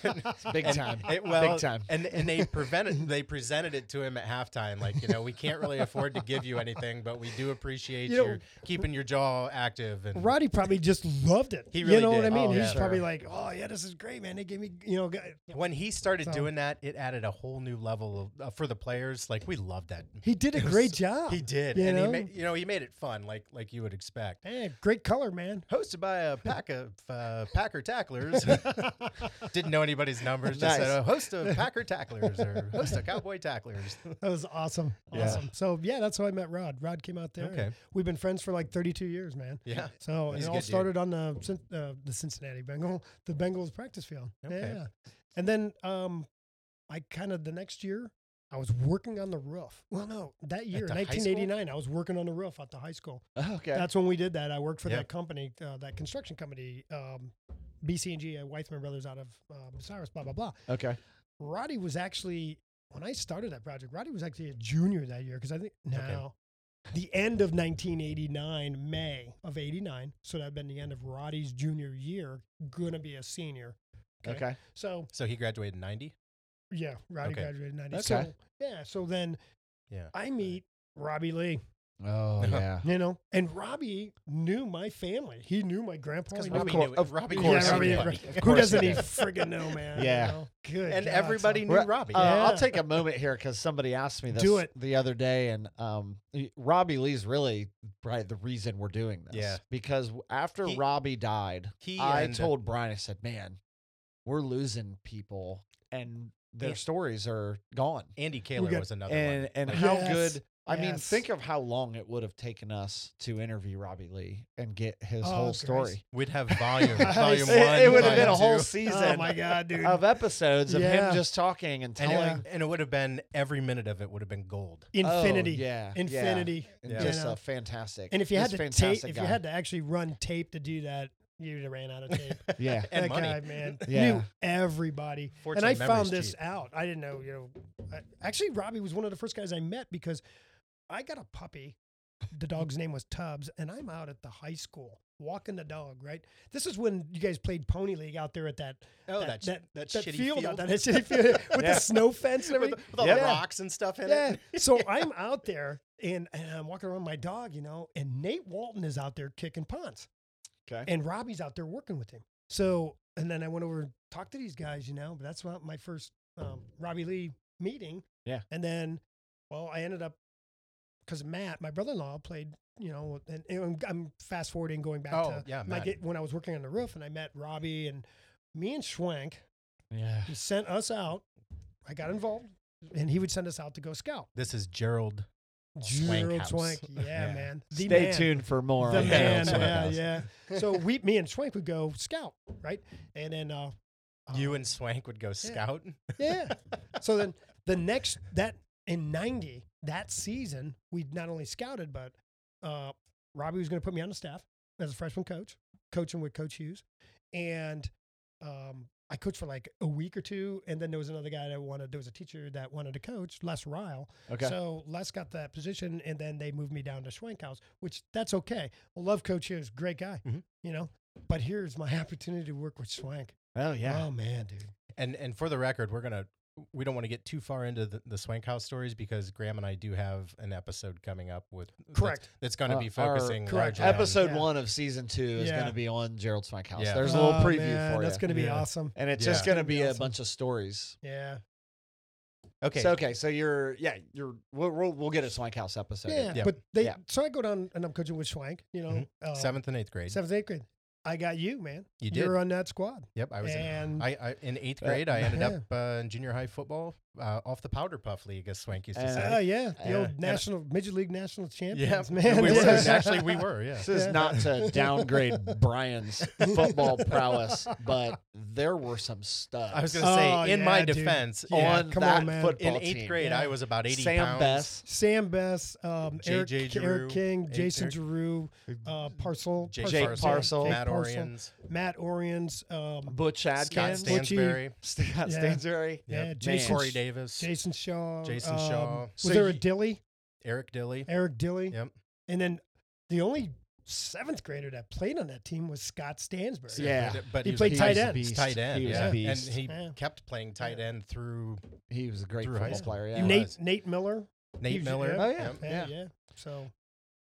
A: Big
B: and
A: time.
B: it- well,
A: Big time.
B: and and they prevented they presented it to him at halftime like you know we can't really afford to give you anything but we do appreciate
C: You know,
B: your keeping your jaw active and
C: Roddy probably just loved it.
B: He
C: you
B: really
C: know what I
B: did.
C: mean?
A: Oh, yeah.
C: He's probably
A: Sure.
C: like, "Oh yeah, this is great, man. They gave me, you know, got-
B: when he started
C: So-
B: doing that, it added a whole new level of, uh, for the players. Like we loved that.
C: he did a
B: It was
C: great
B: so-
C: job.
B: He did,
C: You
B: and he
C: know?
B: made, you know he made it fun, like like you would expect.
C: Man, great color,
B: [laughs]
C: man.
B: Hosted by a pack of uh,
A: [laughs]
B: Packer tacklers. Didn't know anybody's numbers. Just
A: Nice.
B: said a host of Packer tacklers or host of Cowboy
A: [laughs]
B: tacklers.
C: That was awesome,
B: Yeah.
C: awesome. So yeah, that's how I met Rod. Rod came out there. and
B: Okay.
C: we've been friends for like 32 years, man.
B: Yeah.
C: So and
B: He's
C: it
B: a
C: all
B: good dude.
C: started on the Cin- uh, the Cincinnati Bengal, the Bengals practice field.
B: Okay.
C: Yeah, and then um, I kind of the next year I was working on the roof. Well, no, that year,
B: the high school?
C: 1989, I was working on the roof at the high school.
A: [laughs] Okay.
C: That's when we did that. I worked for
B: Yeah.
C: that company, uh, that construction company, um, BC&G, uh, Weithman Brothers out of um, Cyrus. Blah blah blah.
A: okay.
C: Roddy was actually when I started that project. Roddy was actually a junior that year because I think
B: Okay.
C: now the end of 1989, May of '89, so that'd been the end of Roddy's junior year. Gonna be a senior.
A: Okay.
C: So
B: So he graduated in ninety.
C: yeah, Roddy
B: Okay.
C: graduated in '90.
A: Okay.
C: So yeah, so then
B: Yeah.
C: I meet Robbie Lee,
A: [laughs] Oh yeah.
C: you know, and Robbie knew my family. He knew my grandpa.
B: Because
C: he knew
B: Robbie
C: my-
B: knew
A: cour-
B: it.
A: of
B: Robbie
C: Yeah,
B: knew
A: course he
C: Robbie,
A: did.
B: everybody.
C: Robbie-
A: Of
C: who
A: course he
C: doesn't he
A: did.
C: friggin' know, man? you
A: Yeah.
C: know? Good
B: and
C: God, so-
B: everybody knew
A: Well,
B: Robbie.
A: Uh, I'll
C: [laughs] Yeah.
A: take a moment here because somebody asked me this
C: Do it.
A: the other day, and um, y- Robbie Lee's really probably the reason we're doing this.
B: Yeah.
A: Because w- after
B: He-
A: Robbie died,
B: he
A: I
B: and, uh,
A: told Brian, I said, "Man, we're losing people, and their
B: Yeah.
A: stories are gone."
B: Andy Kaler
C: got-
B: was another
A: And
B: one.
A: and
B: Like,
A: how
C: Yes.
A: good. I mean,
C: Yes.
A: think of how long it would have taken us to interview Robbie Lee and get his
C: Oh,
A: whole
C: Christ.
A: story. [laughs]
B: we'd have volume,
C: Nice.
B: volume
C: It-
B: one.
A: it would have been a
B: volume
A: whole
B: two.
A: season
C: Oh my god, dude!
A: [laughs] of episodes of
C: Yeah.
A: him just talking and
B: And
A: telling.
B: it,
C: Yeah.
B: and it would have been every minute of it would have been gold.
A: Oh,
C: Infinity.
A: yeah, yeah.
C: Infinity.
A: and
B: Yeah.
A: just
C: You know?
A: uh, fantastic.
C: And if you had
A: Just
C: to tape,
A: fantastic
C: if
A: guy.
C: you had to actually run tape to do that, you'd have ran out of tape.
A: yeah,
B: [laughs] And
C: that
B: money.
C: guy,
B: [laughs]
C: man,
A: Yeah.
C: knew everybody. and
B: Fortunately,
C: I found
B: memory's
C: this
B: cheap.
C: out. I didn't know, you know. I, actually, Robbie was one of the first guys I met because I got a puppy. The dog's name was Tubbs, and I'm out at the high school walking the dog. Right, this is when you guys played Pony League out there at that
B: Oh,
C: that
B: that sh-
C: that,
B: that shitty
C: field, out
B: field.
C: there, that shitty field
B: [laughs]
C: [laughs] with
B: Yeah.
C: the snow fence and
B: with,
C: everything.
B: the- with all the
C: Yeah.
B: rocks and stuff in
C: yeah.
B: it. [laughs]
C: So I'm out there and, and I'm walking around with my dog, you know, and Nate Walton is out there kicking punts.
A: Okay.
C: And Robbie's out there working with him. So, and then I went over and talked to these guys, you know, but that's not my first um, Robbie Lee meeting.
A: Yeah.
C: And then, well, I ended up because Matt, my brother in law, played, you know, and, and I'm, I'm fast forwarding going back
B: Oh,
C: to
B: yeah,
C: my
B: Matt.
C: get, when I was working on the roof and I met Robbie and me and Schwank.
A: Yeah.
C: He sent us out. I got involved and he would send us out to go scout.
B: This is Gerald. Swank
C: Gerald
B: House.
C: Swank. Yeah,
B: Yeah.
C: man. The
A: Stay
C: man.
A: tuned for more.
C: The
A: on
C: man.
A: Gerald Swing
C: Yeah,
A: House.
C: yeah. So we, me and Swank would go scout, right? And then uh, uh,
B: You and [laughs] Swank would go scout.
C: yeah. So then the next that in '90 that season we not only scouted but uh, Robbie was going to put me on the staff as a freshman coach, coaching with Coach Hughes, and um, I coached for like a week or two, and then there was another guy that wanted there was a teacher that wanted to coach Les Ryle.
A: Okay.
C: So Les got that position, and then they moved me down to Schwenkhouse, which that's okay. I love Coach Hughes, great guy,
B: Mhm.
C: you know. But here's my [laughs] opportunity to work with Swank.
A: oh yeah.
C: Oh man, dude.
B: And and for the record, we're gonna we don't want to get too far into the, the Swank House stories because Graham and I do have an episode coming up with that's-
C: Correct.
B: that's, going to
A: Uh,
B: be
A: our
B: focusing
C: correct
B: largely on-
A: Episode
C: Yeah.
A: one of season two is
C: Yeah.
A: going to be on Gerald Swank House.
B: Yeah.
A: There's a little
C: Oh,
A: preview
C: man,
A: for you.
C: That's going to be
B: Yeah.
C: awesome.
A: and it's
B: Yeah.
A: just going to
C: Gonna be
A: be a
C: awesome.
A: bunch of stories.
C: Yeah.
B: Okay,
A: So okay, so you're yeah, you're we'll we'll, we'll get a Swank House episode.
C: Yeah.
B: Yeah.
C: But they,
A: Yeah.
C: so I go down and I'm coaching with Schwank, you know,
B: Mhm.
C: uh,
B: seventh and eighth grade.
C: seventh, eighth grade. I got you, man.
B: You
C: You
B: did.
C: were on that squad.
B: Yep, I was. in,
C: and
B: I, I in eighth
A: Uh,
B: grade. I ended
C: yeah.
B: up uh, in junior high football uh, off the powder puff league, as Swank used to
A: Uh,
C: oh,
B: say.
C: yeah. The
A: Yeah.
C: old
A: And-
C: national, major league national
B: Yeah,
C: champions,
B: [laughs]
C: man.
B: we were.
C: [laughs] Yeah.
B: Actually, we were. Yeah.
A: This is
C: Yeah.
A: not
C: [laughs]
A: to downgrade Brian's football prowess, but there were some studs.
B: I was going to say,
C: Oh,
B: in my
C: yeah, dude.
A: defense,
B: defense,
C: Yeah.
A: on
C: come
A: that
C: on, man.
A: football
B: in eighth
A: team.
B: grade,
C: Yeah.
B: I was about eighty
A: Sam
B: pounds.
A: Bess,
C: Sam Bess, um, Eric,
B: J.J.
C: Eric
B: Giroux,
C: King,
B: Eric-
C: Jason
B: Eric-
C: Giroux, uh, Parcel,
B: Jake
A: Jake
B: Parcel,
A: Parcel,
B: Matt
C: Parcel,
B: Orions,
C: Matt Orions, um,
A: Butch
B: Scott
A: Adkins,
C: Stan-
B: Stansberry,
A: Scott
C: Yeah.
A: Stansbury.
C: yeah,
B: yep.
C: Jason,
B: Corey
C: Sh-
B: Davis,
C: Jason Shaw,
B: Jason
C: um,
B: Shaw.
C: Was
A: So
C: there a
A: you-
C: Dilly?
B: Eric Dilly.
C: Eric Dilly.
B: Yep.
C: And then the only seventh grader that played on that team was Scott Stansbury.
A: Yeah.
B: but
C: He
B: was
C: played
B: a
C: tight
B: beast.
C: end.
A: Beast.
B: Tight end,
A: He was
B: yeah.
A: a beast.
B: and he
C: Yeah.
B: kept playing tight end through
A: He was a great
B: Through high
A: football
B: school.
A: player.
B: You
A: Yeah.
B: named-
C: Nate
B: was.
C: Nate Miller.
B: Nate
C: was-
B: Miller.
C: yeah.
A: Oh, yeah.
B: Yep.
C: Yeah, yeah.
A: Yeah.
C: So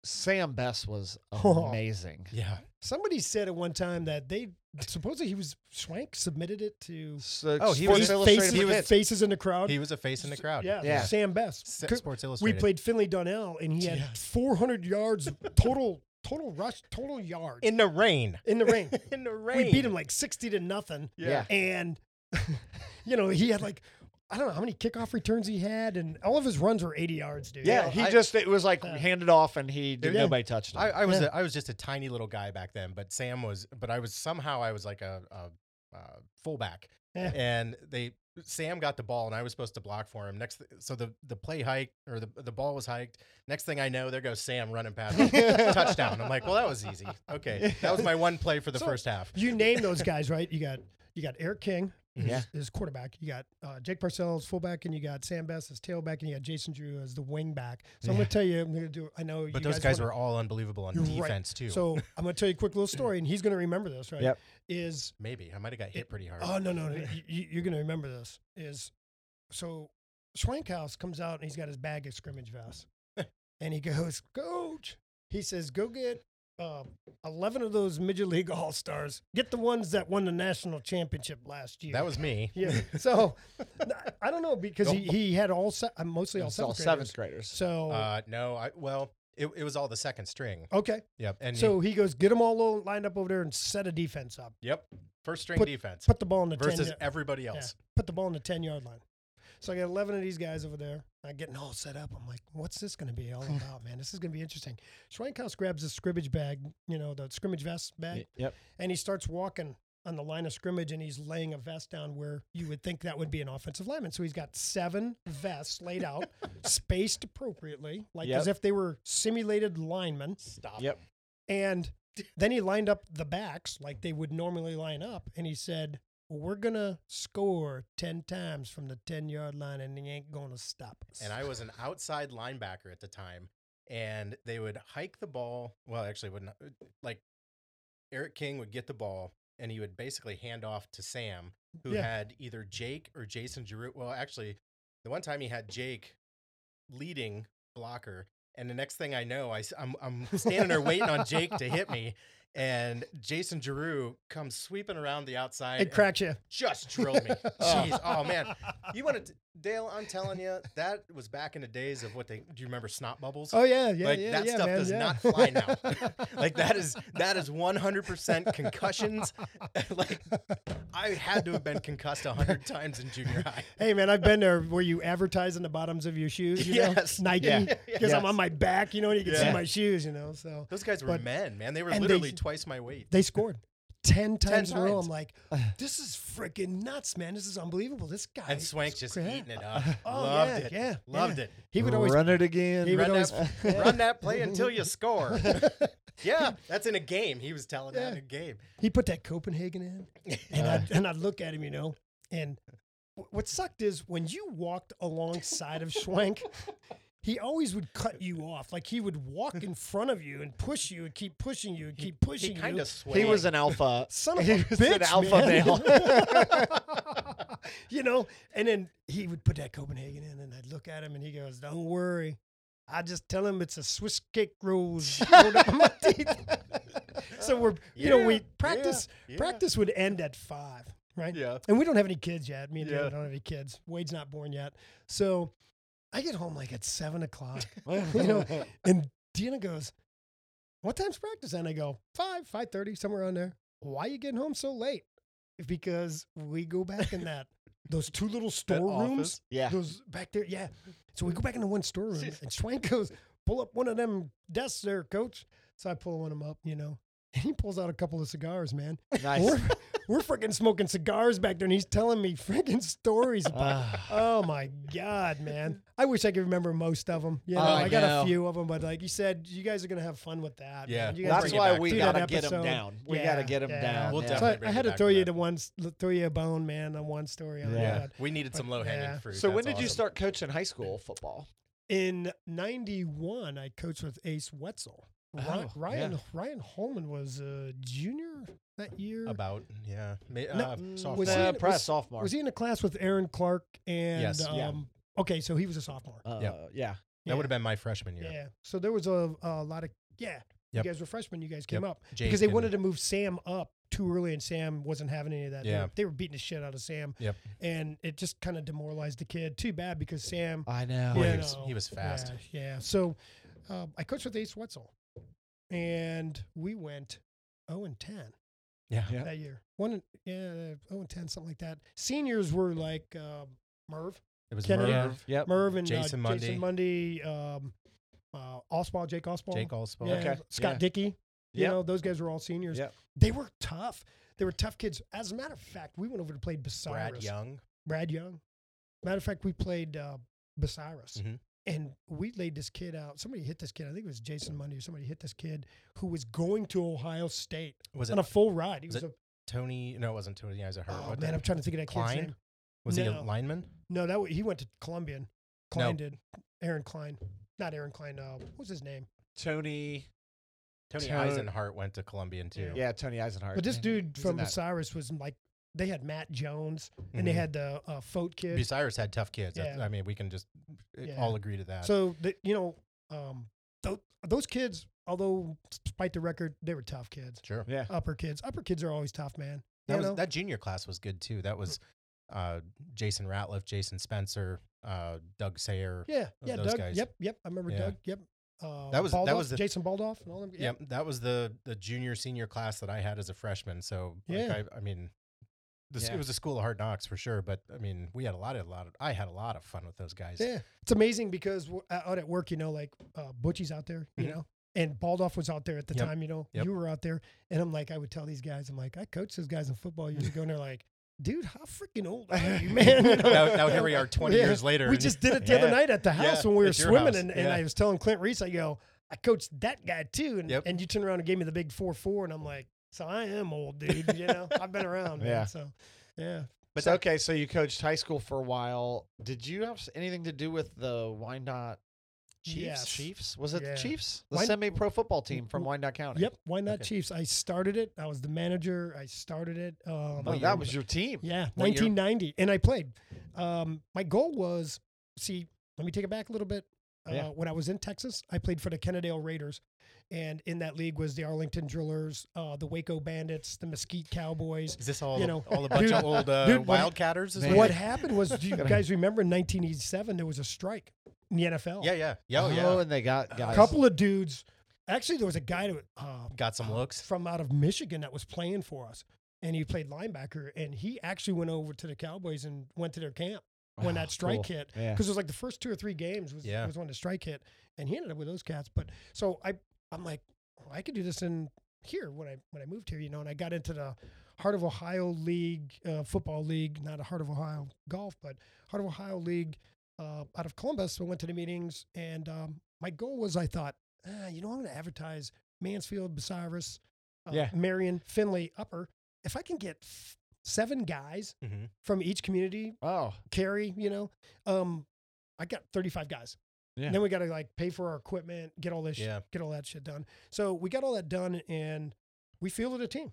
A: Sam Bess [laughs] was
C: Oh.
A: amazing.
B: yeah.
C: somebody said at one time that they supposedly he was Schwank submitted it to
A: So
B: Oh, he
A: Sports
B: was-
A: Illustrated
C: faces,
A: with hits.
C: faces in the crowd.
B: He was a face in the crowd.
C: Yeah,
A: Yeah.
C: Sam Best.
B: S-
C: Cou-
B: Sports
C: We
B: Illustrated.
C: played Finley Donnell and he had
B: Yeah.
C: 400 yards total total rush total yards in,
B: in the rain.
C: the ring.
B: In the rain.
C: we beat him like 60 to nothing.
A: Yeah.
C: and [laughs] you know he had like I don't know how many kickoff returns he had, and all of his runs were 80 yards, dude.
A: Yeah,
B: Yeah,
A: he
B: I-
A: just it was like
C: Yeah.
A: handed off and he did,
C: Yeah.
A: nobody touched him. [laughs]
B: I, I was
C: Yeah.
B: a, I was just a tiny little guy back then, but Sam was. But I was somehow I was like a, a, uh fullback,
C: Yeah.
B: and they Sam got the ball and I was supposed to block for him. Next, th- so the the play hiked or the the ball was hiked. Next thing I know, there goes Sam running past me, touchdown. I'm like, well, that was easy.
C: [laughs]
B: Okay, that was my one play for the
C: So-
B: first half.
C: You name those guys, right? You got you got Eric King, his,
A: Yeah.
C: his quarterback. You got uh, Jake Parcells, as fullback, and you got Sam Best as tailback, and you got Jason Drew as the wing back. So I'm
A: Yeah.
C: going to tell you, I'm going to do. I know,
B: But
C: you
B: those guys
C: wanna-
B: were all unbelievable on
C: You're right.
B: defense too.
C: So I'm going to tell you
A: [laughs]
C: a quick little story, and he's going to remember this, right?
A: Yep.
C: Is
B: maybe I might have got hit pretty hard.
C: Oh no, no, no. you- you, you're gonna remember this. Is so Schwankhouse comes out and he's got his bag of
B: [laughs]
C: scrimmage vests, and he goes, "Coach," he says, "Go get uh, eleven of those midget league [laughs] all stars. Get the ones that won the national championship last year."
B: that was me. [laughs]
C: yeah. So I- I don't know because he, he had all se- uh, mostly all
A: It's all
C: seventh
A: [laughs] seventh
C: graders.
A: graders.
C: So
B: Uh, no, I well, it, it was all the second string.
C: okay,
B: Yep, and
C: so he goes, "Get them all lo- lined up over there and set a defense up.
B: yep, first string
C: Put-
B: defense
C: Put the ball in the ten
B: versus
C: yard-
B: everybody
C: Yeah,
B: else.
C: put the ball in the 10 yard line. So I got 11 of these guys over there. I'm getting all set up. I'm like, what's this going to be all about, man? This is going to be interesting. Schweinkhaus grabs his scrimmage bag, you know, the scrimmage vest bag,
A: Y- Yep.
C: and he starts walking on the line of scrimmage and he's laying a vest down where you would think that would be an offensive lineman. So he's got seven vests
A: [laughs]
C: laid out, spaced appropriately, like as
A: Yep.
C: if they were simulated linemen.
B: Stop.
A: Yep.
C: And then he lined up the backs like they would normally line up. And he said, we're gonna score ten times from the ten yard line, and they ain't gonna stop us.
B: and I was an outside linebacker at the time. And they would hike the ball. Well, actually, wouldn't uh, like Eric King would get the ball, and he would basically hand off to Sam, who
C: Yeah.
B: had either Jake or Jason Giroux. Well, actually, the one time he had Jake leading blocker, and the next thing I know, I, am
C: [laughs]
B: I'm standing there waiting on Jake to hit me, and Jason Giroux comes sweeping around the outside.
C: it cracks you.
B: just
C: [laughs]
B: drilled me.
A: Oh.
B: Jeez, oh man, you want to Dale? I'm telling you, that was back in the days of what they do. You remember snot bubbles?
C: Oh yeah, yeah,
B: like
C: yeah.
B: that
C: yeah,
B: stuff
C: man,
B: does
C: yeah.
B: not fly now.
C: [laughs]
B: [laughs] like that is that is 100 percent concussions. [laughs] like I had to have been concussed 100 times in junior
C: [laughs]
B: high.
C: Hey man, I've been there where you advertise on the bottoms of your shoes, you
B: Yes.
C: know, Nike,
A: Yeah.
C: [laughs] because
A: Yes.
C: I'm on my back, you know, and you can see
B: Yeah.
C: my shoes, you know. So
B: Those guys were
C: But-
B: men, man. They were
C: and they-
B: literally twice my weight.
C: they scored ten times in a row.
B: times. [sighs]
C: I'm like, this is freaking nuts, man. This is unbelievable. This guy
B: And Swank just
C: cra-
B: eating it up.
C: Oh,
B: Loved
C: yeah,
B: it.
C: yeah,
B: Loved
C: [laughs] yeah.
B: it.
C: He would always
A: run it again.
C: He would
B: Run
C: always-
B: that, run that play until you
C: [laughs]
B: score. yeah, that's in a game. He was telling that in
C: Yeah.
B: a game.
C: [laughs] he put that Copenhagen in,
B: [laughs]
C: and I'd, and I'd look at him, you know, and wh- what sucked is when you walked alongside of Schwank, he always would cut you off. Like he would walk in front of you and push you and keep pushing you and keep pushing
B: He
C: you.
B: kind of swayed.
A: he was an [laughs] alpha.
C: Son of
A: he
C: a
A: was
C: bitch,
A: an alpha
C: man.
A: male.
C: [laughs] you know, and then he would put that Copenhagen in, and I'd look at him, and he goes, "Don't worry." I just tell him it's a Swiss cake rolls rolled up
B: [laughs]
C: in my teeth. [laughs] so we're, you know,
B: Yeah,
C: we practice.
B: yeah.
C: Practice would end at five, right?
B: Yeah.
C: And we don't have any kids yet. Me and
B: Yeah.
C: David don't have any kids. Wade's not born yet. So I get home like at seven o'clock, you
A: [laughs]
C: know, and Deanna goes, "What time's practice?" And I go, five, five thirty, somewhere on there. Why you getting home so late? Because we go back in that those two little storerooms,
A: yeah.
C: those back there, yeah. So we go back into one storeroom, and Schwank goes, "Pull up one of them desks there, coach." So I pull one of them up, you know, and he pulls out a couple of cigars, man.
A: Nice.
C: We're,
A: [sighs]
C: [laughs] we're freaking smoking cigars back there, and he's telling me
A: [laughs]
C: freaking stories about.
A: Ah.
C: oh my god, man! I wish I could remember most of them. You know,
A: Oh,
C: I got
A: no.
C: a few of them, but like you said, you guys are gonna have fun with that.
B: Yeah.
C: man. You
B: Well,
C: guys
A: That's
B: bring it
C: are-
A: why
B: back
A: we
B: to
C: do that
A: gotta get him
C: episode.
A: down. We
C: Yeah,
A: gotta get him
C: yeah.
A: down.
B: We'll
A: yeah.
C: So I,
B: definitely
C: I
B: bring
C: had
B: it
C: to
B: back
C: throw
B: to
C: you
B: that.
C: to one, s- throw you a bone, man, on one story. On
A: Yeah.
C: that.
B: We needed some
C: But,
B: low hanging
C: yeah.
B: fruit.
A: So when
B: That's
A: did you
B: awesome.
A: start coaching high school football?
C: In '91, I coached with Ace Wetzel. Ry-
A: Oh,
C: Ryan Ryan Holman was a junior that year.
B: About yeah, ma-
C: No,
B: uh,
A: Mm,
B: sophomore.
C: was
A: nah,
C: he-
A: probably
C: was-
A: sophomore.
C: Was he in a class with Aaron Clark and
B: Yes.
A: Yeah.
C: um okay, so he was a sophomore.
A: uh,
B: Yeah.
A: yeah.
B: that would have been my freshman year.
C: yeah. So there was a, a lot of yeah.
B: Yep.
C: You guys were freshmen, you guys came
B: Yep.
C: up.
B: Jake
C: because they
B: and-
C: wanted to move Sam up too early and Sam wasn't having any of that. They were-
B: Yeah.
C: They, were beating the shit out of Sam.
B: Yep.
C: And it just kind of demoralized the kid. Too bad because Sam
A: I know.
B: Boy,
C: Yeah,
B: he, was,
C: no.
B: he was fast.
C: Yeah, yeah. So um, I coached with Ace Wetzel and we went 0 and 10
B: Yeah.
A: Yeah.
C: that year. One, and- yeah, 0 and 10, something like that. Seniors were like um, Merv.
B: It was
C: Kennedy. Yeah.
B: Merv,
A: Yep.
C: Merv and
B: Jason
C: uh,
B: Mundy.
C: Jason Mundy, um, uh, Oswald, Jake Oswald,
B: Jake Allspo.
C: yeah,
A: Okay.
C: Scott
A: Yeah.
C: Dickey. You
A: Yep.
C: know, those guys were all seniors.
A: Yep.
C: They were tough. They were tough kids. As a matter of fact, we went over to play Bucyrus.
B: Brad Young.
C: Brad Young. Matter of fact, we played uh, Bucyrus.
B: Mhm.
C: And we laid this kid out. Somebody hit this kid. I think it was Jason Mundy or somebody hit this kid who was going to Ohio State
B: Was it
C: on a full ride. He
B: was
C: was,
B: it Tony? No, it wasn't Tony Eisenhower.
C: a, oh,
B: What the-
C: man, I'm trying to think of that
B: Klein?
C: kid's name.
B: was he a
C: No.
B: lineman?
C: No, that wa- he went to Columbian. Klein
B: No.
C: did. Aaron Klein, not Aaron Klein. Uh, what was his name?
A: Tony.
B: Tony
A: Tony-
B: Eisenhart went to Columbian too.
A: Yeah, Tony Eisenhart.
C: But this dude
A: He's in
C: from
A: that.
C: Osiris was like they had Matt Jones and they
B: Mhm.
C: had the uh, Fote kid.
B: Bucyrus had tough kids. That's-
C: Yeah.
B: I mean, we can just uh,
C: Yeah.
B: all agree to that.
C: So the, you know, um, th- those kids, although despite the record, they were tough kids.
B: sure.
A: Yeah.
C: Upper kids, upper kids are always tough, man.
B: That
C: you
B: was
C: know?
B: that junior class was good too. That was uh, Jason Ratliff, Jason Spencer, uh, Doug Sayer.
C: yeah,
B: those-
C: yeah.
B: those
C: Doug,
B: guys.
C: yep, yep. I remember
B: Yeah.
C: Doug. Yep. Uh,
B: That was- that
C: Baldoff,
B: was the-
C: Jason Baldoff and all them.
B: Yep. that was the the junior senior class that I had as a freshman. So like,
C: Yeah.
B: I, I mean, the, s-
A: Yeah.
B: it was a school of hard knocks for sure. But I mean, we had a lot of lot of I had a lot of fun with those guys.
C: Yeah, it's amazing because w- uh, out at work, you know, like uh, Butchie's out there, you
B: Mhm.
C: know, and Baldoff was out there at the
B: Yep.
C: time, you know,
B: Yep.
C: you were out there, and I'm like, I would tell these guys, I'm like, I coached those guys in football years ago, and they're like, dude, how freaking old are you, [laughs] man? You know?
B: now, now here we are, twenty
C: Yeah.
B: years later.
C: We
B: and-
C: just did it the other
B: Yeah.
C: night at the
B: Yeah,
C: house when we were
B: at your
C: swimming,
B: house.
C: and, and
B: Yeah.
C: I was telling Clint Reese, I go, I coached that guy too, and
B: Yep.
C: and you turned around and gave me the big four four, and I'm like, so I am old, dude. You know, I've been around, man.
A: Yeah.
C: So Yeah.
B: But
A: so,
B: that-
A: okay, so you coached high school for a while. Did you have s- anything to do with the Wyandotte Chiefs?
C: Yes.
A: Chiefs was it
C: Yeah.
A: the Chiefs, the
C: Wyn-
A: semi-pro football team from Wyandotte County?
C: Yep. Why not
B: Okay.
C: Chiefs? I started it. I was the manager. I started it. Um,
A: Oh, that was your team.
C: Yeah,
B: What year?
C: 1990, and I played. Um, my goal was see. Let me take it back a little bit. Uh,
A: Yeah.
C: When I was in Texas, I played for the Kennedale Raiders, and in that league was the Arlington Drillers, uh, the Waco Bandits, the Mesquite Cowboys.
B: Is this all
C: you know, [laughs]
B: all a bunch
C: dude-
B: of old uh,
C: dude, what-
B: wildcatters? Is
A: Man.
C: What happened
A: [laughs]
C: was, do you
A: Gotta-
C: guys remember in 1987 there was a strike in the NFL?
B: Yeah, yeah, yeah, oh, yeah.
A: and they got
C: Uh-huh. a
A: guys.
C: couple of dudes. Actually, there was a guy that, uh,
B: Got some looks.
C: from out of Michigan that was playing for us, and he played linebacker, and he actually went over to the Cowboys and went to their camp. when that strike
A: cool.
C: hit
A: Yeah.
C: because it was like the first two or three games was
B: Yeah.
C: was when the strike hit, and he ended up with those cats. But so I I'm like "Oh, I could do this in here when I when I moved here, you know, and I got into the Heart of Ohio League uh, football league, not a Heart of Ohio golf, but Heart of Ohio League uh, out of Columbus. So I went to the meetings, and um, my goal was I thought, ah, you know, I'm going to advertise Mansfield, Bucyrus, uh,
A: Yeah.
C: Marion, Finley, Upper. If I can get f- seven guys
A: Mm-hmm.
B: Mhm.
C: from each community
A: Oh,
C: carry, you know. Um, I got 35 guys.
A: Yeah.
C: And then we got to like pay for our equipment, get all this,
B: Yeah.
C: shit, get all that shit done. So we got all that done, and we fielded a team,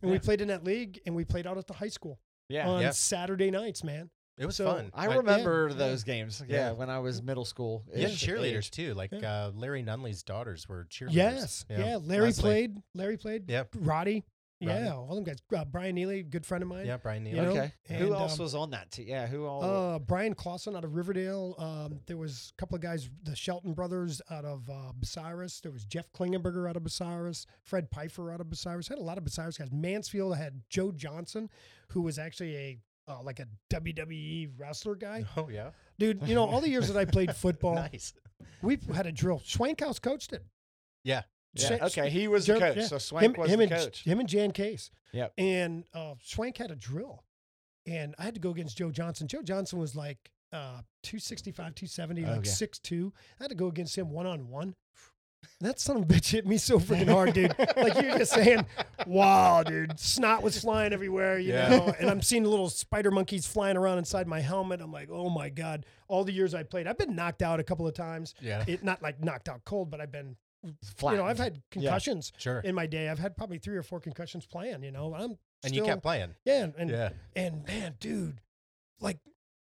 C: and we
A: Yeah.
C: played in that league, and we played out at the high school
A: yeah.
C: on
B: Yeah.
C: Saturday nights, man.
B: It was
C: So,
B: fun.
A: I
B: Like,
A: remember
C: yeah.
A: those games. Yeah,
B: Yeah.
A: when I was middle school.
B: You had cheerleaders too. Like
C: Yeah.
B: uh, Larry Nunley's daughters were cheerleaders.
C: Yes, yeah. Larry
B: Leslie.
C: played. Larry played.
B: Yep.
C: Roddy.
B: Roddy.
C: Yeah, all them guys. Uh, Brian Neely, good friend of mine.
B: Yeah, Brian Neal.
C: You know,
A: okay. who
C: and,
A: else
C: um,
A: was on that team? Yeah. Who all?
B: Oh.
C: Uh, Brian Clausen out of Riverdale. Um, there was a couple of guys, the Shelton brothers out of uh, Bucyrus. There was Jeff Klingenberger out of Bucyrus. Fred Pfeiffer out of Bucyrus. Had a lot of Bucyrus guys. Mansfield had Joe Johnson, who was actually a uh, like a WWE wrestler guy,
B: [laughs] Oh yeah,
C: dude. You know, all the years that I
B: [laughs]
C: played football,
B: nice.
C: we had a drill. Schwankhouse coached it.
B: Yeah.
A: yeah,
C: Sha-
A: okay, he was the
C: Jer-
A: coach.
C: yeah.
A: So Swank was the
C: and,
A: coach.
C: Him and Jan Case.
A: Yep.
C: And uh, Swank had a drill, and I had to go against Joe Johnson. Joe Johnson was like uh, 265, 270,
A: Oh,
C: like
A: yeah.
C: six two. I had to go against him one on one. That son of a bitch hit me so freaking hard, dude. [laughs] like you're just saying, wow, dude. Snot was flying everywhere, you
B: Yeah.
C: know. And I'm seeing little spider monkeys flying around inside my helmet. I'm like, oh my god. All the years I played, I've been knocked out a couple of times. [laughs]
B: Yeah,
C: It not like knocked out cold, but I've been,
A: [laughs] Flat.
C: you know, I've had concussions
B: sure.
C: in my day. I've had probably three or four concussions playing, you know. I'm
B: and
C: still-
B: you kept playing.
C: yeah, and and,
B: yeah,
C: man, dude, like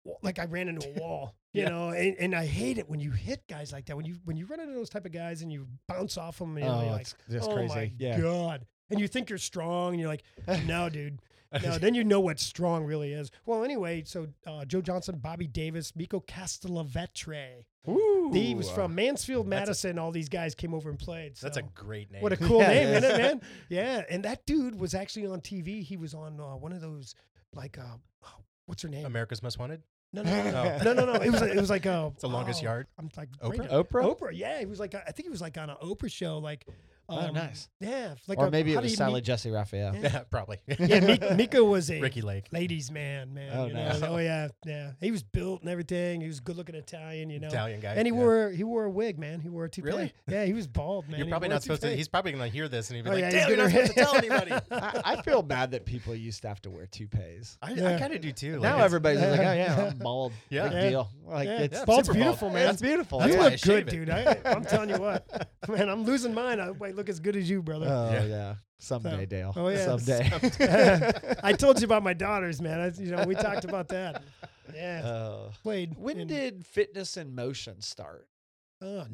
C: w- like I
B: [laughs]
C: ran into a wall, you
B: Yeah.
C: know, and, and I hate it when you hit guys like that. When you when you run into those type of guys and you bounce off them, you know, you're
A: oh,
C: like,
A: it's just
C: oh
A: crazy.
C: my
A: yeah.
C: god. And you think you're strong, and
B: [laughs]
C: you're like, no, dude, no. then you know what strong really is. Well, anyway, so uh, Joe Johnson, Bobby Davis, Miko Castellavetre, he was from Mansfield,
B: That's a-
C: Madison. all these guys came over and played.
B: that's a
C: so-
B: great name. [laughs]
C: what a cool
A: Yeah,
C: name,
A: it
C: isn't it,
B: is. [laughs]
C: man? Yeah, and that dude was actually on TV. He was on uh, one of those, like, uh, oh, what's her name?
B: America's Most Wanted.
C: No,
B: [laughs]
C: no, no,
B: No.
C: no, no, no. It was, it was like, uh,
B: It's the longest
C: oh,
B: yard.
C: I'm like
B: Oprah?
C: brain dead.
A: Oprah.
C: Oprah, yeah. He was like, uh, I think he was like on an Oprah show, like, um,
A: Oh, nice.
C: yeah, like,
A: Or
C: a-
A: maybe
C: how
A: it
C: do
A: was
C: you
A: Sally
C: meet-
A: Jesse Raphael.
B: Yeah, probably.
C: [laughs] Yeah,
A: [laughs]
C: Mi- Mika was a
B: Ricky Lake.
C: ladies' man, man.
A: Oh,
C: you
A: nice.
C: know? oh yeah, yeah. He was built and everything. He was good-looking Italian, you know.
B: Italian guy.
C: And he
B: yeah.
C: wore he wore a wig, man. He wore a toupee.
B: Really?
C: Yeah, he was bald, man.
B: You're
C: He
B: probably
C: wore a
B: not supposed to.
C: toupee.
B: He's probably gonna hear this, and he'd be
C: Oh,
B: like,
C: yeah, he's
B: "Damn, you're not
C: gonna-
B: supposed to tell anybody."
A: I, [laughs] I feel bad that people used to have to wear toupees.
B: I, I
C: Yeah.
B: kind of do too.
A: now
B: like, it's-
A: everybody's like, oh yeah, [laughs] I'm bald.
B: Yeah.
A: Big deal. Like
C: Yeah.
A: it's
B: Yeah,
C: Bald's
B: super bald.
C: beautiful, man.
A: It's beautiful.
B: That's
C: you
A: yeah.
B: why I
C: look
B: shave
C: good,
B: it. [laughs]
C: dude. I, I'm telling you what, man. I'm losing mine. I might look as good as you, brother.
A: Oh yeah.
B: Yeah.
A: Someday, Dale.
C: Oh, yeah.
A: Someday.
C: [laughs] I told you about my daughters, man. I, you know, we talked about that. Yeah,
A: Oh. [laughs]
C: played.
A: when
C: in,
A: did fitness and motion start?
C: uh,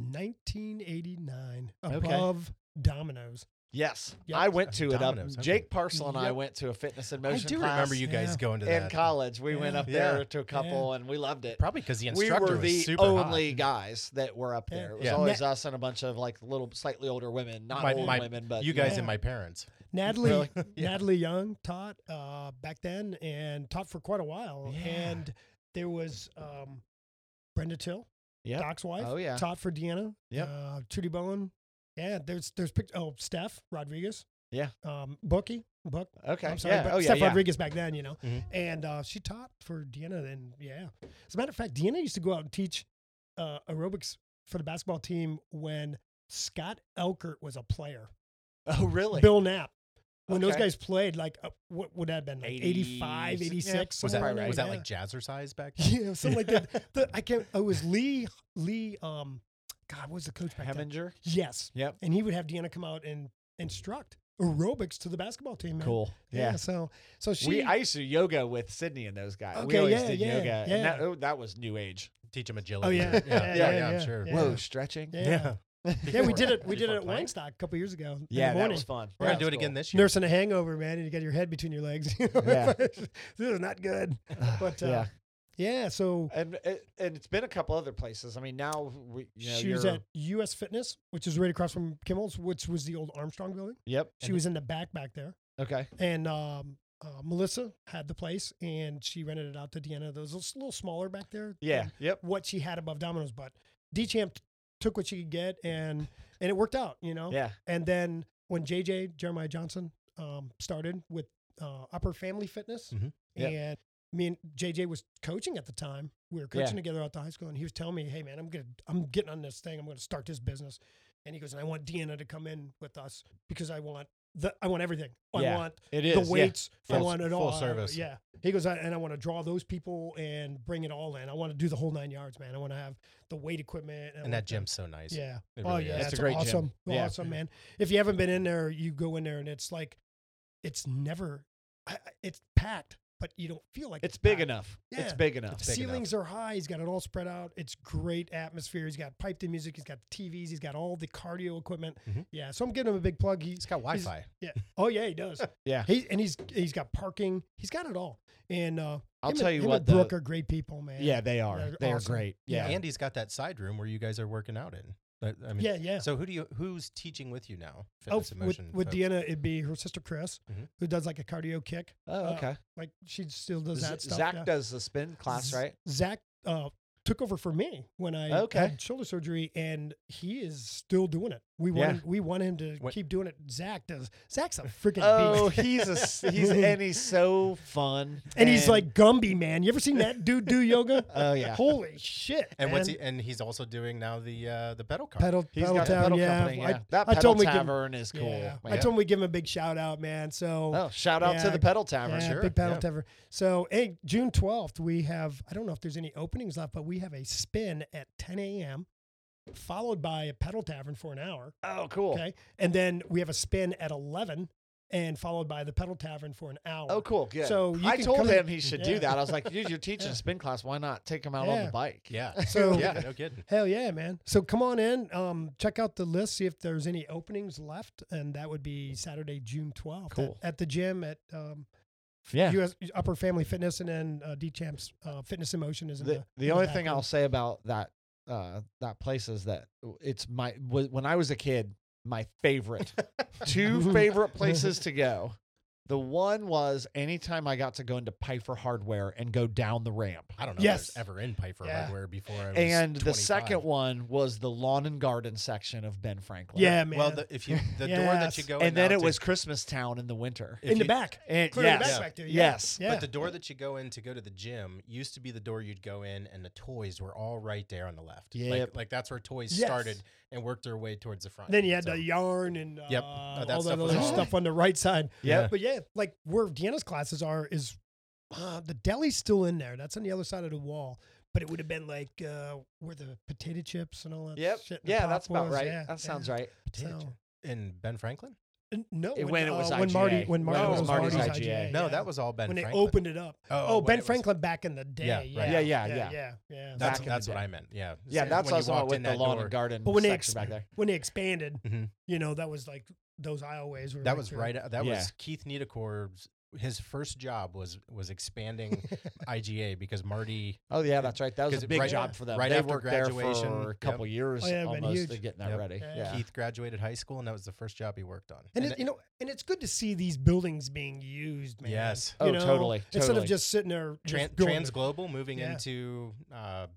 C: 1989
A: Okay.
C: above Domino's?
A: Yes,
C: Yep.
A: I went to it up.
B: Domino's, okay.
A: Jake Parcel and I
C: Yep.
A: went to a fitness and
B: I
A: motion
B: do
A: class
B: remember you guys
C: Yeah.
B: going to
A: in
B: that.
A: college. We went
C: Yeah.
A: up
B: Yeah.
A: there to a couple, and we loved it.
B: Probably because the
A: we
B: instructor
A: were
B: was
A: the
B: super
A: only
B: hot.
A: guys that were up
C: Yeah.
A: there. It was
B: Yeah.
A: always us and a bunch of like little, slightly older women, not
B: My-
A: old
B: my-
A: women, but
B: You guys
C: Yeah.
B: and my parents.
C: Natalie,
A: Really? [laughs]
B: Yeah.
C: Natalie Young taught uh, back then and taught for quite a while.
A: Yeah.
C: And there was um, Brenda Till,
A: Yep.
C: Doc's wife.
A: Oh, yeah.
C: taught for Deanna.
A: Yep.
C: uh, Trudy Bowen. Yeah, there's there's pic- oh Steph Rodriguez.
A: Yeah.
C: um, Bookie Book.
A: Okay.
C: I'm sorry,
A: yeah.
C: but
A: Oh, yeah,
C: Steph
A: yeah. Mm-hmm.
C: Rodriguez back then, you know,
B: Mhm.
C: and uh, she taught for Deanna. Then yeah, as a matter of fact, Deanna used to go out and teach uh, aerobics for the basketball team when Scott Elkert was a player.
A: Oh, really?
C: Bill Knapp when those
A: Okay.
C: guys played, like uh, what would that have been? Like 85,
A: 80s.
C: 86?
B: Was that,
C: somewhere
A: Probably
C: around
B: was
C: there?
B: that like jazzercise back then?
C: [laughs] Yeah, something like that. The- I can't. It was Lee. Lee. Um, God, what was the coach back then?
A: Hevinger.
C: Yes.
A: Yep.
C: And he would have Deanna come out and instruct aerobics to the basketball team. man.
A: Cool.
C: Yeah.
A: Yeah.
C: So, so she.
A: we I used to yoga with Sydney and those guys. we
C: Okay,
A: always
C: yeah,
A: did
C: yeah,
A: yoga. And that,
C: yeah.
A: oh, that was new age.
B: Teach them agility.
C: oh yeah.
B: Yeah, yeah, yeah, I'm sure.
C: yeah.
A: Whoa, stretching.
C: Yeah. Yeah.
B: Before-
C: we did it. We
B: before
C: did it at
B: playing.
C: Weinstock a couple years ago. in the
A: Yeah, that
C: morning.
A: was fun.
B: We're
A: That
B: gonna do
A: was
B: it again
A: cool.
B: this year.
C: Nursing a hangover, man, and you got your head between your legs. [laughs] you know?
A: Yeah.
C: this is not good. [laughs] But uh, yeah.
A: yeah.
C: so
A: And it, and it's been a couple other places. I mean, now we you know,
C: she was
A: you're-
C: at US Fitness, which is right across from Kimmel's, which was the old Armstrong building.
A: Yep.
C: She
B: And-
C: was in the back back there.
A: Okay.
C: and um, uh, Melissa had the place, and she rented it out to Deanna. Those was a little smaller back there.
A: Yeah.
C: than
A: Yep.
C: what she had above Domino's, but D Champ took what she could get, and and it worked out, you know.
A: Yeah.
C: And then when JJ Jeremiah Johnson um, started with uh, Upper Family Fitness,
B: Mhm.
A: Mm-hmm. Yeah.
C: and me and JJ was coaching at the time. We were
A: Yeah.
C: coaching together out the high school, and he was telling me, "Hey, man, I'm gonna I'm getting on this thing. I'm gonna start this business." And he goes, "And I want Deanna to come in with us because I want the I want everything. I
A: Yeah.
C: want
A: It
C: the
A: is. yeah.
C: weights. I
B: Full-
C: want it
B: full
C: all. I-
B: service.
C: yeah. He goes, I, and I want to draw those people and bring it all in. I want to do the whole nine yards, man. I want to have the weight equipment. I
B: And that
C: want the-
B: gym's so nice.
C: Yeah.
B: It
C: oh,
B: really
C: yeah.
B: is.
C: That's
A: It's a great gym.
C: awesome.
A: Yeah.
C: Awesome, man. If you haven't been in there, you go in there and it's like, it's never, I, I- it's packed, but you don't feel like
A: It's big
C: packed.
A: enough. It's
C: Yeah.
A: big enough.
C: The
B: big enough.
C: ceilings are high. He's got it all spread out. It's great atmosphere. He's got piped in music. He's got the TVs. He's got all the cardio equipment.
A: Mm-hmm.
B: Mhm.
C: Yeah. So I'm giving him a big plug. He's
B: It's got Wi Fi.
C: yeah. Oh yeah, he does.
A: Yeah.
C: He and he's he's got parking. He's got it all. And uh,
A: I'll
C: him
A: tell
C: and,
A: you
C: him
A: what,
C: And Brooke
A: though-
C: are great people, man.
A: Yeah, they are.
C: They're
A: They
C: awesome.
A: are great.
C: Yeah.
A: Yeah.
B: And he's got that side room where you guys are working out in. But, I mean,
C: yeah, yeah.
B: So who do you who's teaching with you now?
C: Oh,
B: Fitness
C: with,
B: and motion.
C: with
B: folks?
C: Deanna, it'd be her sister Chris,
A: Mm-hmm.
B: Mhm.
C: who does like a cardio kick.
A: Oh,
C: Uh,
A: okay.
C: Like she still does
A: Z-
C: that stuff.
A: Zach
C: yeah.
A: does the spin class,
C: Z-
A: right?
C: Zach uh, took over for me when I
A: Okay.
C: had shoulder surgery, and he is still doing it. We want
A: Yeah.
C: him, we want him to
B: What-
C: keep doing it. Zach does. Zach's a freaking
A: Oh,
C: beast.
A: he's a s- he's and he's so fun.
C: [laughs] And he's like Gumby, man. You ever seen that dude do yoga?
A: [laughs] oh yeah,
C: Holy shit!
B: And what's
C: man.
B: he? And he's also doing now the uh, the pedal car.
C: Pedal,
A: he's
C: pedal
A: got
C: Town,
A: the pedal
C: yeah.
A: company.
C: I-
A: Yeah. that
C: I
A: pedal
C: told him we give-
A: tavern is cool.
C: yeah. I
A: man.
C: told him we give him a big shout out, man. So
A: oh, shout out
C: Yeah,
A: to the pedal tavern.
C: yeah,
B: sure.
C: big pedal
B: Yeah.
C: tavern. So hey, June twelfth, we have I don't know if there's any openings left, but we have a spin at ten a.m. followed by a pedal tavern for an hour.
A: Oh, cool.
C: Okay, and then we have a spin at eleven, and followed by the pedal tavern for an hour.
A: Oh, cool. Good.
C: So you
A: I
C: can
A: told
C: come
A: him
C: in-
A: he should
C: Yeah.
A: do that. I was like, dude, you're teaching
C: [laughs] Yeah.
A: a spin class. Why not take him out on
C: Yeah.
A: the bike?
B: Yeah.
C: [laughs] So
B: yeah. No kidding.
C: Hell yeah, man. So come on in, um, check out the list, see if there's any openings left. And that would be Saturday, June 12th at-
A: Cool.
C: at, the gym at um,
A: Yeah.
C: US Upper Family Fitness and then uh, D Champs uh, Fitness in Motion is in
A: the, the
C: in
A: only
C: back
A: thing
C: room.
A: I'll say about that uh, that place is that it's my w- when I was a kid, my favorite two
C: [laughs]
A: favorite places to go. The one was anytime I got to go into Piper Hardware and go down the ramp.
B: I don't know
C: Yes.
B: if I was ever in Piper
C: Yeah.
B: Hardware before. I was
A: And the
B: 25.
A: second one was the lawn and garden section of Ben Franklin.
C: Yeah, man.
B: Well, the, if you the door that you
C: Yes.
B: go in
A: And then
B: now
A: it
B: to-
A: was Christmas Town in the winter.
B: if
C: in the
B: you-
C: back.
A: And
C: Clear the
A: yes.
C: back
B: Yeah.
C: back there. Yeah.
A: Yes.
C: Yeah.
B: But the door that you go in to go to the gym used to be the door you'd go in, and the toys were all right there on the left.
A: Yep.
B: Like, like that's where toys
C: Yes.
B: started and worked their way towards the front.
C: then you had
B: So-
C: the yarn and uh,
B: Yep. Oh, that
C: all that
B: stuff was
C: other
B: all-
C: stuff on the
B: [laughs]
C: right side.
B: Yeah.
C: But yeah, like where Deanna's classes are is uh, the deli's still in there. That's on the other side of the wall. But it would have been like uh, where the potato chips and all that
A: Yep.
C: shit. and the
A: Yeah,
C: pop
A: that's about
C: was.
A: right.
C: Yeah,
A: that sounds
C: yeah.
A: right.
B: Potato
C: So-
B: chip. in Ben Franklin.
C: N- No,
A: It- when it was
C: when Marty
A: IGA. When
C: when Marty
B: it
C: was,
B: was Marty's
C: Marty's
A: IGA.
C: IGA.
B: No,
C: yeah.
B: that was all Ben
C: when
B: Franklin.
C: they opened it up.
B: Oh,
C: Oh,
B: when it
C: Ben
B: was-
C: Franklin back in the day.
B: Yeah, right.
A: Yeah, yeah, yeah.
C: yeah, yeah.
A: back
B: That's
A: in the
B: that's what
A: day.
B: I meant. Yeah.
A: Yeah,
B: So
A: that's
B: when you
A: also
B: walked
A: with
B: in
A: the
B: that
A: lawn
B: door,
A: and garden
C: But when they
A: section
C: ex-
A: back there.
C: When they expanded,
B: Mhm.
C: you know, that was like those aisleways were
B: That
C: right
B: was
C: there. [laughs]
B: right. That
A: Yeah.
B: was Keith Niederkor's. His first job was was
C: [laughs]
B: expanding IGA because Marty
A: Oh yeah, that's right. That was
B: Because
A: a
B: it-
A: big
B: right-
A: job for them.
B: right
A: they
B: after
A: worked
B: graduation,
A: there for a
B: yep.
A: couple years
C: Oh, yeah, it'd been
A: almost
C: huge.
A: to getting that
B: Yep.
A: ready.
C: Yeah.
A: Yeah.
B: Keith graduated high school and that was the first job he worked on.
C: And,
B: And
C: it, you know, and it's good to see these buildings being used, man.
B: Yes.
C: You
A: Oh,
C: know,
A: totally,
C: Instead of
A: totally.
C: just sitting there,
B: Tran-
C: just going-
B: Trans Global moving
C: Yeah.
B: into uh,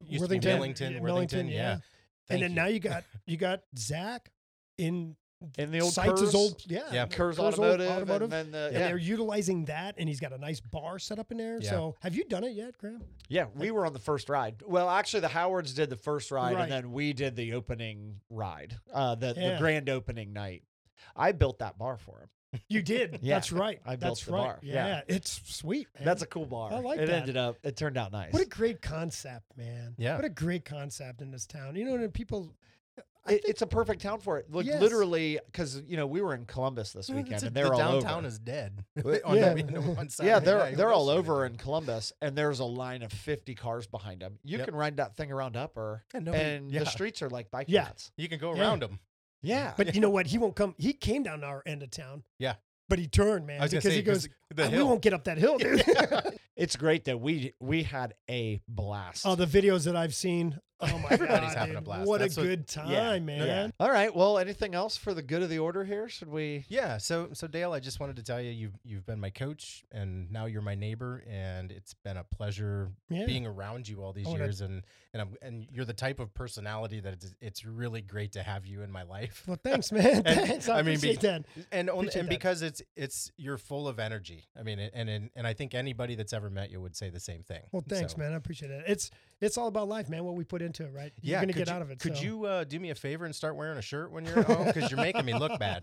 B: used to be
C: Worthington.
B: Millington,
C: Yeah,
B: Worthington,
C: Millington,
B: yeah.
C: yeah.
B: Thank
C: and then
B: you. [laughs]
C: now you got you got Zach in
A: In the old
C: Sykes'
A: Kurz,
C: old, yeah,
B: Yeah.
C: the
A: Kurz
C: old
A: Automotive,
C: automotive.
B: uh,
A: and then the,
C: And
A: yeah.
C: they're utilizing that, and he's got a nice bar set up in there.
B: Yeah.
C: So, have you done it yet, Graham?
A: yeah, we were on the first ride. Well, actually, the Howards did the first ride,
C: Right.
A: and then we did the opening ride, uh, the,
C: Yeah.
A: the grand opening night. I built that bar for him.
C: You
B: [laughs]
C: did.
A: Yeah,
C: That's right.
A: I built
C: That's
A: the
C: right.
A: bar.
C: Yeah.
A: Yeah.
C: It's sweet. Man.
A: That's a cool bar.
C: I like
A: it
C: that.
A: ended up. It turned out nice.
C: what a great concept, man.
B: Yeah.
C: What a great concept in this town. You know, and people.
B: [laughs]
C: I
A: it,
C: think-
A: it's a perfect town for it. Like
C: Yes.
A: literally, because you know we were in Columbus this
B: Well,
C: [laughs]
A: weekend,
B: it's a-
A: and they're
B: the
A: all
B: downtown
A: over.
B: is [laughs] dead.
A: Well,
B: on
C: yeah.
B: the, on the one
A: [laughs]
B: side.
A: yeah, they're
B: who
A: they're
B: else
A: all
B: are you
A: over
B: gonna
A: in
B: do?
A: Columbus, and there's a line of 50 cars behind them. You
B: Yep.
A: can ride that thing around Upper,
B: Yeah, nobody-
A: and
B: yeah.
A: the streets are like bike
C: Yeah.
A: paths.
B: You can go
C: Yeah.
B: around them.
A: Yeah,
C: But you know what? He won't come. He came down our end of town.
B: Yeah.
C: But he turned, man,
B: I was
C: because
B: gonna say,
C: he goes,
B: the
C: "Ah, we
B: hill.
C: won't get up that
B: [laughs]
C: hill, dude. [laughs]
A: it's great that we we had a blast.
C: oh, the videos that
B: [laughs]
C: I've seen. Oh my
B: Everybody's
C: god,
B: having a
C: dude,
B: blast.
C: What
B: That's
C: a
B: what-
C: good time, man.
A: All right. Well, anything else for the good of the order here? Should we?
B: Yeah, so so Dale, I just wanted to tell you you've you've been my coach and now you're my neighbor and it's been a pleasure
C: Yeah. Oh,
B: being around you all these
C: I wanna-
B: years and and I'm, and you're the type of personality that it's, it's really great to have you in my life.
C: well, thanks, man.
B: [laughs]
C: thanks. I,
B: I mean, be-
C: appreciate that.
B: And only,
C: appreciate
B: and
C: that.
B: because it's it's you're full of energy. I mean and and, and I think anybody that's ever met you would say the same thing.
C: Well, thanks,
B: So-
C: man. I appreciate it. It's it's all about life, man. What we put into it, right?
B: Yeah,
C: You're gonna
B: could
C: get
B: you-
C: out of it.
B: Could
C: so.
B: you uh, do me a favor and start wearing a shirt when you're at home? Because you're making me look
C: [laughs]
B: bad.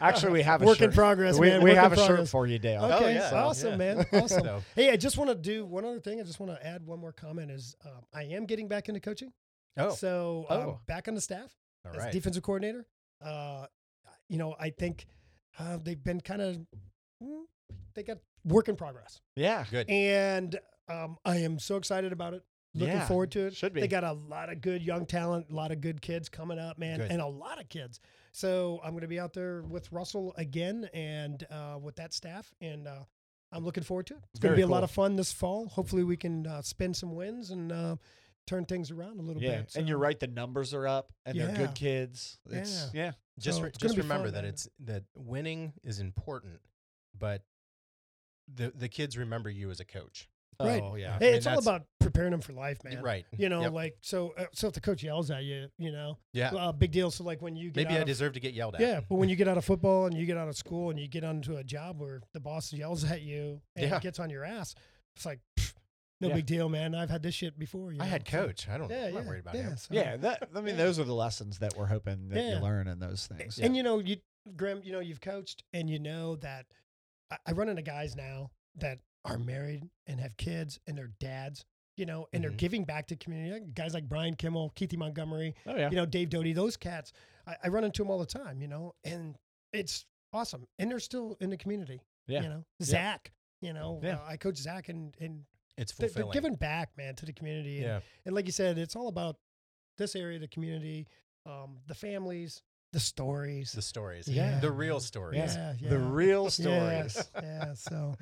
A: Actually, we have a
C: Work in
A: shirt.
C: progress,
A: we
C: man.
A: we
C: Work in
A: have a shirt
C: progress.
A: for you, Dale.
B: Oh,
C: Okay,
B: yeah.
C: awesome,
B: Yeah. [laughs]
C: man. Awesome.
B: So-
C: Hey, I just want to do one other thing. I just want to add one more comment. Is um, I am getting back into coaching,
B: oh,
C: so um,
B: Oh.
C: back on the staff
B: all
C: as
B: right.
C: defensive coordinator. Uh, you know, I think uh, they've been kind of they got work in progress,
A: Yeah,
B: Good.
C: and um, I am so excited about it. Looking
A: Yeah,
C: forward to it.
A: should be.
C: They got a lot of good young talent, a lot of good kids coming up, man,
B: Good.
C: and a lot of kids. So I'm going to be out there with Russell again and uh, with that staff, and uh, I'm looking forward to it. It's going to
A: Very
C: be a lot
A: cool.
C: of fun this fall. Hopefully, we can uh, spin some wins and uh, turn things around a little
A: yeah.
C: bit.
A: And
C: So-
A: you're right. The numbers are up, and they're
C: Yeah.
A: good kids. It's yeah.
B: just
C: So
B: re-
C: it's gonna
B: just
C: be
B: remember
C: fun,
B: that
C: man.
B: it's that winning is important, but the the kids remember you as a coach.
C: Right.
A: Oh yeah.
B: I
C: Hey,
B: mean,
C: it's all
B: that's-
C: about preparing them for life, man.
B: Right.
C: You know,
B: Yep.
C: like so. Uh, so if the coach yells at you, you know,
B: yeah.
C: uh, big deal. So like when you get
B: Maybe
C: out
B: I
C: of-
B: deserve to get yelled at.
C: Yeah, but when you get out of football and you get out of school and you get onto a job where the boss yells at you and
B: Yeah.
C: gets on your ass, it's like pff, no
A: Yeah.
C: big deal, man. I've had this shit before. you
B: I
C: know,
B: had
C: so-
B: coach. I don't.
C: Yeah,
B: I'm
C: yeah,
B: not worried about
C: yeah,
B: him.
C: so-
A: Yeah, that I mean,
C: Yeah.
A: those are the lessons that we're hoping that
C: Yeah.
A: you learn in those things.
C: And you know, you Graham, you know, you've coached and you know that I, I run into guys now that are married and have kids and their dads, you know, and they're
B: Mhm.
C: giving back to community. Like Guys like Brian Kimmel, Keithy Montgomery,
A: Oh yeah.
C: you know, Dave Doty, those cats. I, I run into them all the time, you know, and it's awesome. And they're still in the community.
A: Yeah.
C: You know, Zach. You know,
A: Yeah.
C: uh, I coach Zach, and and
B: It's
C: they're, they're
B: fulfilling.
C: giving back, man, to the community. And,
B: yeah.
C: and like you said, it's all about this area, the community, um, the families, the stories.
B: The stories.
C: Yeah.
B: The real stories.
C: yeah, yeah.
A: The real stories.
C: [laughs] Yes, yeah.
A: [laughs]
C: So,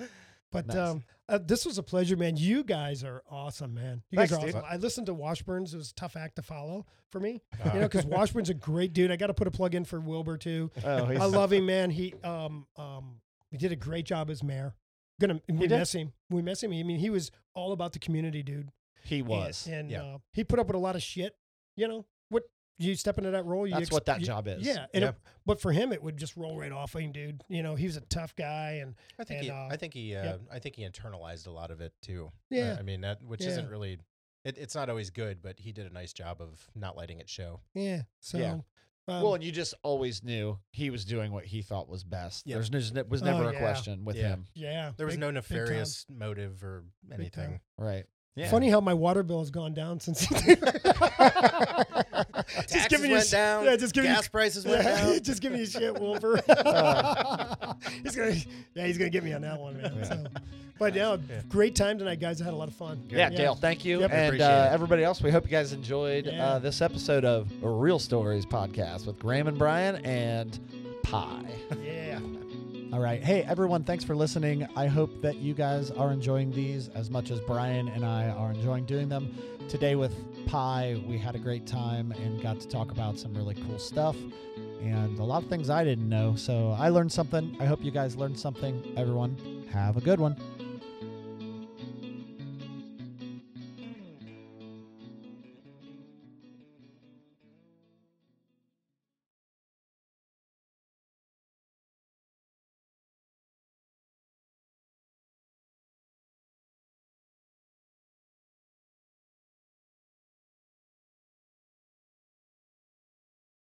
C: but
A: Nice.
C: um, uh, this was a pleasure, man. You guys are awesome, man. You guys
A: Thanks,
C: are
A: dude.
C: awesome. I listened to Washburn's. It was a tough act to follow for me,
B: Uh,
C: you know, because Washburn's a great dude. I got to put a plug in for Wilbur too.
A: Oh, he's,
C: I love him, man. He um um he did a great job as mayor. Gonna we
A: did.
C: miss him. We miss him. I mean, he was all about the community, dude.
A: he
C: And-
A: was.
C: and,
B: yeah.
C: uh, he put up with a lot of shit. You know what? You step into that role. You
A: That's
C: ex-
A: what that
C: you-
A: job is.
C: Yeah, and
B: Yeah.
C: It, but for him, it would just roll right off him, dude. You know, he was a tough guy, and
B: I think
C: and,
B: he,
C: uh,
B: I think he uh,
C: yep.
B: I think he internalized a lot of it too. I-
C: Yeah.
B: I mean that which
C: Yeah.
B: isn't really it, it's not always good, but he did a nice job of not letting it show.
C: yeah. So,
A: Yeah.
C: um,
A: well, and you just always knew he was doing what he thought was best.
B: Yeah.
A: There's, there's ne- was
C: Oh,
A: never a
C: yeah.
A: question with
B: Yeah.
A: him,
C: yeah,
B: There was
C: big-
B: no
C: big time.
B: nefarious motive or anything.
A: right? Yeah.
C: Funny how my water bill has gone down since.
A: [laughs]
C: [laughs]
B: Taxes
C: giving you
B: went
C: s-
B: down.
C: yeah, just giving you
B: gas prices went
C: [laughs] Yeah,
B: down.
C: just give me shit, Wilbur. [laughs] he's gonna, yeah, he's gonna get me on that one, man. So, but yeah, great time tonight, guys. I had a lot of fun.
A: Yeah, Dale, thank you,
C: Yep.
A: and
B: Appreciate
A: uh,
B: it.
A: everybody else. We hope you guys enjoyed
C: Yeah.
A: uh, this episode of Real Stories podcast with Graham and Brian and Pie.
C: Yeah.
D: All right. Hey, everyone, thanks for listening. I hope that you guys are enjoying these as much as Brian and I are enjoying doing them. Today with Pie, we had a great time and got to talk about some really cool stuff and a lot of things I didn't know. So I learned something. I hope you guys learned something. Everyone, have a good one.